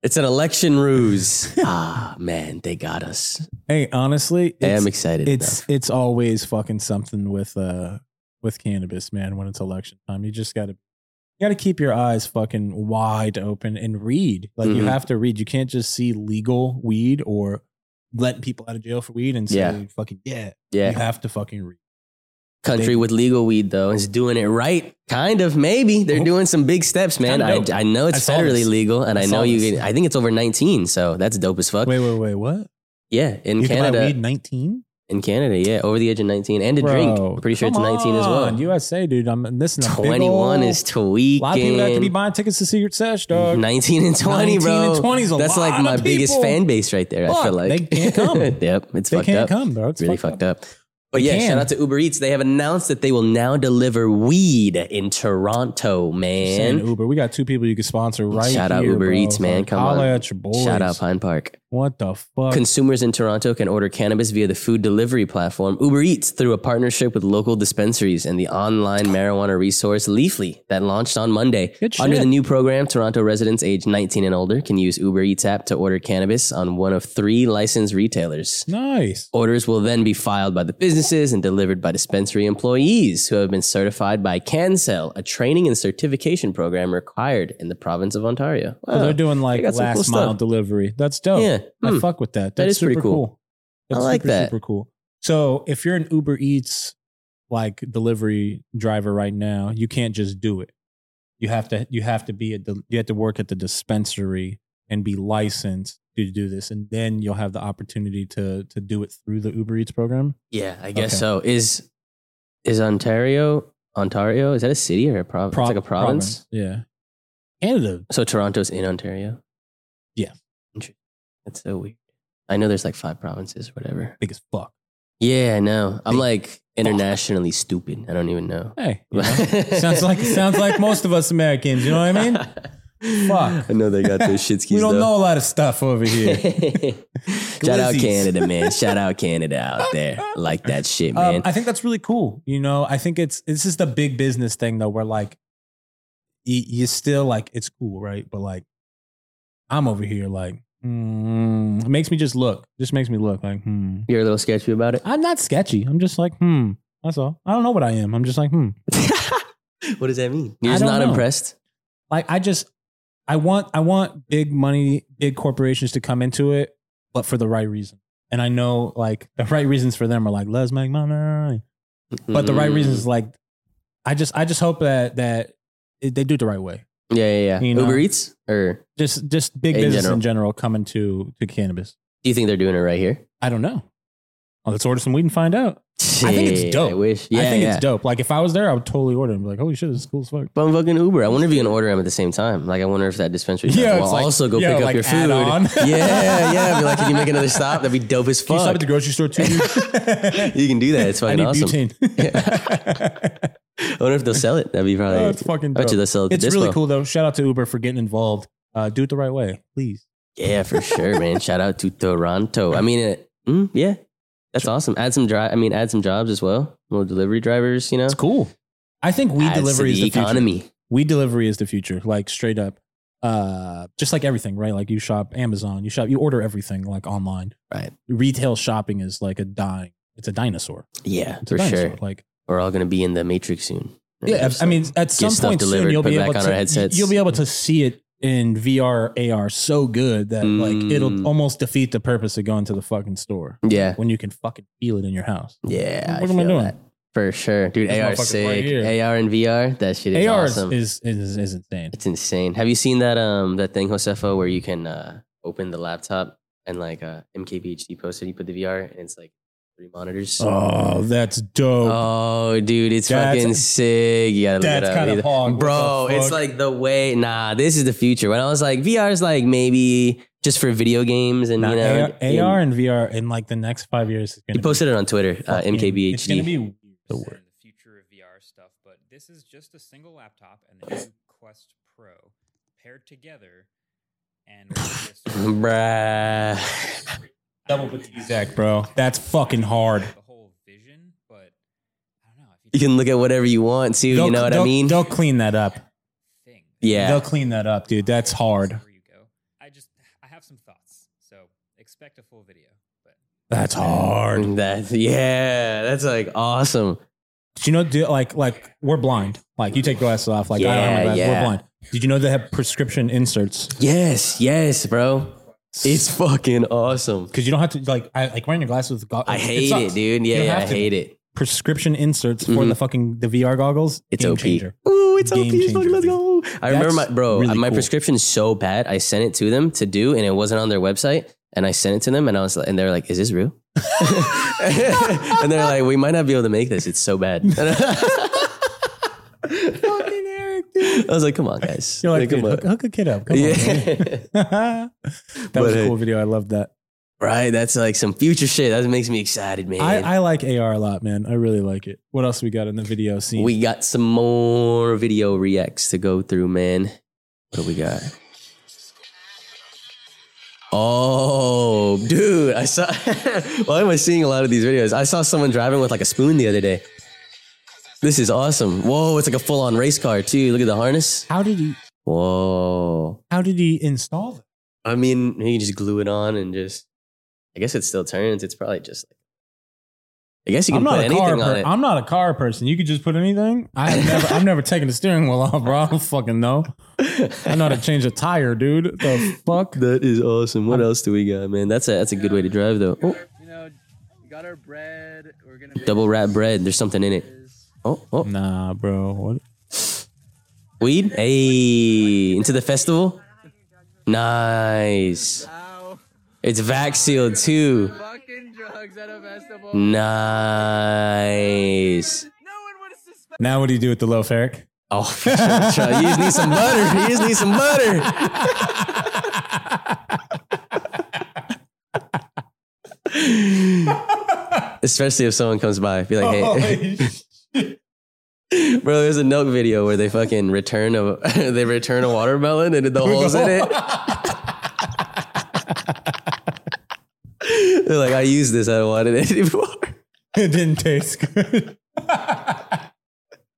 S2: it's an election ruse. ah, man, they got us.
S1: Hey, honestly,
S2: I am
S1: it's
S2: excited.
S1: it's, it's always fucking something with uh with cannabis, man. When it's election time, you just gotta you gotta keep your eyes fucking wide open and read. Like you
S2: Mhm.
S1: have to read. You can't just see legal weed or letting people out of jail for weed and say
S2: Yeah.
S1: fucking yeah.
S2: though. yeah.
S1: You have to fucking read.
S2: country
S1: They-
S2: with legal weed though is doing it right kind of maybe they're
S1: Oh.
S2: doing some big steps man
S1: Kinda
S2: I,
S1: dope.
S2: I know
S1: I
S2: it's
S1: saw
S2: federally
S1: this.
S2: legal and
S1: I
S2: i,
S1: saw
S2: know you
S1: this.
S2: can, i think it's over 19 so that's dope as fuck
S1: Wait, wait, wait, what?
S2: yeah in
S1: you can buy
S2: canada
S1: weed nineteen.
S2: in canada yeah over the age of 19 and to drink I'm pretty sure it's 19 as well
S1: USA, dude. I'm missing a big
S2: 21
S1: ol'-
S2: is
S1: A
S2: tweaking
S1: lot of people have to be buying tickets to Secret Sesh, dog.
S2: 19 and 20 bro
S1: 19 and 20 is a
S2: that's like
S1: lot
S2: my
S1: of
S2: biggest
S1: people.
S2: fan base right there i
S1: Fuck,
S2: feel like
S1: they can't come.
S2: yep it's
S1: They
S2: fucked
S1: can't
S2: up
S1: come, bro. It's
S2: It's really fucked up. But yeah,
S1: can.
S2: shout out to Uber Eats. They have announced that they will now deliver weed in Toronto,
S1: Just
S2: man.
S1: saying Uber. We got two people you can sponsor right
S2: Shout out
S1: here,
S2: Uber
S1: bro.
S2: Eats, man.
S1: Like,
S2: Come
S1: holla
S2: on.
S1: at your boys.
S2: Shout out Pine Park.
S1: What the fuck?
S2: Consumers in Toronto can order cannabis via the food delivery platform Uber Eats through a partnership with local dispensaries and the online marijuana resource Leafly that launched on Monday.
S1: Good
S2: Under
S1: shit.
S2: the new program, Toronto residents aged 19 and older can use Uber Eats app to order cannabis on one of three licensed retailers.
S1: nice.
S2: Orders will then be filed by the businesses and delivered by dispensary employees who have been certified by CanCell, a training and certification program required in the province of Ontario.
S1: So
S2: Wow.
S1: they're doing like
S2: got some cool
S1: last
S2: stuff.
S1: mile delivery. That's dope.
S2: Yeah.
S1: I
S2: Hmm.
S1: fuck with that. That's
S2: That is
S1: super
S2: pretty cool. I
S1: That's
S2: like
S1: super,
S2: that.
S1: Super cool. So if you're an Uber Eats like delivery driver right now, you can't just do it. You have to. You have to be a. You have to work at the dispensary and be licensed to do this, and then you'll have the opportunity to to do it through the Uber Eats program.
S2: Yeah, I guess
S1: Okay.
S2: so. Is is Ontario Ontario? Is that a city or a province? it's like a province.
S1: province. Yeah, Canada.
S2: So Toronto's in Ontario.
S1: Yeah.
S2: Inter- that's so weird. I know there's like five provinces, or whatever.
S1: Big as fuck.
S2: Yeah, I know. I'm
S1: Big
S2: like internationally stupid. I don't even know.
S1: Hey, you know? sounds like sounds like most of us Americans. You know what I mean?
S2: mean?
S1: Fuck.
S2: I know they got those shitskis.
S1: We don't
S2: though.
S1: know a lot of stuff over here.
S2: Shout out
S1: Glizzies.
S2: Canada, man. Shout out Canada out there. I like that shit, man.
S1: Um, I think that's really cool. You know, I think it's this is the big business thing though, where like you, you still like it's cool, right? But like I'm over here, like mm, it makes me just look, just makes me look like hmm.
S2: You're a little sketchy about it.
S1: I'm not sketchy. I'm just like hmm. That's all. I don't know what I am. I'm just like hmm.
S2: what does that mean? You're
S1: I
S2: just
S1: don't
S2: not
S1: know.
S2: impressed?
S1: Like I just I want I want big money, big corporations to come into it, but for the right reason. And I know like the right reasons for them are like let's make money. but the right
S2: Mm.
S1: reasons like i just i just hope that that it, they do it the right way
S2: Yeah, yeah, yeah.
S1: You know?
S2: Uber Eats? Or
S1: just just big
S2: In
S1: business
S2: general.
S1: in general coming to to cannabis
S2: do you think they're doing it right here?
S1: i don't know well, let's order some weed and find out I think it's
S2: Shit,
S1: dope.
S2: I wish. Yeah,
S1: i think
S2: yeah.
S1: it's dope like if i was there i would totally order and be like holy shit this is cool as fuck
S2: But I'm fucking Uber. I wonder if you can order them at the same time. Like, I wonder if that dispensary
S1: Yeah,
S2: will
S1: it's like,
S2: also go
S1: yo,
S2: pick up
S1: like,
S2: your
S1: add
S2: food.
S1: on.
S2: yeah, yeah. Be like, can you make another stop? That'd be dope as
S1: can you stop
S2: fuck.
S1: at the grocery store too dude?
S2: you can do that. It's
S1: i
S2: fucking
S1: need
S2: awesome.
S1: butane
S2: I wonder if they'll sell it. That'd be probably.
S1: oh, it's fucking
S2: I
S1: dope.
S2: bet you they'll sell it. to
S1: it's really
S2: Dispo.
S1: cool though shout out to uber for getting involved uh, do it the right way please
S2: Yeah, for sure, man. Shout out to Toronto. I mean, it, mm, yeah, that's awesome. Add some dri- I mean, add some jobs as well. Little delivery drivers, you know.
S1: it's cool i think weed
S2: Adds to
S1: delivery is the future
S2: economy.
S1: weed delivery is the future like straight up uh just like everything right like you shop amazon you shop you order everything like online
S2: Right.
S1: retail shopping is like a dying it's a dinosaur
S2: Yeah,
S1: it's a
S2: for
S1: dinosaur
S2: sure.
S1: like
S2: We're all gonna be in the matrix soon.
S1: yeah
S2: So-
S1: i mean at some
S2: stuff
S1: point soon
S2: delivered,
S1: you'll
S2: put
S1: be
S2: it
S1: able
S2: back on our
S1: to
S2: headsets.
S1: you'll be able to see it in vr ar so good that like
S2: Mm.
S1: it'll almost defeat the purpose of going to the fucking store
S2: yeah,
S1: when you can fucking feel it in your house
S2: yeah.
S1: What am I
S2: feel
S1: doing?
S2: that. For sure, dude.
S1: This
S2: AR
S1: motherfucker's
S2: sick.
S1: right here.
S2: AR and VR. That shit is
S1: ar is-
S2: awesome.
S1: is, is is insane
S2: it's insane. Have you seen that um that thing Josefo where you can uh open the laptop and like uh MKBHD posted you put the VR and it's like three monitors.
S1: oh that's dope
S2: Oh, dude, it's
S1: That's-
S2: fucking sick. You gotta look
S1: that's
S2: it up.
S1: kinda
S2: Either-
S1: hog. What
S2: Bro,
S1: the
S2: it's
S1: fuck?
S2: like the way, nah, this is the future. When I was like, VR is like maybe just for video games and,
S1: Nah,
S2: you know,
S1: AR,
S2: and-
S1: AR and VR in like the next five years is
S2: he
S1: gonna be
S2: posted it on Twitter, uh,
S1: fucking- It's gonna
S2: MKBHD.
S1: be weird.
S3: the
S1: word.
S3: the future of VR stuff, but this is just a single laptop and the new Quest Pro paired together. And
S2: Bruh.
S1: Double with the Zach, bro. That's fucking hard.
S3: The whole vision, but I don't know. If
S2: You can look at whatever you want to, you
S1: They'll-
S2: know what I
S1: they'll-
S2: mean?
S1: They'll clean that up.
S3: thing,
S2: Yeah.
S1: They'll clean that up, dude. That's hard.
S3: Where you go, I just I have some thoughts, so expect a full video. But
S1: That's
S2: Mm.
S1: hard.
S2: That's, yeah, that's like awesome.
S1: Did you know? Do, like, like we're blind. Like you take glasses off. Like I don't have my
S2: Yeah,
S1: glasses.
S2: yeah.
S1: We're blind. Did you know they have prescription inserts?
S2: Yes, yes, bro. It's fucking awesome.
S1: because you don't have to like I like wearing your glasses with goggles.
S2: I hate it,
S1: sucks.
S2: dude. Yeah,
S1: You
S2: yeah I
S1: have to.
S2: hate it.
S1: Prescription inserts for
S2: Mhm.
S1: the fucking the VR goggles.
S2: It's
S1: game
S2: OP.
S1: changer.
S2: Ooh, it's
S1: Game
S2: OP. as fuck,
S1: changer,
S2: Let's
S1: dude.
S2: go. I remember my
S1: That's
S2: bro,
S1: really
S2: my
S1: cool.
S2: prescription's so bad. I sent it to them to do, and it wasn't on their website. And I sent it to them, and I was, like- and they're like, "Is this real?" and they're like, "We might not be able to make this. It's so bad." I
S1: Fucking Eric, dude.
S2: was like, "Come on, guys."
S1: You're like, dude,
S2: come on.
S1: hook, hook a kid up. Come on. man.
S2: yeah,
S1: that
S2: But, uh,
S1: was
S2: hey.
S1: a cool video. I love that.
S2: right. That's like some future shit. That makes me excited, man.
S1: I, I like AR a lot, man. I really like it. What else we got in the video scene?
S2: we got some more video reacts to go through, man. What do we got? Oh, dude, I saw. Why am I seeing a lot of these videos? I saw someone driving with like a spoon the other day. This is awesome. Whoa, it's like a full on race car, too. Look at the harness.
S1: how did he?
S2: Whoa.
S1: How did he install them?
S2: I mean, you just glue it on and just. I guess it still turns. It's probably just. I guess you
S1: I'm
S2: can
S1: not
S2: put
S1: a car.
S2: anything on
S1: Per-
S2: it.
S1: I'm not a car person. You could just put anything. I have never. I've never taken the steering wheel off, bro. I don't fucking know. I know how to change a tire, dude. The fuck.
S2: That is awesome. What else do we got, man? That's a that's a good way to drive though. Oh,
S4: You know, we got our bread. We're gonna make
S2: double wrap bread. There's something in it.
S4: this.
S2: Oh, oh,
S1: Nah, bro. What?
S2: weed. Hey, into the festival. Nice.
S4: Ow.
S2: It's vac sealed too.
S4: Fucking drugs at a festival.
S2: Nice.
S4: No one would have suspected.
S1: Now, what do you do with the low ferric?
S2: Oh, shit, Chuck, you just need some butter. You just need some butter. Especially if someone comes by, be like,
S1: Oh,
S2: hey, bro, there's a milk video where they fucking return a they return a watermelon and the
S1: Oh
S2: holes in it. They're like, I used this, I don't want it anymore.
S1: it didn't taste good.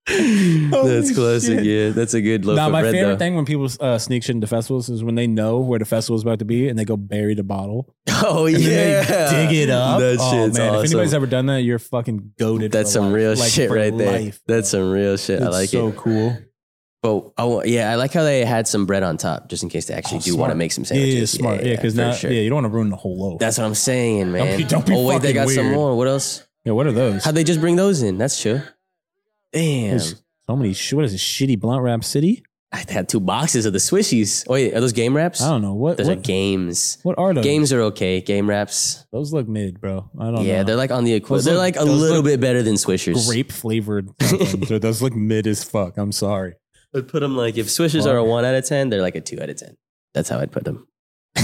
S2: That's classic. Yeah, that's a good loaf
S1: Now,
S2: of
S1: my
S2: bread
S1: favorite
S2: though.
S1: thing when people uh, sneak shit into festivals is when they know where the festival is about to be and they go bury the bottle.
S2: Oh
S1: And
S2: yeah,
S1: then they dig it up.
S2: That
S1: oh,
S2: shit's
S1: man.
S2: awesome.
S1: If anybody's ever done that, you're fucking goaded.
S2: that's some real shit right there. that's some real shit. I like
S1: so
S2: it.
S1: cool.
S2: But I want, yeah, I like how they had some bread on top just in case they actually
S1: Oh,
S2: do want to
S1: smart.
S2: make some
S1: Yeah,
S2: sandwiches.
S1: yeah, smart. Yeah, because
S2: for
S1: now,
S2: sure.
S1: yeah, you don't want to ruin the whole loaf.
S2: That's what I'm saying, man.
S1: be- don't be
S2: oh wait, they
S1: fucking
S2: got some
S1: weird.
S2: more. What else?
S1: yeah, what are those?
S2: How'd they just bring those in? That's true. Damn,
S1: There's so many. sh- What is this? Shitty blunt wrap city?
S2: I had two boxes of the swishies. Oh, wait, are those game wraps?
S1: I don't know what.
S2: Those are
S1: What,
S2: games.
S1: what are those?
S2: Games are okay. Game wraps.
S1: Those look mid, bro. I don't
S2: Yeah,
S1: know.
S2: they're like on the equivalent.
S1: Those
S2: They're
S1: look-
S2: like a
S1: those
S2: little
S1: look
S2: bit better than Swishers.
S1: grape flavored. those look mid as fuck. I'm sorry.
S2: I'd put them like if Swishers
S1: Fuck.
S2: are a one out of ten, they're like a two out of ten. That's how I'd put them.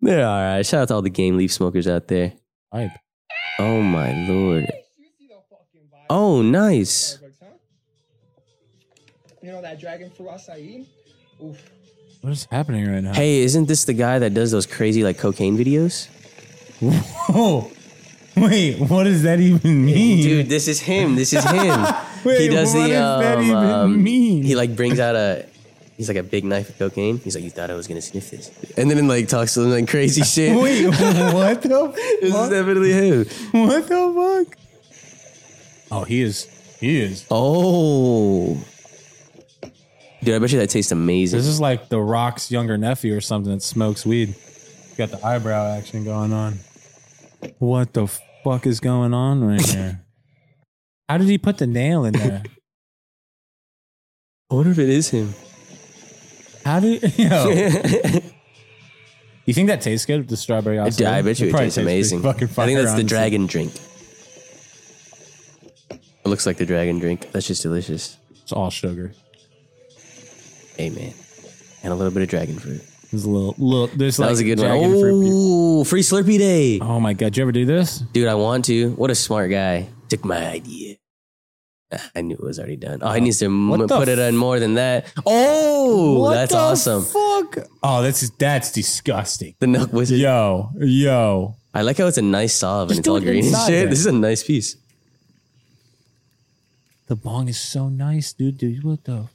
S2: they're all right. Shout out to all the game leaf smokers out there.
S1: Hype.
S2: Oh my lord. Oh nice.
S5: Starbucks, huh? You know that dragon fruit acai? Oof.
S1: What is happening right now?
S2: Hey, isn't this the guy that does those crazy like cocaine videos?
S1: Whoa. Oh, Wait, what does that even mean?
S2: Dude, this is him. This is him.
S1: Wait, what does that even mean?
S2: um, He like brings out a. He's like a big knife of cocaine. He's like, you thought I was gonna sniff this, and then like talks to them like crazy shit.
S1: Wait, what
S2: this
S1: the
S2: is
S1: fuck?
S2: definitely him.
S1: What the fuck? Oh, he is. He is.
S2: Oh, dude, I bet you that tastes amazing.
S1: This is like The Rock's younger nephew or something that smokes weed. Got the eyebrow action going on. What the fuck is going on right here? How did he put the nail in there?
S2: I wonder if it is him.
S1: How do you
S2: Oh.
S1: know?
S2: Dude,
S1: You think that tastes good? The strawberry acid?
S2: I bet you it
S1: probably
S2: tastes
S1: pretty
S2: amazing. I
S1: Fucking
S2: think
S1: fire,
S2: that's the
S1: honestly.
S2: dragon drink. It looks like the dragon drink. That's just delicious.
S1: It's all sugar.
S2: Amen. And a little bit of dragon fruit.
S1: There's a little, little there's
S2: That
S1: like
S2: was a good one.
S1: dragon fruit.
S2: Oh, free Slurpee day.
S1: Oh my god, did you ever do this?
S2: Dude, I want to. What a smart guy. Took my idea. Ah, I knew it was already done. Oh, he needs to m-
S1: the
S2: put it on more than that. Oh,
S1: What
S2: that's
S1: the
S2: awesome.
S1: Fuck. Oh, that's that's disgusting.
S2: the Nook Wizard.
S1: Yo, yo.
S2: I like how it's a nice solve and
S1: Just
S2: it's all
S1: do it
S2: green and
S1: inside
S2: shit.
S1: there.
S2: This is a nice piece.
S1: The bong is so nice, dude. Dude, what the?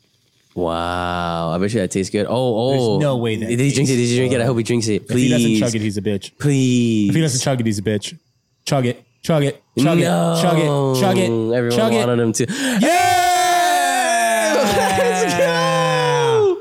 S2: Wow. I bet you that tastes good. Oh, oh.
S1: There's no way that
S2: Did he drink it?
S1: tastes
S2: Did he drink it? I
S1: good.
S2: hope he drinks it.
S1: If he
S2: Please.
S1: doesn't chug it, he's a bitch.
S2: Please.
S1: If he doesn't chug it, he's a bitch. Chug it. Chug it. Chug
S2: no.
S1: it. Chug it. Chug it.
S2: Everyone
S1: chug
S2: wanted
S1: it.
S2: him to. Let's
S1: Yeah.
S2: go!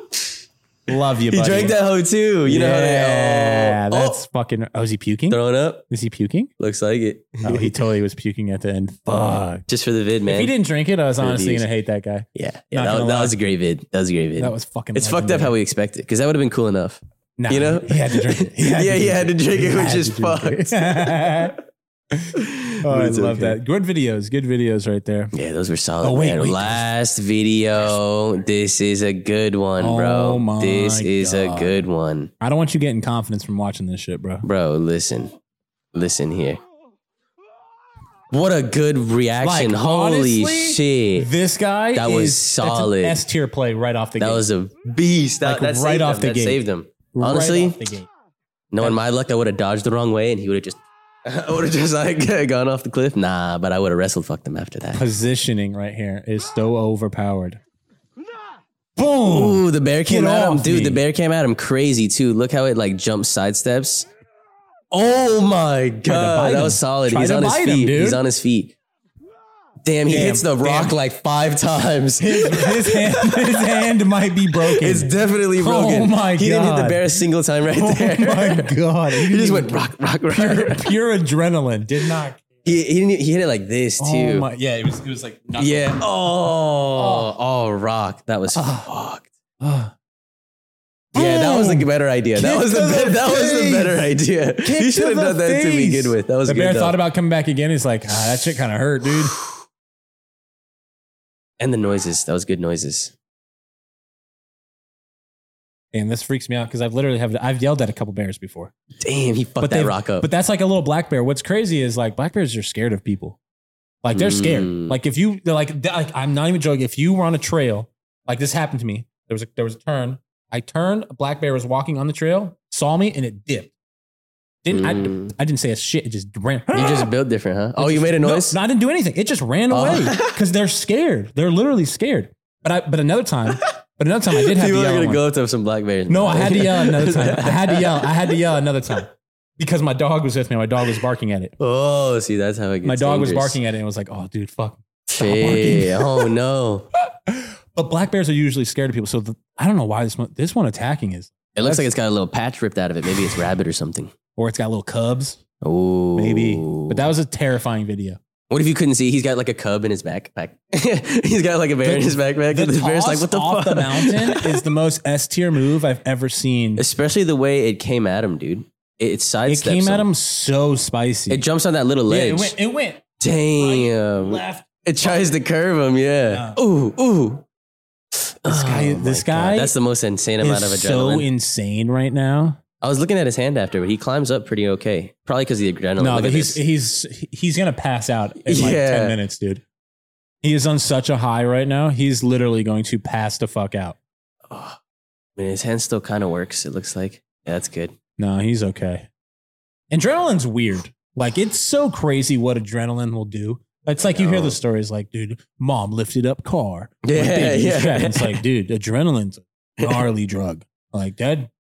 S1: Love you,
S2: He
S1: buddy.
S2: drank that hoe too. You know how they.
S1: Yeah,
S2: Oh,
S1: that's
S2: oh,
S1: fucking. Oh, is he puking?
S2: thrown up.
S1: Is he puking?
S2: Looks like it.
S1: Oh, he totally was puking at the end. Fuck.
S2: Just for the vid, man.
S1: If he didn't drink it, I was honestly
S2: Reviews.
S1: gonna hate that guy.
S2: Yeah, yeah
S1: Not
S2: that,
S1: gonna
S2: that
S1: lie.
S2: was a great vid. That was a great vid.
S1: That was fucking.
S2: it's fucked up how
S1: legendary.
S2: we expected because that would have been cool enough.
S1: Nah,
S2: you know?
S1: he had to drink it.
S2: Yeah, he had to drink it,
S1: He
S2: which
S1: had
S2: is
S1: to drink it. oh,
S2: But
S1: I
S2: it's
S1: love
S2: okay.
S1: that. Good videos. Good videos right there.
S2: Yeah, those were solid.
S1: Oh, wait,
S2: man.
S1: wait, this-
S2: Last video. This is a good one, bro.
S1: Oh, my
S2: this is a
S1: God.
S2: good one,
S1: I don't want you getting confidence from watching this shit, bro.
S2: bro. Listen, listen here. What a good reaction!
S1: Like,
S2: Holy
S1: honestly,
S2: shit,
S1: This guy
S2: That was
S1: is- that's an
S2: solid.
S1: S tier play right off the
S2: that
S1: gate.
S2: was a beast. That,
S1: Like,
S2: that
S1: right
S2: saved
S1: off
S2: him.
S1: the
S2: That
S1: gate.
S2: saved him.
S1: Right
S2: honestly,
S1: off the gate.
S2: Knowing my luck, I would have dodged the wrong way, and he would have just, I would have just like gone off the cliff. Nah, but I would have wrestled fucked him after that.
S1: positioning right here is so overpowered. Boom!
S2: Ooh, the bear came
S1: Get
S2: at him,
S1: off
S2: dude.
S1: me.
S2: The bear came at him crazy too. Look how it like jumps sidesteps. Oh my god,
S1: bite
S2: that
S1: him.
S2: was solid.
S1: Tried
S2: He's
S1: to
S2: on his
S1: bite
S2: feet.
S1: him, dude.
S2: He's on his feet. Damn, he
S1: Damn,
S2: hits the
S1: damn.
S2: rock like five times.
S1: His hand, his hand might be broken.
S2: it's definitely broken.
S1: Oh my
S2: He didn't hit the
S1: God.
S2: bear a single time right there.
S1: oh my god!
S2: He just went rock, rock, rock.
S1: pure, pure adrenaline. Did not.
S2: He, he, didn't, he hit it like this too.
S1: Oh my, yeah, it was. It was like knuckle.
S2: Yeah. Oh, oh, rock. That was
S1: Ah.
S2: fucked.
S1: Ah.
S2: Yeah, that was a
S6: Boom.
S2: better idea. That
S6: Kick
S2: was the
S6: to the
S2: be- that was the
S6: face.
S2: better idea.
S6: Kick
S2: you should have
S6: to the
S2: done that to
S6: face.
S2: begin with. That was
S1: the
S2: good.
S1: bear
S2: though.
S1: thought about coming back again. He's like, ah, that shit kind of hurt, dude.
S2: and the noises. That was good noises.
S1: Damn, this freaks me out because I've literally have I've yelled at a couple bears before.
S2: Damn, he fucked that
S1: they've-
S2: rock up.
S1: But that's like a little black bear. What's crazy is like black bears are scared of people. Like they're scared.
S2: Mm.
S1: Like if you they're like, they're like I'm not even joking. If you were on a trail, like this happened to me. There was a there was a turn. I turned. A black bear was walking on the trail, saw me, and it dipped. Didn't
S2: Mm.
S1: I? I didn't say a shit. It just ran.
S2: you just built different, huh? Oh, you made a
S1: No,
S2: noise.
S1: No, I didn't do anything. It just ran
S2: Oh.
S1: away because they're scared. They're literally scared. But I but another time, but another time I did have
S2: People
S1: to
S2: are
S1: yell. at
S2: gonna
S1: one.
S2: go up to some black bears.
S1: No, I had to yell another time. I had to yell. I had to yell another time because my dog was with me. My dog was barking at it.
S2: Oh, see, that's how it gets.
S1: My dog was
S2: dangerous.
S1: barking at it and was like, "Oh, dude, fuck."
S2: Shit. Oh no!
S1: But black bears are usually scared of people, so the, I don't know why this one this one attacking is,
S2: It looks like it's got a little patch ripped out of it. Maybe it's rabbit or something.
S1: or it's got little cubs,
S2: Oh,
S1: maybe. But that was a terrifying video.
S2: What if you couldn't see? He's got like a cub in his backpack. He's got like a bear in his backpack.
S1: The
S2: and the bear's like,
S1: toss
S2: what the
S1: off
S2: fuck?
S1: the mountain is the most S tier move I've ever seen.
S2: Especially the way it came at him, dude. It, it
S1: It
S2: sidesteps
S1: came at
S2: him.
S1: him so spicy.
S2: It jumps on that little
S1: Yeah,
S2: ledge.
S1: it went. It went
S2: Damn.
S1: left.
S2: It tries to curve him, yeah. Ooh, ooh. Oh
S1: This guy-
S2: my
S1: this
S2: God.
S1: guy
S2: That's the most insane amount of
S1: It's so
S2: adrenaline.
S1: insane right now.
S2: I was looking at his hand after, but he climbs up pretty okay. Probably because of the adrenaline.
S1: No,
S2: Look
S1: but
S2: at
S1: he's
S2: this.
S1: he's he's gonna pass out in like
S2: Yeah.
S1: ten minutes, dude. He is on such a high right now. He's literally going to pass the fuck out.
S2: Oh. I mean, his hand still kind of works, it looks like. Yeah, that's good.
S1: No, he's okay. Adrenaline's weird. Like it's so crazy what adrenaline will do. It's like you hear
S2: know.
S1: the stories like, dude, mom lifted up car. My
S2: Yeah,
S1: baby is
S2: yeah.
S1: fat. It's like, dude, adrenaline's a gnarly drug. Like that.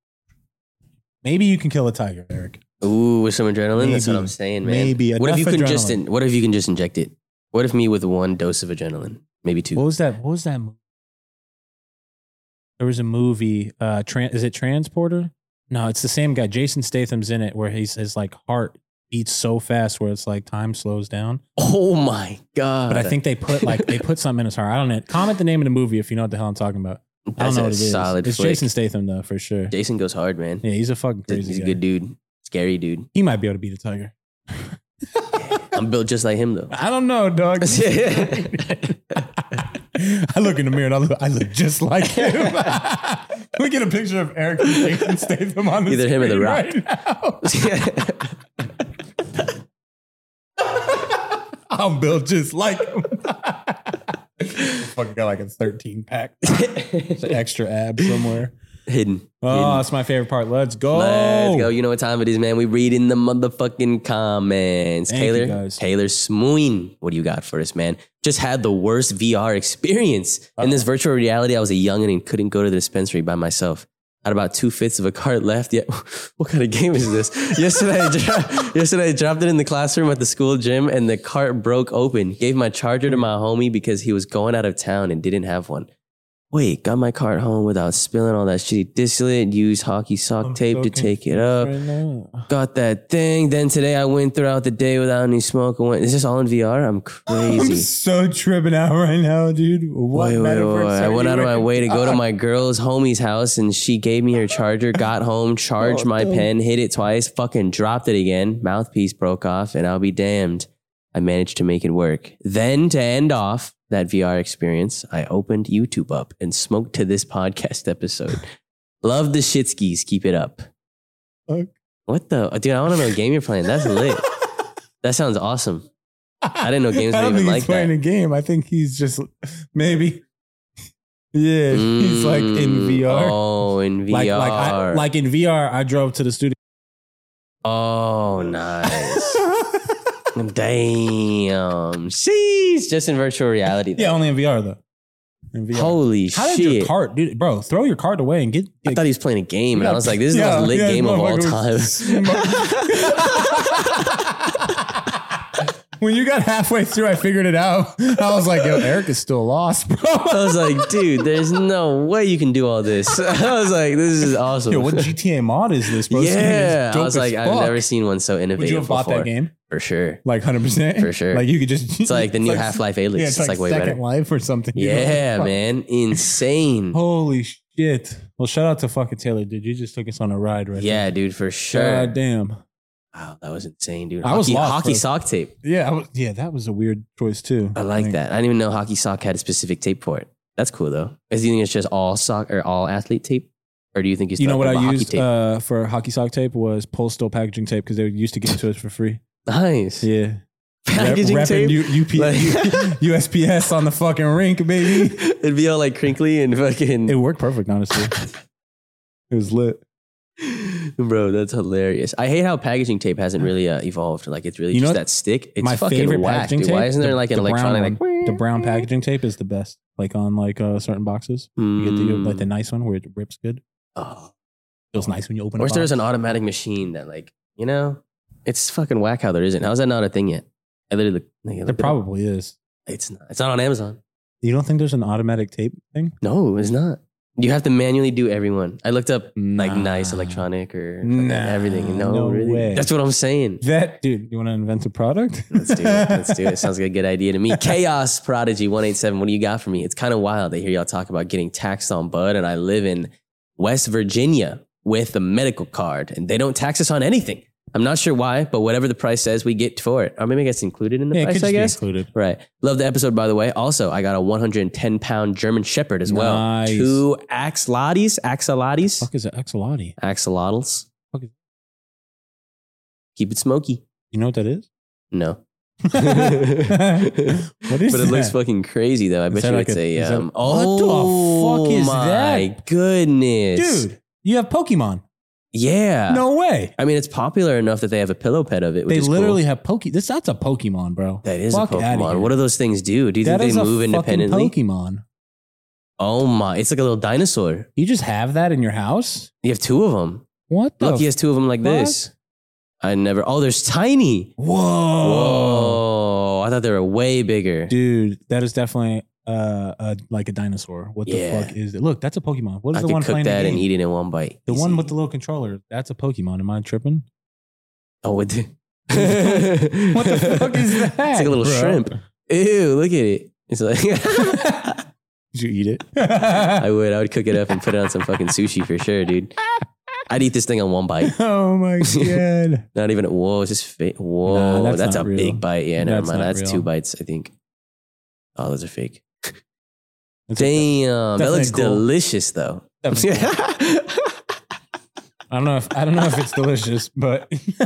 S1: Maybe you can kill a tiger, Eric.
S2: Ooh, with some adrenaline. that's what
S1: Maybe.
S2: I'm saying, man.
S1: Maybe.
S2: What if you
S1: Enough
S2: can just
S1: adrenaline.
S2: in, what if you can just inject it? What if me with one dose of adrenaline? Maybe two.
S1: What was that? What was that movie? There was a movie. Uh, tran- is it Transporter? No, it's the same guy. Jason Statham's in it, where he's his like heart beats so fast, where it's like time slows down.
S2: Oh my god.
S1: But I think they put like they put something in his heart. I don't know. Comment the name of the movie if you know what the hell I'm talking about.
S2: that's
S1: I don't know
S2: a
S1: what it is.
S2: solid
S1: it's
S2: flick.
S1: Jason Statham though, for sure.
S2: Jason goes hard, man.
S1: Yeah, he's a fucking
S2: He's a-
S1: crazy
S2: he's a
S1: guy.
S2: good dude. Scary dude.
S1: He might be able to beat a tiger.
S2: I'm built just like him though.
S1: I don't know, dog. I look in the mirror and I look, I look just like him. we get a picture of Eric and Jason Statham on the
S2: Either him or The
S1: screen
S2: Rock.
S1: right now. I'm built just like him. fucking got like a 13 pack, It's an extra ab somewhere.
S2: Hidden.
S1: Oh,
S2: Hidden.
S1: that's my favorite part. Let's go.
S2: Let's go. You know what time it is, man. We read in the motherfucking comments.
S1: Thank you,
S2: Taylor,
S1: guys.
S2: Taylor Smoon, what do you got for us, man? Just had the worst VR experience in
S1: Uh-huh.
S2: this virtual reality. I was a youngin and couldn't go to the dispensary by myself. Had about two fifths of a cart left. Yet, what kind of game is this? yesterday, I dro- yesterday I dropped it in the classroom at the school gym, and the cart broke open. Gave my charger to my homie because he was going out of town and didn't have one. Wait, got my cart home without spilling all that shitty distillate. Used hockey sock
S1: I'm
S2: tape
S1: so
S2: to take it up
S1: Right now.
S2: got that thing. Then today I went throughout the day without any smoke. I went, is this all in VR? I'm
S1: I'm
S2: crazy.
S1: so tripping out right now, dude. What
S2: Wait, wait, wait,
S1: metaverse
S2: wait.
S1: are
S2: I went
S1: you
S2: out of my
S1: in?
S2: way to go to my girl's homie's house and she gave me her charger, got home, charged my pen, hit it twice, fucking dropped it again. Mouthpiece broke off, and I'll be damned. I managed to make it work. Then to end off that VR experience, I opened YouTube up and smoked to this podcast episode. Love the shit skis. Keep it up.
S1: Fuck.
S2: What the uh, dude? I want to know what game you're playing. That's lit. That sounds awesome. I didn't know games
S1: I
S2: were
S1: don't
S2: even
S1: think
S2: like
S1: he's playing
S2: that.
S1: a game. I think he's just maybe. Yeah, he's like in
S2: Mm,
S1: VR.
S2: Oh, in VR.
S1: Like like I, like in VR, I drove to the studio.
S2: oh, nice. Damn. She's just in virtual reality.
S1: yeah,
S2: though.
S1: only in VR though. In VR.
S2: Holy
S1: How
S2: shit.
S1: did your cart, dude, bro? Throw your cart away and get.
S2: I thought he was playing a game, and I was like, "This is the
S1: Yeah,
S2: most lit
S1: yeah,
S2: game of all
S1: motherfucker
S2: time."
S1: was when you got halfway through, I figured it out. I was like, "Yo, Eric is still lost, bro."
S2: I was like, "Dude, there's no way you can do all this." I was like, "This is awesome."
S1: Yo, what GTA mod is this, bro? This game is
S2: yeah, I
S1: dope
S2: was
S1: as
S2: like, "I've
S1: fuck.
S2: never seen one so innovative
S1: Would you have bought
S2: before."
S1: that game?
S2: For sure.
S1: Like hundred percent,
S2: For sure.
S1: Like you could just.
S2: It's like the new Half Life Alias.
S1: Yeah,
S2: it's, like, way
S1: Second
S2: better.
S1: Life or something. you know?
S2: Yeah,
S1: Fuck.
S2: man, insane.
S1: Holy shit! Shit. Well, shout out to fucking Taylor, dude. You just took us on a ride, right?
S2: Yeah, dude, for sure.
S1: God damn.
S2: Wow, that was insane, dude.
S1: I was
S2: Hockey,
S1: lost,
S2: hockey
S1: bro.
S2: sock tape.
S1: Yeah, I was, yeah, that was a weird choice too.
S2: I like
S1: think.
S2: that. I didn't even know hockey sock had a specific tape for it. That's cool though. Is you think it's just all sock or all athlete tape, or do you think you
S1: You know what I
S2: hockey
S1: used
S2: tape?
S1: uh, for hockey sock tape was postal packaging tape because they used to give it to us for free.
S2: nice
S1: Yeah,
S2: packaging
S1: Rep- repping
S2: tape.
S1: U- UP-
S2: Like-
S1: USPS on the fucking rink, baby.
S2: It'd be all like crinkly and fucking.
S1: It worked perfect, honestly. it was lit.
S2: Bro, that's hilarious. I hate how packaging tape hasn't really uh, evolved. Like it's really
S1: You know
S2: just
S1: what?
S2: that stick. It's
S1: My
S2: fucking
S1: favorite
S2: whack,
S1: packaging
S2: dude.
S1: tape.
S2: Why isn't there
S1: the-
S2: like an
S1: the brown
S2: electronic
S1: one.
S2: like
S1: the brown packaging tape is the best. Like on like uh, certain boxes, you get the
S2: Mm.
S1: like the nice one where it rips good.
S2: hmm. oh.
S1: Feels nice when you open.
S2: Or
S1: a
S2: if there's
S1: box.
S2: an automatic machine that like you know, it's fucking whack how there isn't. How's that not a thing yet? I literally look- like, I
S1: There
S2: looked it up.
S1: probably is.
S2: It's not. It's not on Amazon.
S1: You don't think there's an automatic tape thing?
S2: No, it's not. You have to manually do everyone. I looked up like
S1: Nah.
S2: nice electronic or fucking
S1: Nah,
S2: everything. No,
S1: no
S2: really.
S1: way.
S2: That's what I'm saying.
S1: That dude, you want to invent a product?
S2: Let's do it. Let's do it. Sounds like a good idea to me. Chaos Prodigy 187. What do you got for me? It's kind of wild. I hear y'all talk about getting taxed on bud, and I live in West Virginia with a medical card, and they don't tax us on anything. I'm not sure why, but whatever the price says, we get for it. Or maybe it gets included in the
S1: yeah, it could
S2: price,
S1: just
S2: I guess.
S1: be included.
S2: Right. Love the episode, by the way. Also, I got a 110 pound German Shepherd as well.
S1: Nice.
S2: Two axolotls, axolotls,
S1: Fuck is an axolotl?
S2: axolotls.
S1: Fuck is-
S2: Keep it smoky.
S1: You know what that is?
S2: No.
S1: What is
S2: but it looks
S1: that?
S2: fucking crazy though. I
S1: Is
S2: bet
S1: that
S2: you
S1: like
S2: it's
S1: a-
S2: a,
S1: is that-
S2: um,
S1: What the
S2: oh
S1: fuck is
S2: my
S1: that?
S2: goodness,
S1: Dude, you have Pokemon.
S2: Yeah,
S1: No way.
S2: I mean it's popular enough that they have a pillow pet of it. Which
S1: They
S2: is
S1: literally
S2: cool.
S1: have Poke. This that's a Pokemon, bro.
S2: that is a
S1: Fuck outta
S2: Pokemon.
S1: here.
S2: What do those things do? Do you
S1: That
S2: think
S1: is
S2: they
S1: a
S2: move
S1: fucking
S2: independently?
S1: Pokemon.
S2: Oh my! It's like a little dinosaur.
S1: You just have that in your house?
S2: You have two of them.
S1: What the?
S2: Look, he has two of them like
S1: fuck?
S2: this. I never. Oh, there's tiny.
S1: Whoa.
S2: Whoa! I thought they were way bigger.
S1: Dude, that is definitely uh, a, like a dinosaur. What the
S2: Yeah.
S1: fuck is it? Look, that's a Pokemon. What is
S2: I
S1: the
S2: could
S1: one
S2: cook
S1: playing
S2: that
S1: the
S2: and
S1: game?
S2: eat it in one bite.
S1: the one
S2: Easy.
S1: with the little controller. That's a Pokemon. Am I tripping?
S2: Oh, what the, what
S1: the fuck is that,
S2: It's like a little
S1: bro?
S2: shrimp. Ew, look at it. It's like
S1: Did you eat it?
S2: I would. I would cook it up and put it on some fucking sushi for sure, dude. I'd eat this thing on one bite.
S1: oh my god.
S2: Not even. Whoa, is this fake? Whoa,
S1: Nah, that's
S2: that's, a
S1: not real.
S2: big bite. Yeah, never
S1: That's
S2: mind.
S1: not
S2: That's
S1: real.
S2: two bites, I think. Oh, those are fake.
S1: That's okay.
S2: Damn, that
S1: Definitely
S2: looks
S1: cool.
S2: delicious though.
S1: Definitely. I don't know if I don't know if it's delicious, but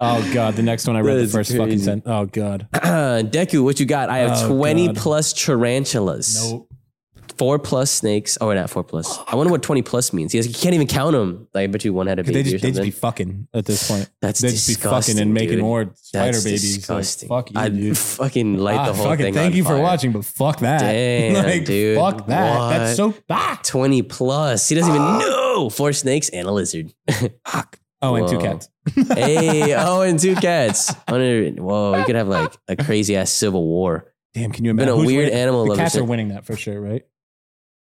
S1: oh god, the next one I read
S2: That
S1: the
S2: is
S1: first fucking
S2: crazy.
S1: sentence. Oh god,
S2: Deku, what you got? I have
S1: Oh,
S2: 20
S1: God.
S2: plus tarantulas.
S1: nope.
S2: Four plus snakes. Oh, not four plus. I wonder what 20 plus means. He, has, he can't even count them. Like, I bet you one had a
S1: Could They
S2: baby
S1: just,
S2: or
S1: they just
S2: something.
S1: be fucking at this point.
S2: That's
S1: they just be
S2: disgusting.
S1: fucking and making
S2: dude.
S1: more spider
S2: That's
S1: babies. Like,
S2: disgusting.
S1: fuck you,
S2: I'd
S1: dude.
S2: fucking light
S1: Ah,
S2: the whole
S1: fucking
S2: thing
S1: Thank
S2: on
S1: you for
S2: fire.
S1: watching, but fuck that.
S2: Damn,
S1: like,
S2: dude.
S1: Fuck that. That's so ah,
S2: 20 plus. He doesn't even know. Four snakes and a lizard.
S1: fuck. Oh, and two
S2: Whoa.
S1: cats.
S2: hey, oh, and two cats. Under- Whoa, we could have like a crazy ass civil war.
S1: Damn, can you
S2: Been
S1: imagine?
S2: a
S1: Who's
S2: weird
S1: winning?
S2: animal
S1: The
S2: lover.
S1: cats are
S2: since-
S1: winning that for sure, right?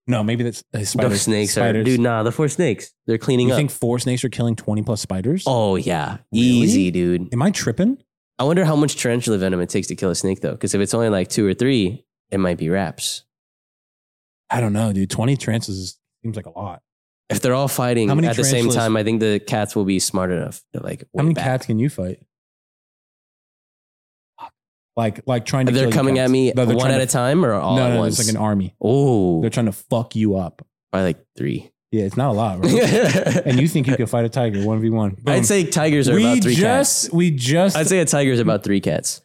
S1: No, maybe that's uh,
S2: The
S1: spiders.
S2: snakes
S1: spiders.
S2: are dude. Nah, the four snakes. They're cleaning
S1: You
S2: up.
S1: think four snakes are killing twenty plus spiders?
S2: oh yeah,
S1: Really?
S2: easy, dude.
S1: Am I tripping?
S2: I wonder how much tarantula venom it takes to kill a snake though, because if it's only like two or three, it might be wraps.
S1: I don't know, dude. Twenty trances is- seems like a lot.
S2: If they're all fighting
S1: How many
S2: at the same
S1: tarantulas-
S2: time, I think the cats will be smart enough to like.
S1: How
S2: wait
S1: many
S2: back.
S1: cats can you fight? Like, like trying to.
S2: They're
S1: kill you
S2: coming
S1: cats.
S2: at me
S1: No, they're
S2: one
S1: trying
S2: at
S1: to-
S2: a time or all
S1: no,
S2: at
S1: no,
S2: once?
S1: it's like an army.
S2: oh,
S1: They're trying to fuck you up.
S2: probably like three.
S1: Yeah, it's not a lot, right? and
S2: and
S1: you think you can fight a tiger one v one?
S2: I'd say tigers are
S1: we
S2: about three
S1: just,
S2: cats.
S1: we just
S2: I'd say a tiger's about three cats.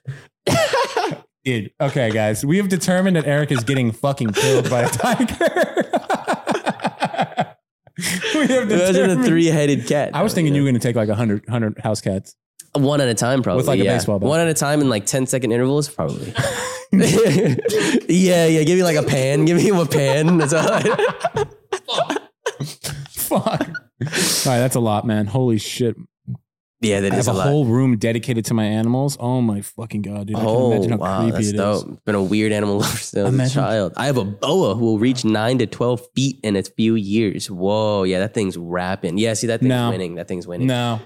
S1: did. Okay, guys, we have determined that Eric is getting fucking killed by a tiger. we have
S2: Imagine a
S1: determined-
S2: three-headed cat. Uh,
S1: I was thinking you were going to take like 100, 100 house cats.
S2: one at a time, probably
S1: like a
S2: yeah.
S1: baseball bat.
S2: One at a time in like 10 second intervals, probably. yeah, yeah. Give me like a pan. Give me a pan. That's all.
S1: Fuck. All right, that's a lot, man. Holy shit.
S2: yeah, that
S1: I
S2: is
S1: have
S2: a,
S1: a,
S2: lot.
S1: whole room dedicated to my animals. Oh my fucking god, dude! I can
S2: Oh
S1: imagine how
S2: wow,
S1: creepy
S2: that's
S1: it is.
S2: dope. Been a weird animal lover since I was a
S1: Imagine-
S2: child. I have a boa who will reach nine to twelve feet in a few years. Whoa, yeah, that thing's rapping. Yeah, see that thing's
S1: No.
S2: winning. That thing's winning.
S1: No,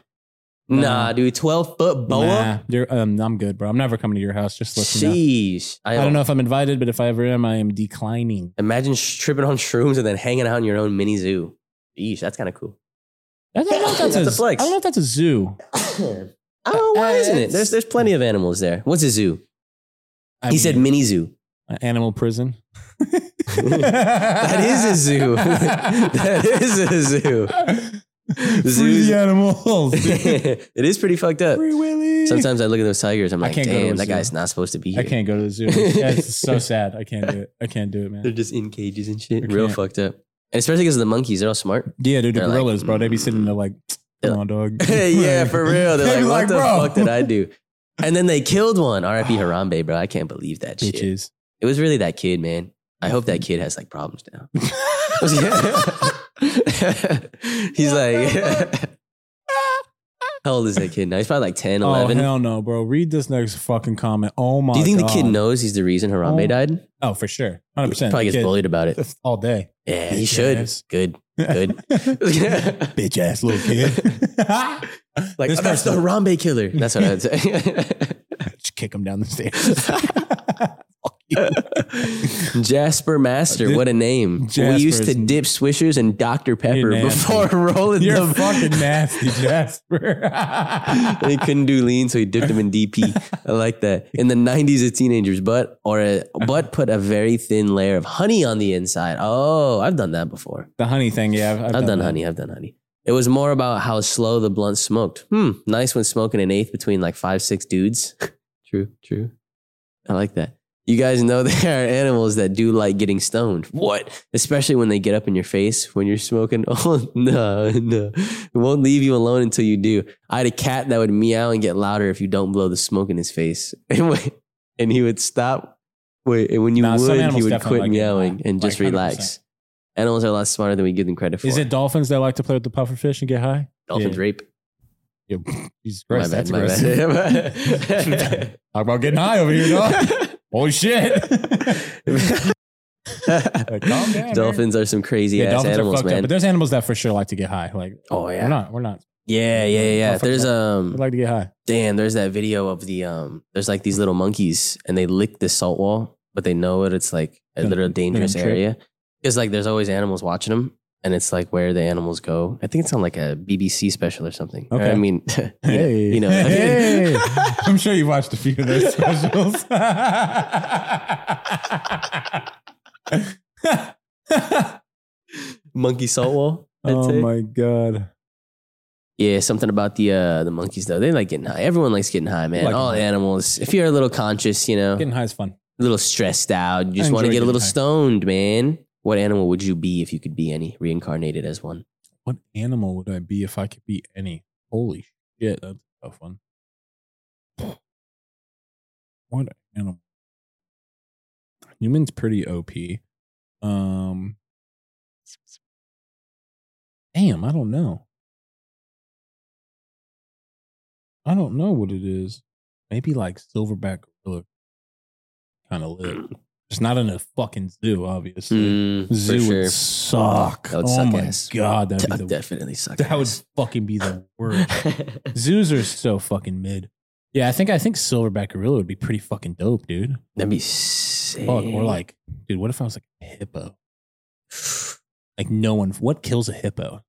S2: Nah, dude, twelve foot boa.
S1: Nah, you're, um, I'm good, bro. I'm never coming to your house. Just listen. now.
S2: Sheesh.
S1: I don't know if I'm invited, but if I ever am, I am declining.
S2: Imagine sh- tripping on shrooms and then hanging out in your own mini zoo. Sheesh, that's kind of cool.
S1: I don't know if that's,
S2: That's a
S1: a,
S2: flex.
S1: I don't know if that's a zoo.
S2: oh,
S1: Uh,
S2: why isn't it? There's there's plenty of animals there. What's a zoo?
S1: I
S2: he said
S1: mean,
S2: mini zoo.
S1: an animal prison.
S2: That is a zoo. that is a zoo.
S1: Free
S2: Zoos.
S1: animals.
S2: it is pretty fucked up.
S1: Free Willy.
S2: Sometimes I look at those tigers. I'm
S1: I
S2: like,
S1: can't go to
S2: damn,
S1: a
S2: that
S1: zoo.
S2: guy's not supposed to be here.
S1: I can't go to the zoo. That's so sad. I can't do it. I can't do it,
S2: They're
S1: man.
S2: just in cages and
S1: I
S2: shit. Real
S1: can't.
S2: fucked up. And especially because of the monkeys, they're all smart.
S1: Yeah, dude, the
S2: They're like,
S1: gorillas, bro. They be sitting there like,
S2: They're
S1: come on, dog.
S2: yeah, for real.
S1: They
S2: They're like,
S1: be
S2: what the
S1: "Bro."
S2: fuck did I do? And then they killed one. R.I.P. Harambe, bro. I can't believe that shit.
S1: Bitches.
S2: It was really that kid, man. I hope that kid has like problems now. He's like, how old is that kid now? He's probably like 10,
S1: Oh
S2: 11.
S1: hell no, bro! Read this next fucking comment. Oh my!
S2: Do you think the kid
S1: God.
S2: knows he's the reason Harambe
S1: Oh.
S2: died?
S1: Oh, for sure, hundred percent.
S2: Probably gets bullied about it.
S1: all day.
S2: Yeah, he
S1: Bitch
S2: should.
S1: ass.
S2: Good, good.
S1: Bitch ass little kid.
S2: like,
S1: This
S2: "Oh, that's the
S1: person-
S2: Harambe killer. That's what I would say.
S1: Just kick him down the stairs.
S2: Jasper Master, what a name. we used to
S1: Jasper's-
S2: dip Swishers and Dr. Pepper
S1: nasty.
S2: before rolling
S1: You're
S2: them.
S1: fucking nasty, Jasper.
S2: they couldn't do lean, so he dipped them in DP. I like that. In the 90s, a teenager's butt or a butt put a very thin layer of honey on the inside. Oh, I've done that before.
S1: the honey thing, yeah. I've,
S2: I've, done,
S1: that.
S2: honey. I've done honey. It was more about how slow the blunt smoked. Hmm. Nice when smoking an eighth between like five, six dudes. true, true. I like that. You guys know there are animals that do like getting stoned. What? Especially when they get up in your face when you're smoking. Oh, no, no. It won't leave you alone until you do. I had a cat that would meow and get louder if you don't blow the smoke in his face. And, when- and he would stop. Wait, and when you
S1: Nah, some
S2: would, he
S1: animals
S2: would
S1: definitely
S2: quit
S1: like getting
S2: meowing
S1: loud.
S2: and just
S1: Like, 100%.
S2: relax. Animals are a lot smarter than we give them credit for.
S1: Is it dolphins that like to play with the pufferfish and get high?
S2: Dolphins
S1: Yeah.
S2: rape.
S1: Yeah. Jesus
S2: My
S1: Christ,
S2: bad,
S1: that's
S2: my
S1: aggressive.
S2: bad.
S1: Talk about getting high over here, dog. Holy shit. calm down, man.
S2: dolphins are some crazy
S1: yeah,
S2: ass
S1: dolphins are
S2: animals,
S1: fucked up,
S2: man.
S1: but there's animals that for sure like to get high. Like,
S2: oh
S1: we're
S2: yeah,
S1: not, we're not.
S2: yeah, yeah, yeah. yeah.
S1: Dolphins
S2: There's
S1: We
S2: um,
S1: like to get high.
S2: damn. There's that video of the um. There's like these little monkeys, and they lick the salt wall, but they know it. It's like a
S1: Gonna-
S2: little dangerous
S1: gonna trip.
S2: area. It's like there's always animals watching them, and it's like where the animals go. I think it's on like a BBC special or something.
S1: Okay.
S2: I mean, you know-
S1: Hey.
S2: you know,
S1: Hey. I'm sure you watched a few of those specials.
S2: monkey salt wall. I'd
S1: oh
S2: say.
S1: my god.
S2: Yeah, something about the uh the monkeys though. They like getting high. Everyone likes getting high, man.
S1: Like
S2: All
S1: getting high.
S2: animals. If you're a little conscious, you know,
S1: Getting high is fun.
S2: a little stressed out, you just
S1: I
S2: want to
S1: enjoy
S2: get a
S1: getting
S2: little
S1: high.
S2: stoned, man. What animal would you be if you could be any reincarnated as one?
S1: What animal would I be if I could be any? Holy shit, that's a tough one. What animal? Human's pretty OP. Um Damn, I don't know. I don't know what it is. Maybe like silverback gorilla. Kind of lit. It's not in a fucking zoo, obviously.
S2: Mm,
S1: zoo
S2: for sure.
S1: would suck.
S2: That would
S1: oh
S2: suck
S1: my
S2: ass.
S1: god, that'd
S2: That
S1: be
S2: would
S1: the
S2: definitely suck.
S1: that would
S2: ass.
S1: fucking be the worst. Zoos are so fucking mid. Yeah, I think I think silverback gorilla would be pretty fucking dope, dude.
S2: That'd be sick.
S1: Fuck, or like, dude, what if I was like a hippo? Like no one. What kills a hippo?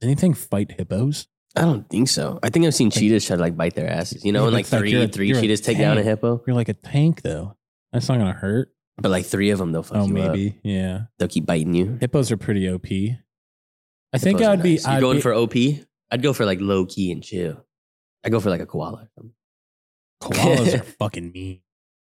S1: Does anything fight hippos?
S2: I don't think so. I think I've seen cheetahs try to like bite their asses, you know,
S1: Yeah,
S2: and like
S1: that's like
S2: 3
S1: you're a-
S2: 3
S1: you're a
S2: cheetahs take down a
S1: tank.
S2: hippo,
S1: You're like a tank though. That's not gonna hurt.
S2: but like three of them they'll fuck
S1: oh,
S2: you
S1: maybe.
S2: up.
S1: Yeah.
S2: They'll keep biting you.
S1: Hippos are pretty OP. I think
S2: Those are
S1: I'd be.
S2: nice. You
S1: I'd
S2: going
S1: be-
S2: for OP? I'd go for like low key and chill. I go for like a koala.
S1: koalas are fucking mean.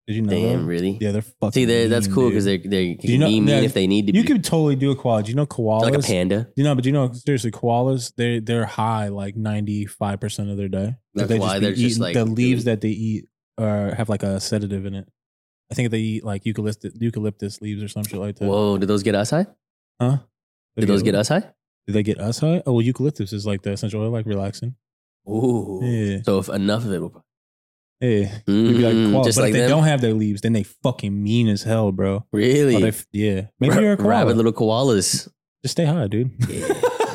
S1: Did you know?
S2: Damn,
S1: that?
S2: really?
S1: Yeah, they're fucking.
S2: See, they're, that's
S1: mean,
S2: cool because
S1: dude.
S2: they're they can
S1: you know-
S2: be mean
S1: no,
S2: if they need to.
S1: You
S2: be.
S1: could totally do a koala. Do you know koalas?
S2: They're like a panda.
S1: You know, but you know, seriously, koalas they they're high like ninety five percent of their day.
S2: That's
S1: they
S2: why
S1: be
S2: they're just,
S1: eating-
S2: like,
S1: the leaves
S2: doing-
S1: that they eat are have like a sedative in it. I think they eat like eucalyptus eucalyptus leaves or some shit like that.
S2: Whoa, did those get us high?
S1: Huh?
S2: Did those get us high?
S1: Did they get us high? Oh, well, eucalyptus is like the essential oil, like relaxing.
S2: Ooh.
S1: Yeah,
S2: So if enough of it, will
S1: yeah. You'd be like,
S2: Mm,
S1: koala.
S2: just
S1: but
S2: like
S1: if they
S2: them?
S1: don't have their leaves, then they fucking mean as hell, bro. Oh,
S2: really,
S1: they f- yeah, maybe
S2: Ra-
S1: you're a koala.
S2: rabid little koalas.
S1: Just stay high, dude.
S2: Yeah.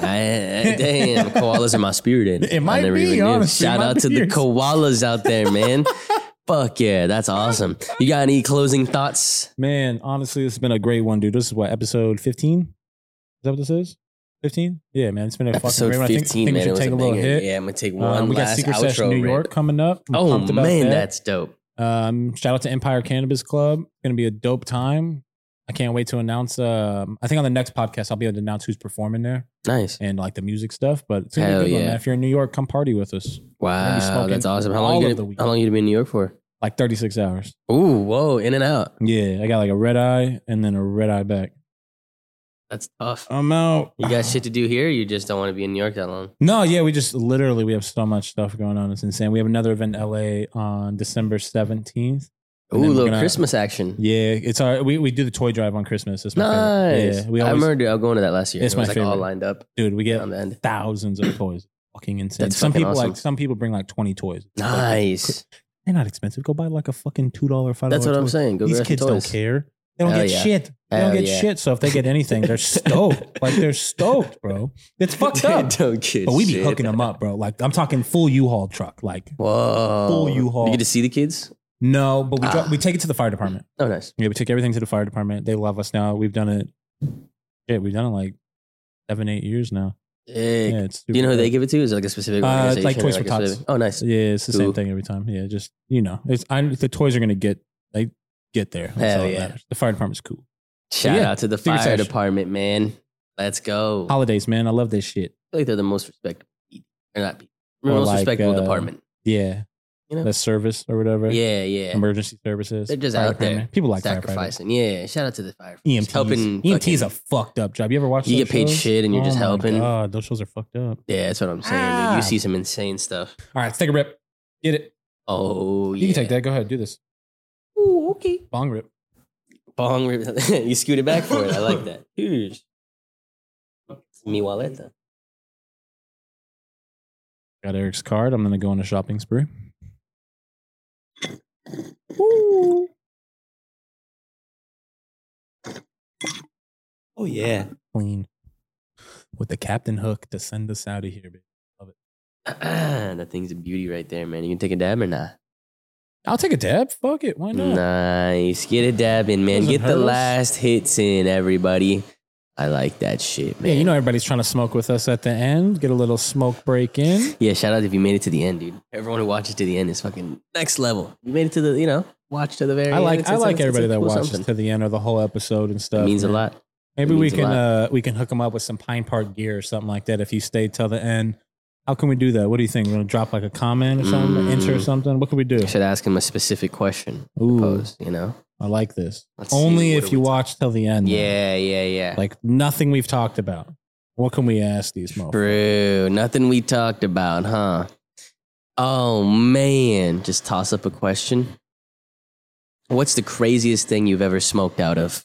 S2: I- I- damn, koalas are my spirit animal.
S1: It might
S2: I never
S1: be,
S2: even knew.
S1: honestly, it
S2: Shout
S1: might
S2: out
S1: be
S2: to the
S1: yours.
S2: koalas out there, man. Fuck yeah, that's awesome. You got any closing thoughts?
S1: Man, honestly, this has been a great one, dude. This is what episode fifteen. Is that what this is? Fifteen? Yeah, man. It's been a
S2: Episode
S1: fucking great one. I think, think
S2: 15, man.
S1: we
S2: It
S1: should
S2: was
S1: take a
S2: a
S1: little
S2: banger.
S1: hit.
S2: Yeah, I'm going to take
S1: Um,
S2: one
S1: we got
S2: last
S1: Secret
S2: outro.
S1: Session New
S2: rip.
S1: York coming up. I'm
S2: Oh,
S1: pumped about
S2: man,
S1: that.
S2: that's dope.
S1: Um, shout out to Empire Cannabis Club. Going to be a dope time. I can't wait to announce. Um, I think on the next podcast I'll be able to announce who's performing there
S2: Nice.
S1: and like the music stuff. But it's gonna
S2: Hell
S1: be a good one,
S2: yeah.
S1: man. If you're in New York, come party with us. be
S2: Wow,
S1: smoking
S2: that's awesome. How
S1: all
S2: long, you
S1: of the
S2: gonna,
S1: week.
S2: how long you been in New York for?
S1: Like 36 hours.
S2: Ooh, whoa, in and out.
S1: Yeah, I got like a red eye and then a red eye back.
S2: That's tough.
S1: I'm out.
S2: You got shit to do here. You just don't want to be in New York that long.
S1: No, yeah, we just literally we have so much stuff going on. It's insane. We have another event in LA on December 17th.
S2: Ooh,
S1: And then we're
S2: little
S1: gonna-
S2: Christmas action.
S1: Yeah, it's our we, we do the toy drive on Christmas. It's my favorite.
S2: Nice.
S1: Yeah, we
S2: I
S1: always,
S2: remember I'll go into that last year.
S1: It's
S2: it was
S1: my
S2: like all
S1: favorite.
S2: lined up
S1: dude, we get
S2: on the end.
S1: thousands of toys. Fucking insane.
S2: That's
S1: some
S2: fucking
S1: people
S2: awesome.
S1: like some people bring like twenty toys. It's like,
S2: Nice.
S1: they're not expensive. Go buy like a fucking two dollar five.
S2: That's what I'm saying. Go
S1: These
S2: grab
S1: kids
S2: some
S1: don't
S2: toys.
S1: care. They don't
S2: Hell
S1: get
S2: yeah.
S1: shit. They don't
S2: Hell
S1: get
S2: yeah.
S1: shit. So if they get anything, they're stoked. Like they're stoked, bro. It's fucked up.
S2: They don't get
S1: But we be
S2: shit.
S1: hooking them up, bro. Like I'm talking full U-Haul truck. Like
S2: Whoa.
S1: Full U-Haul.
S2: You get to see the kids?
S1: no, but we dro-
S2: Ah.
S1: we take it to the fire department.
S2: Oh, nice.
S1: Yeah, we took everything to the fire department. They love us now. We've done it. Yeah, we've done it like seven, eight years now.
S2: Sick.
S1: Yeah, it's.
S2: Do you know who
S1: super
S2: they
S1: dope.
S2: give it to? Is it like a specific
S1: Uh, it's
S2: organization?
S1: like
S2: or
S1: Toys for
S2: a
S1: Tots.
S2: specific- Oh, nice.
S1: Yeah, it's the same
S2: Ooh.
S1: thing every time. Yeah, just you know, it's I, the toys are gonna get they get there. That's
S2: Hell
S1: all that
S2: yeah.
S1: matters. The fire department's cool.
S2: Shout
S1: yeah,
S2: out to the
S1: secret
S2: fire
S1: section.
S2: department, man. Let's go. I feel
S1: Holidays, man, I love this shit.
S2: like they're the most respectable. Or not people.
S1: Or
S2: most
S1: like,
S2: respectable
S1: uh,
S2: department.
S1: Yeah,
S2: You know?
S1: the service or whatever.
S2: Yeah, yeah.
S1: emergency services.
S2: They're just
S1: fire
S2: out there
S1: department. People like E sacrifice.
S2: Sacrificing. Yeah. Shout out to the fire.
S1: EMTs.
S2: Helping
S1: EMTs a
S2: fucking-
S1: fucked up job. You ever watch?
S2: You
S1: those
S2: get paid
S1: shows? Oh
S2: shit and you're just
S1: my
S2: helping.
S1: God, those shows are fucked up.
S2: Yeah, that's what I'm saying. dude.
S1: Ah.
S2: You see some insane stuff.
S1: All right, let's take a rip. Get it.
S2: Oh,
S1: You
S2: yeah.
S1: can take that. Go ahead. Do this. Ooh, okay. Bong rip.
S2: Bong. you scooted back for it. I like that. Huge. Mi waleta.
S1: Got Eric's card. I'm gonna go on a shopping spree.
S2: Oh, yeah.
S1: Clean. With the captain hook to send us out of here, baby.
S2: that thing's a beauty right there, man. You can take a dab or not?
S1: I'll take a dab. Fuck it. Why not?
S2: Nice. Get a dab in, man.
S1: Doesn't
S2: Get the
S1: hurt us.
S2: last hits in, everybody. I like that shit, man.
S1: Yeah, you know everybody's trying to smoke with us at the end. Get a little smoke break in.
S2: Yeah, shout out if you made it to the end, dude. Everyone who watches to the end is fucking next level. You made it to the, you know, watch to the very
S1: I
S2: end.
S1: like
S2: It's-
S1: I
S2: it's-
S1: like
S2: it's- it's a
S1: everybody that
S2: cool
S1: watches
S2: something.
S1: to the end of the whole episode and stuff.
S2: It means a
S1: man.
S2: lot.
S1: Maybe we
S2: means a
S1: can
S2: lot.
S1: uh we can hook them up with some Pine Park gear or something like that if you stay till the end. How can we do that? What do you think? We're gonna drop like a comment or something,
S2: Mm.
S1: an intro or something. What can we do?
S2: I should ask him a specific question.
S1: Ooh.
S2: Pose, you know?
S1: I like this.
S2: Let's
S1: Only
S2: see, what
S1: if
S2: do
S1: you
S2: we talk-
S1: watch till the end. though.
S2: Yeah, yeah, yeah.
S1: Like nothing we've talked about. What can we ask these motherfuckers?
S2: True. Nothing we talked about, huh? Oh man. Just toss up a question. What's the craziest thing you've ever smoked out of?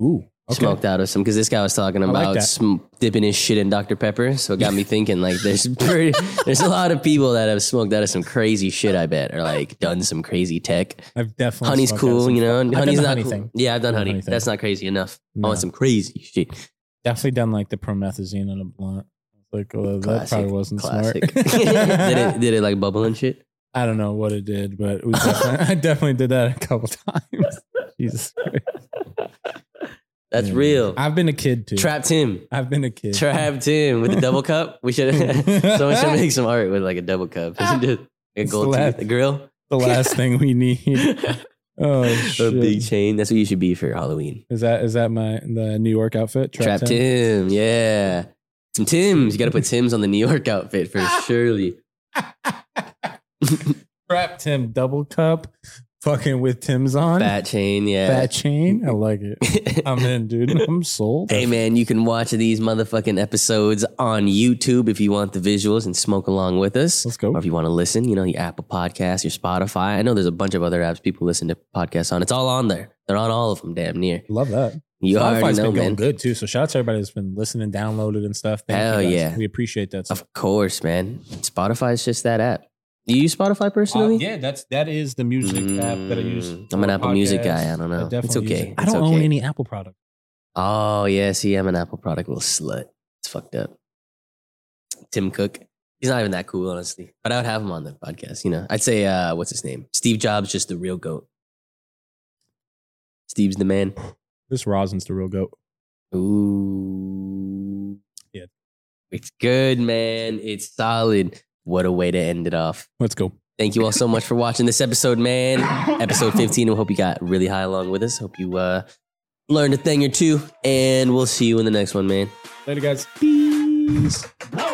S1: Ooh. Okay.
S2: Smoked out of some because this guy was talking
S1: like
S2: about
S1: that.
S2: sm- dipping his shit in Dr Pepper, so it got me thinking. Like, there's pretty, there's a lot of people that have smoked out of some crazy shit. I bet, or like done some crazy tech.
S1: I've definitely
S2: Honey's
S1: smoked out
S2: cool,
S1: some-
S2: you know. and
S1: I've done
S2: honey's
S1: the
S2: not
S1: honey
S2: cool.
S1: thing.
S2: Yeah, I've done
S1: Done the
S2: honey.
S1: honey thing.
S2: That's not crazy enough. I
S1: No.
S2: want some crazy shit.
S1: Definitely done like the promethazine and a blunt. It's Like oh, that
S2: Classic,
S1: probably wasn't
S2: Classic.
S1: smart.
S2: did it? Did it like bubble and shit?
S1: I don't know what it did, but we definitely, I definitely did that a couple times. Jesus Christ.
S2: That's
S1: Yeah.
S2: real.
S1: I've been a kid too.
S2: Trapped him.
S1: I've been a kid.
S2: Trapped him with a double cup. We should. someone should make some art with like a double cup.
S1: Ah.
S2: Just a
S1: It's
S2: gold
S1: left.
S2: tooth, a grill,
S1: the last thing we need. Oh
S2: a big
S1: shit.
S2: chain. That's what you should be for Halloween.
S1: Is that is that my the New York outfit?
S2: Trapped,
S1: in?
S2: him. Yeah. Some Tim's. You got to put Tim's on the New York outfit for
S1: Ah.
S2: surely.
S1: Trapped him double cup, fucking with Tim's on.
S2: Fat chain. Yeah.
S1: Fat chain. I like it. I'm in, dude. I'm sold.
S2: Hey man, you can watch these motherfucking episodes on YouTube if you want the visuals and smoke along with us.
S1: Let's go.
S2: Or if you want to listen, you know, your Apple Podcasts, your Spotify. I know there's a bunch of other apps people listen to podcasts on. It's all on there. They're on all of them, damn near.
S1: Love that.
S2: You
S1: Spotify's
S2: already know,
S1: been going
S2: man.
S1: good too. So shout out to everybody that's been listening, downloaded, and stuff. Thank
S2: Hell
S1: you guys.
S2: yeah.
S1: we appreciate that.
S2: Of course, man. Spotify's just that app. Do you use Spotify
S1: Uh,
S2: personally?
S1: yeah, that's that is the music app that I use.
S2: Mm,
S1: for
S2: I'm an Apple Music guy.
S1: podcasts.
S2: I don't
S1: I
S2: know.
S1: definitely
S2: it's
S1: use
S2: okay.
S1: it. I
S2: It's
S1: don't own
S2: okay.
S1: any Apple product.
S2: Oh yeah, see, I'm an Apple product little slut. It's fucked up. Tim Cook. He's not even that cool, honestly. But I would have him on the podcast. You know, I'd say uh, what's his name? Steve Jobs, just the real goat. Steve's the man.
S7: This rosin's the real goat.
S2: Ooh,
S7: Yeah.
S2: it's good, man. It's solid. What a way to end it off.
S7: Let's go.
S2: Thank you all so much for watching this episode, man. episode 15. We hope you got really high along with us. Hope you uh, learned a thing or two. And we'll see you in the next one, man.
S1: Later, guys.
S2: Peace.
S5: Bye.